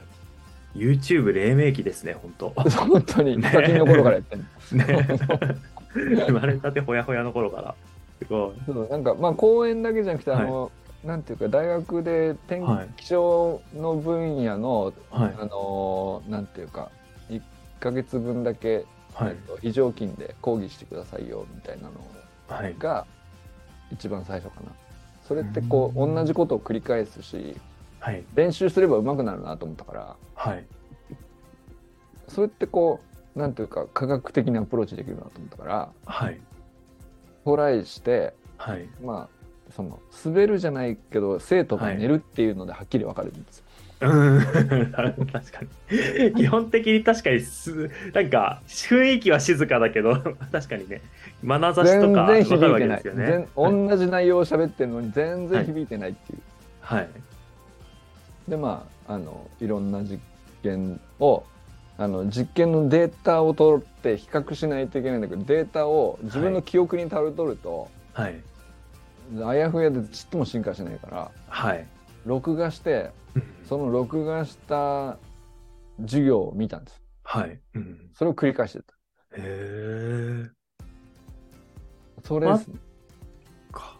Speaker 1: YouTube 黎明期ですね本当
Speaker 2: す、 <laughs> 本当に
Speaker 1: ね
Speaker 2: 先の頃から
Speaker 1: <laughs>
Speaker 2: やってる
Speaker 1: ね <laughs> 生まれたてほやほやの頃からすごい
Speaker 2: そうなんかまあ講演だけじゃなくて、
Speaker 1: はい
Speaker 2: あのなんていうか大学で天
Speaker 1: はい
Speaker 2: 気象の分野の、
Speaker 1: はい
Speaker 2: あのーなんていうか1ヶ月分だけ、
Speaker 1: は
Speaker 2: えっ
Speaker 1: い
Speaker 2: と非常勤で講義してくださいよみたいなの
Speaker 1: はい
Speaker 2: が一番最初かなそれってこう同じことを繰り返すし
Speaker 1: はい
Speaker 2: 練習すれば上手くなるなと思ったから
Speaker 1: はい
Speaker 2: それってこうなんていうか科学的なアプローチできるなと思ったから
Speaker 1: はい
Speaker 2: トライして
Speaker 1: はい
Speaker 2: まあその滑るじゃないけど生徒が寝るっていうのではっきり分かるんですよ、
Speaker 1: うん確かに基本的に確かにすなんか雰囲気は静かだけど <laughs> 確かにね眼差しと
Speaker 2: 全
Speaker 1: かわか
Speaker 2: 然響
Speaker 1: る
Speaker 2: い
Speaker 1: わ
Speaker 2: て
Speaker 1: け
Speaker 2: な
Speaker 1: で
Speaker 2: い
Speaker 1: すよね
Speaker 2: 全同じ内容を喋ってるのに全然響いてないっていう、
Speaker 1: はい
Speaker 2: でまああのいろんな実験をあの実験のデータを取って比較しないといけないんだけどデータを自分の記憶にたど取ると、
Speaker 1: はい
Speaker 2: あやふやでちっとも進化しないから
Speaker 1: はい
Speaker 2: 録画してその録画した授業を見たんです
Speaker 1: はい、うん、
Speaker 2: それを繰り返してた
Speaker 1: へえ
Speaker 2: それですね、
Speaker 1: か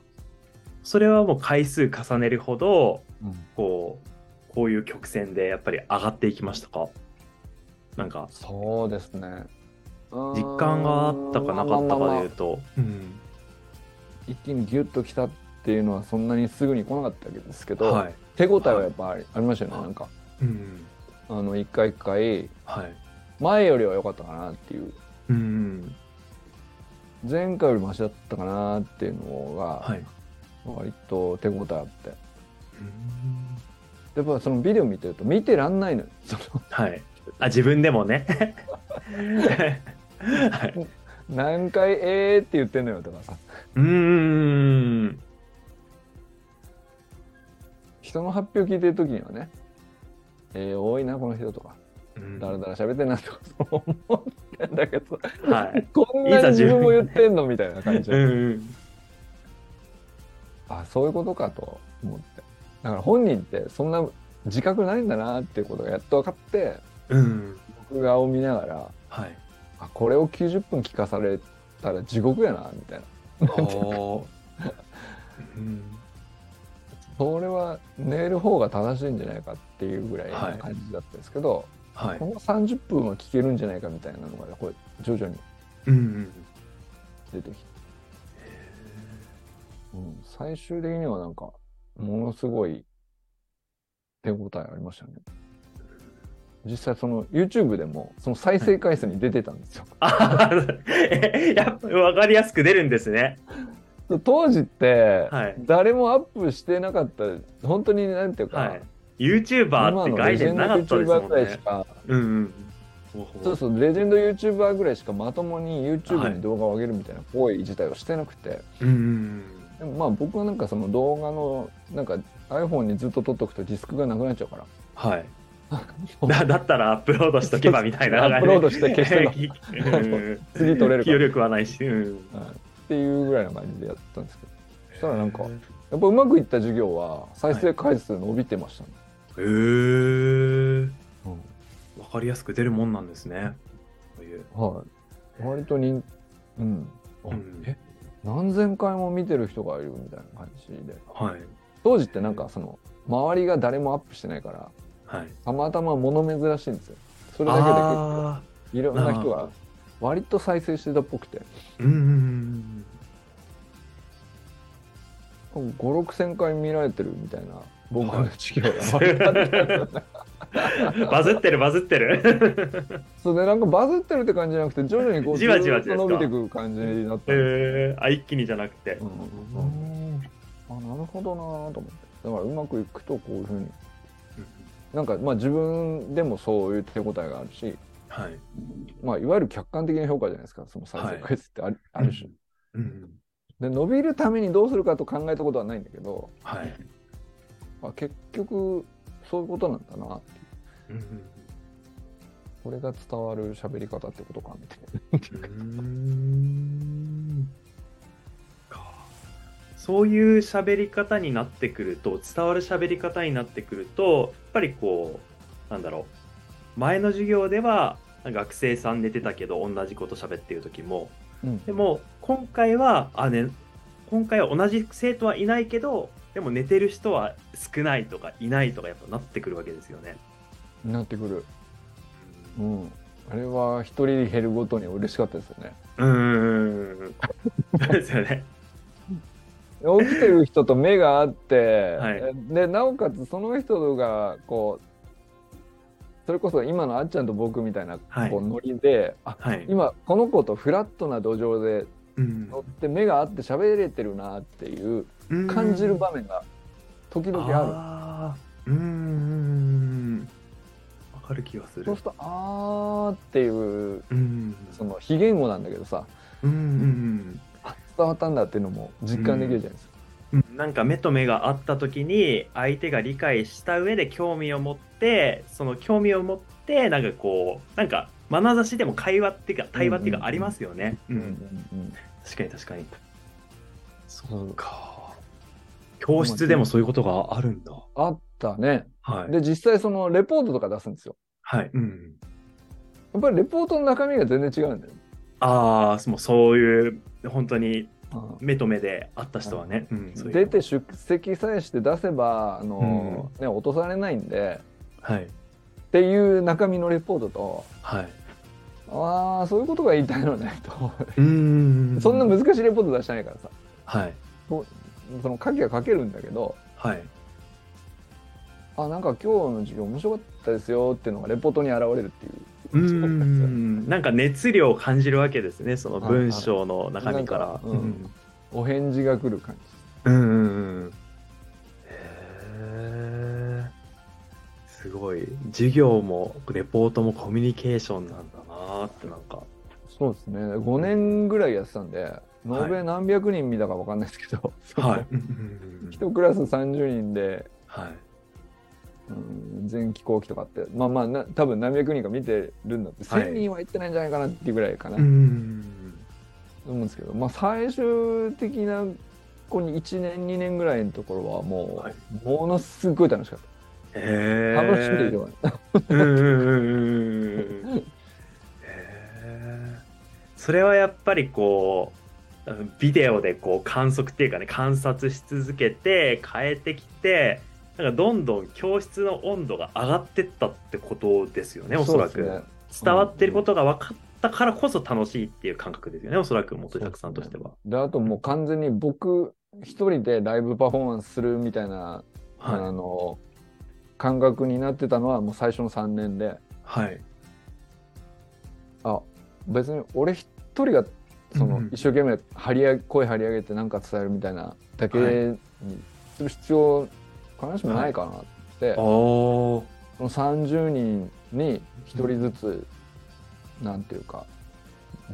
Speaker 1: それはもう回数重ねるほど
Speaker 2: うん
Speaker 1: こうこういう曲線でやっぱり上がっていきましたかなんか
Speaker 2: そうですね
Speaker 1: 実感があったかなかったかでいう
Speaker 2: で
Speaker 1: と、うん
Speaker 2: 一気にギュッときたっていうのはそんなにすぐに来なかったんですけど、
Speaker 1: はい、
Speaker 2: 手応えはやっぱあり,、ありましたよね
Speaker 1: はい
Speaker 2: なんか
Speaker 1: うん、
Speaker 2: あの一回一回
Speaker 1: はい、
Speaker 2: 前よりは良かったかなっていう
Speaker 1: うん、
Speaker 2: 前回よりマシだったかなっていうの
Speaker 1: は
Speaker 2: が
Speaker 1: い、
Speaker 2: 割と手応えあって、
Speaker 1: うん
Speaker 2: やっぱそのビデオ見てると見てらんないのよそ
Speaker 1: はい、あ自分でもね、はい、
Speaker 2: の何回えーって言ってんのよとかさ
Speaker 1: うーん、
Speaker 2: 人の発表聞いてる時にはねえー、多いなこの人とか
Speaker 1: うん
Speaker 2: だらだら喋ってんなとかそう思ってんだけど
Speaker 1: はい、
Speaker 2: こん
Speaker 1: い
Speaker 2: なに
Speaker 1: ざ
Speaker 2: 自
Speaker 1: 自
Speaker 2: 分
Speaker 1: 分
Speaker 2: も言ってんのみたいな感じ
Speaker 1: う
Speaker 2: で
Speaker 1: ん、
Speaker 2: あそういうことかと思ってだから本人ってそんな自覚ないんだなっていうことがやっと分かって
Speaker 1: うん、
Speaker 2: 僕側を見ながら
Speaker 1: はい、
Speaker 2: あこれを90分聞かされたら地獄やなみたいな
Speaker 1: あー、うん、
Speaker 2: それは寝る方が正しいんじゃないかっていうぐらい
Speaker 1: は
Speaker 2: ない感じだったんですけど、
Speaker 1: はい
Speaker 2: こ、の30分は聞けるんじゃないかみたいなのがこれ徐々に
Speaker 1: うん、
Speaker 2: 出てきて、うん、最終的にはなんかものすごい手応えありましたね実際その YouTube でもその再生回数に出てたんですよ、
Speaker 1: あーやっぱ分かりやすく出るんですね。
Speaker 2: 当時って
Speaker 1: はい
Speaker 2: 誰もアップしてなかった本当になんていうか、
Speaker 1: はい。YouTuber って概念なかったですもん
Speaker 2: ぐらいし
Speaker 1: ね。
Speaker 2: か、
Speaker 1: うんうん。ほうほ
Speaker 2: そう
Speaker 1: う
Speaker 2: そう、レジェンド YouTuber ぐらいしかまともに
Speaker 1: は
Speaker 2: YouTube
Speaker 1: い
Speaker 2: に動画を上げるみたいな行為自体をしてなくて、
Speaker 1: うんうん
Speaker 2: でもまあ僕はなんかその動画の、なんか iPhone にずっと撮っとくとディスクがなくなっちゃうから、
Speaker 1: はい。だ <laughs> だったらアップロードしとけばみたいな。
Speaker 2: アップロードして消してた
Speaker 1: うん
Speaker 2: 次撮れるか
Speaker 1: 記
Speaker 2: ら
Speaker 1: 憶力はないし。うん、
Speaker 2: うんっていうぐらいの感じでやったんですけど、そしたらなんか、やっぱうまくいった授業は再生回数伸びてましたね。
Speaker 1: へー
Speaker 2: うん
Speaker 1: わかりやすく出るもんなんですね。そういう。
Speaker 2: はい。割とに、うん。あ
Speaker 1: うん
Speaker 2: え何千回も見てる人がいるみたいな感じで。
Speaker 1: はい。
Speaker 2: 当時ってなんかその、周りが誰もアップしてないから、
Speaker 1: はい。
Speaker 2: たまたま物珍しいんですよそれだけで結構
Speaker 1: あ
Speaker 2: いろんな人
Speaker 1: なる
Speaker 2: が
Speaker 1: ほ
Speaker 2: 割と再生してたっぽくて
Speaker 1: ーうんうんうん
Speaker 2: 56000回見られてるみたいな僕の授業が割とあった
Speaker 1: うん。バズってるバズってる。
Speaker 2: そうでなんかバズってるって感じじゃなくて徐々にこう
Speaker 1: じわじわ
Speaker 2: ずーっと伸びてくる感じになったんです
Speaker 1: えー、あ、一気にじゃなくて
Speaker 2: う。んうんあなるほどなーと思ってだからうまくいくとこういうふうになんかまあ自分でもそういう手応えがあるし、
Speaker 1: はい。
Speaker 2: まあ、いわゆる客観的な評価じゃないですかその再生回数ってある,、ある種
Speaker 1: うん。
Speaker 2: で伸びるためにどうするかと考えたことはないんだけど、
Speaker 1: はい。
Speaker 2: まあ、結局そういうことなんだな
Speaker 1: うんうん
Speaker 2: これが伝わる喋り方ってことかみたいな
Speaker 1: うーんかそういう喋り方になってくると伝わる喋り方になってくるとやっぱりこうなんだろう前の授業では学生さん寝てたけど同じこと喋ってる時も、
Speaker 2: うん
Speaker 1: でも今回はあ、ね、今回は同じ生徒はいないけどでも寝てる人は少ないとかいないとかやっぱなってくるわけですよね。
Speaker 2: なってくる、うん、あれは一人減るご
Speaker 1: <laughs>
Speaker 2: とに嬉しかったですよね
Speaker 1: うーんそうですよね。
Speaker 2: 起きてる人と目があって、
Speaker 1: はい
Speaker 2: でなおかつその人がこうそれこそ今のあっちゃんと僕みたいなこ
Speaker 1: はいう
Speaker 2: ノリで、あ
Speaker 1: はい。
Speaker 2: 今この子とフラットな土壌で
Speaker 1: うん
Speaker 2: 乗って目が合って喋れてるなっていう感じる場面が時々ある。
Speaker 1: あーうーん。わかる気がする
Speaker 2: そう。すると「あー」っていう
Speaker 1: うん。
Speaker 2: その非言語なんだけどさ
Speaker 1: うんうん
Speaker 2: あ伝わったんだっていうのも実感できるじゃないですか。
Speaker 1: うん。うんなんか目と目があった時に相手が理解した上で興味を持ってその興味を持ってなんかこうなんか眼差しでも会話っていうか対話っていうかありますよね。う
Speaker 2: うんんうんうん
Speaker 1: 確かに確かに。
Speaker 2: そう
Speaker 1: か。教室でもそういうことがあるんだ。
Speaker 2: あったね。
Speaker 1: はい。
Speaker 2: で実際そのレポートとか出すんですよ。
Speaker 1: はい。うん。
Speaker 2: やっぱりレポートの中身が全然違うんだよ。
Speaker 1: ああ、もうそういう本当に
Speaker 2: うん
Speaker 1: 目と目で会った人はね、うん、そういう
Speaker 2: 出て出席さえして出せばあの、ね、落とされないんで
Speaker 1: はい
Speaker 2: っていう中身のレポートと
Speaker 1: はい
Speaker 2: ああそういうことが言いたいのねと
Speaker 1: うん
Speaker 2: そんな難しいレポート出してないからさ
Speaker 1: はい
Speaker 2: その書きは書けるんだけど
Speaker 1: はい
Speaker 2: あなんか今日の授業面白かったですよっていうのがレポートに現れるっていう
Speaker 1: うんなんか熱量を感じるわけですねその文章の中身から、
Speaker 2: はいはいなんお返事が来る感じ
Speaker 1: うんうんうんうんへえすごい授業もレポートもコミュニケーションなんだなーってなんか
Speaker 2: そうですね5年ぐらいやってたんで延べ何百人見たか分かんないですけど、 <laughs>
Speaker 1: はい、
Speaker 2: 一クラス30人で、
Speaker 1: はい、
Speaker 2: うん、全飛行機とかってまあまあな多分何百人か見てるんだって、
Speaker 1: はい
Speaker 2: 1,000人は行ってないんじゃないかなっていうぐらいかな、
Speaker 1: うん
Speaker 2: 思うんですけど、まあ、最終的なここに1年2年ぐらいのところはもう、
Speaker 1: はい
Speaker 2: ものすごい楽しかっ
Speaker 1: へ
Speaker 2: た
Speaker 1: え
Speaker 2: 楽しんでるよ、
Speaker 1: うんうんうんうんうんへえそれはやっぱりこうあのビデオでこう観測っていうかね観察し続けて変えてきてなんかどんどん教室の温度が上がってったってことですよねおそらく
Speaker 2: うですね
Speaker 1: 伝わってることが分かったからこそ楽しいっていう感覚ですよねおそらく元井拓さんとしては、
Speaker 2: であともう完全に僕一人でライブパフォーマンスするみたいな、
Speaker 1: は
Speaker 2: あ
Speaker 1: い
Speaker 2: の感覚になってたのはもう最初の3年で
Speaker 1: はい
Speaker 2: あ別に俺一人がその
Speaker 1: うんうん
Speaker 2: 一生懸命張り上げ声張り上げて何か伝えるみたいなだけにする必要必ずしもないかなって、
Speaker 1: あー
Speaker 2: その30人に1人ずつ、なんていうか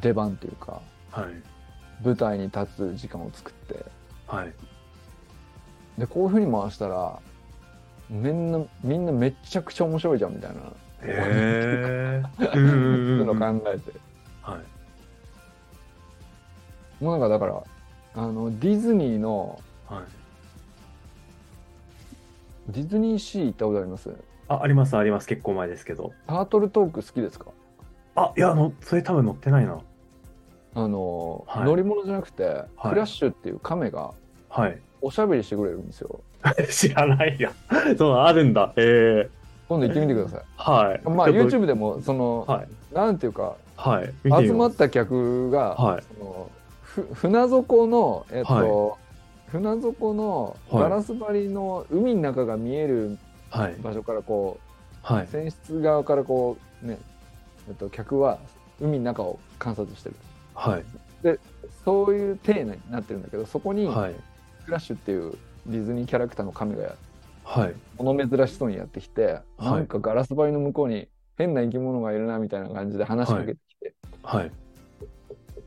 Speaker 2: 出番というか
Speaker 1: はい
Speaker 2: 舞台に立つ時間を作って
Speaker 1: はい
Speaker 2: でこういうふうに回したらみんなみんなめちゃくちゃ面白いじゃんみたいな、
Speaker 1: へえ <laughs>
Speaker 2: そういうの考えて
Speaker 1: はい
Speaker 2: もうなんかだからあのディズニーの
Speaker 1: はい
Speaker 2: ディズニーシー行ったことあります
Speaker 1: あありますあります結構前ですけど
Speaker 2: タートルトーク好きですか
Speaker 1: あいやあのそれ多分乗ってないな
Speaker 2: あの、
Speaker 1: はい
Speaker 2: 乗り物じゃなくて、
Speaker 1: はい
Speaker 2: フラッシュっていう亀が
Speaker 1: はい <laughs>
Speaker 2: おしゃべりしてくれるんですよ
Speaker 1: 知らないや <laughs> そうあるんだええ
Speaker 2: 今度行ってみてください
Speaker 1: はい
Speaker 2: まあ
Speaker 1: ちょっと
Speaker 2: YouTube でもその、
Speaker 1: はい
Speaker 2: なんていうか
Speaker 1: はい見てみ
Speaker 2: 集ま
Speaker 1: よう
Speaker 2: った客が、
Speaker 1: はい
Speaker 2: そのふ船底の、えっと船底の
Speaker 1: はい
Speaker 2: ガラス張りの海の中が見える
Speaker 1: はい
Speaker 2: 場所からこ
Speaker 1: は
Speaker 2: う
Speaker 1: い
Speaker 2: 船室側からこうね、えっと、客は海の中を観察してる
Speaker 1: はい
Speaker 2: そういう体になってるんだけどそこにフ
Speaker 1: はい
Speaker 2: ラッシュっていうディズニーキャラクターの神が
Speaker 1: はい
Speaker 2: 物珍しそうにやってきて、なんかガラス張りの向こうに変な生き物がいるなみたいな感じで話しかけてきて、
Speaker 1: はい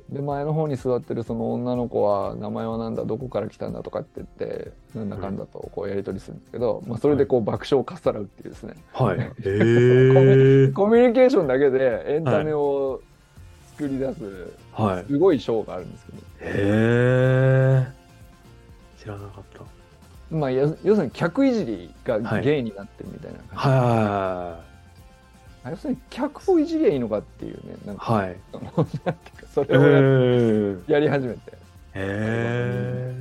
Speaker 2: で前の方に座ってるその女の子は名前はなんだどこから来たんだとかって言ってなんだかんだとこうやり取りするんですけど、まあ、それでこう爆笑をかっさらうっていうですね、 <laughs>
Speaker 1: はいええ
Speaker 2: コミュニケーションだけでエンタメを作り出す
Speaker 1: はい
Speaker 2: すごいショーがあるんですけど、
Speaker 1: へえ知らなかった
Speaker 2: まあ、や要するに客いじりがゲイになってるみたいな感じ、
Speaker 1: は
Speaker 2: あ要するに客をいじりゃいいのかっていうねなん
Speaker 1: い
Speaker 2: か
Speaker 1: はい
Speaker 2: そのなんていうかそれを
Speaker 1: う
Speaker 2: や,、
Speaker 1: ん
Speaker 2: り始めて
Speaker 1: へえ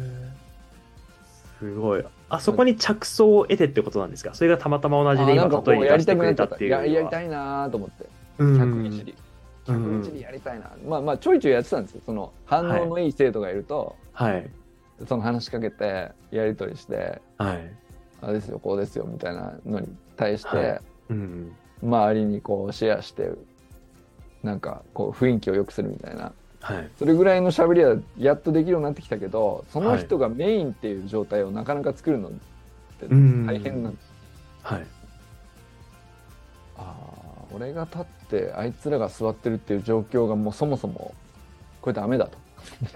Speaker 1: すごいあそこに着想を得てってことなんですかそれがたまたま同じで
Speaker 2: あ
Speaker 1: 今
Speaker 2: なんかこ
Speaker 1: 例え
Speaker 2: う
Speaker 1: に
Speaker 2: や
Speaker 1: 出
Speaker 2: り
Speaker 1: したて
Speaker 2: く
Speaker 1: く
Speaker 2: なっ
Speaker 1: れ
Speaker 2: ち
Speaker 1: た
Speaker 2: ゃ
Speaker 1: っ
Speaker 2: った
Speaker 1: て
Speaker 2: い
Speaker 1: いう
Speaker 2: ややり
Speaker 1: のは
Speaker 2: たいなと思って
Speaker 1: うん
Speaker 2: 客いじり
Speaker 1: う
Speaker 2: 客いじりやりたいな、まあまあちょいちょいやってたんですよその反応のいい生徒がいると、
Speaker 1: はい
Speaker 2: その話しかけてやり取りして
Speaker 1: はい。
Speaker 2: あれですよこうですよみたいなのに対して、
Speaker 1: はいうん。
Speaker 2: 周りにこうシェアしてなんかこう雰囲気を良くするみたいな
Speaker 1: はい。
Speaker 2: それぐらいの喋りはやっとできるようになってきたけどその
Speaker 1: はい
Speaker 2: 人がメインっていう状態をなかなか作るのって
Speaker 1: うん
Speaker 2: 大変な、
Speaker 1: はい。
Speaker 2: あー俺が立ってあいつらが座ってるっていう状況がもうそもそもこれダメだと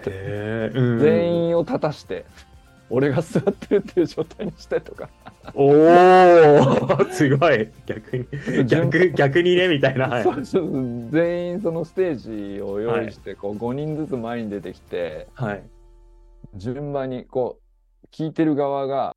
Speaker 1: へえ。うん
Speaker 2: 全員を立たして俺が座ってるっていう状態にしてとか
Speaker 1: おお <laughs> すごい逆に
Speaker 2: 順
Speaker 1: <laughs> 逆逆にねみたいな、はい
Speaker 2: そうそうそう全員そのステージを用意してこう5人ずつ前に出てきて
Speaker 1: はい
Speaker 2: 順番にこう聞いてる側が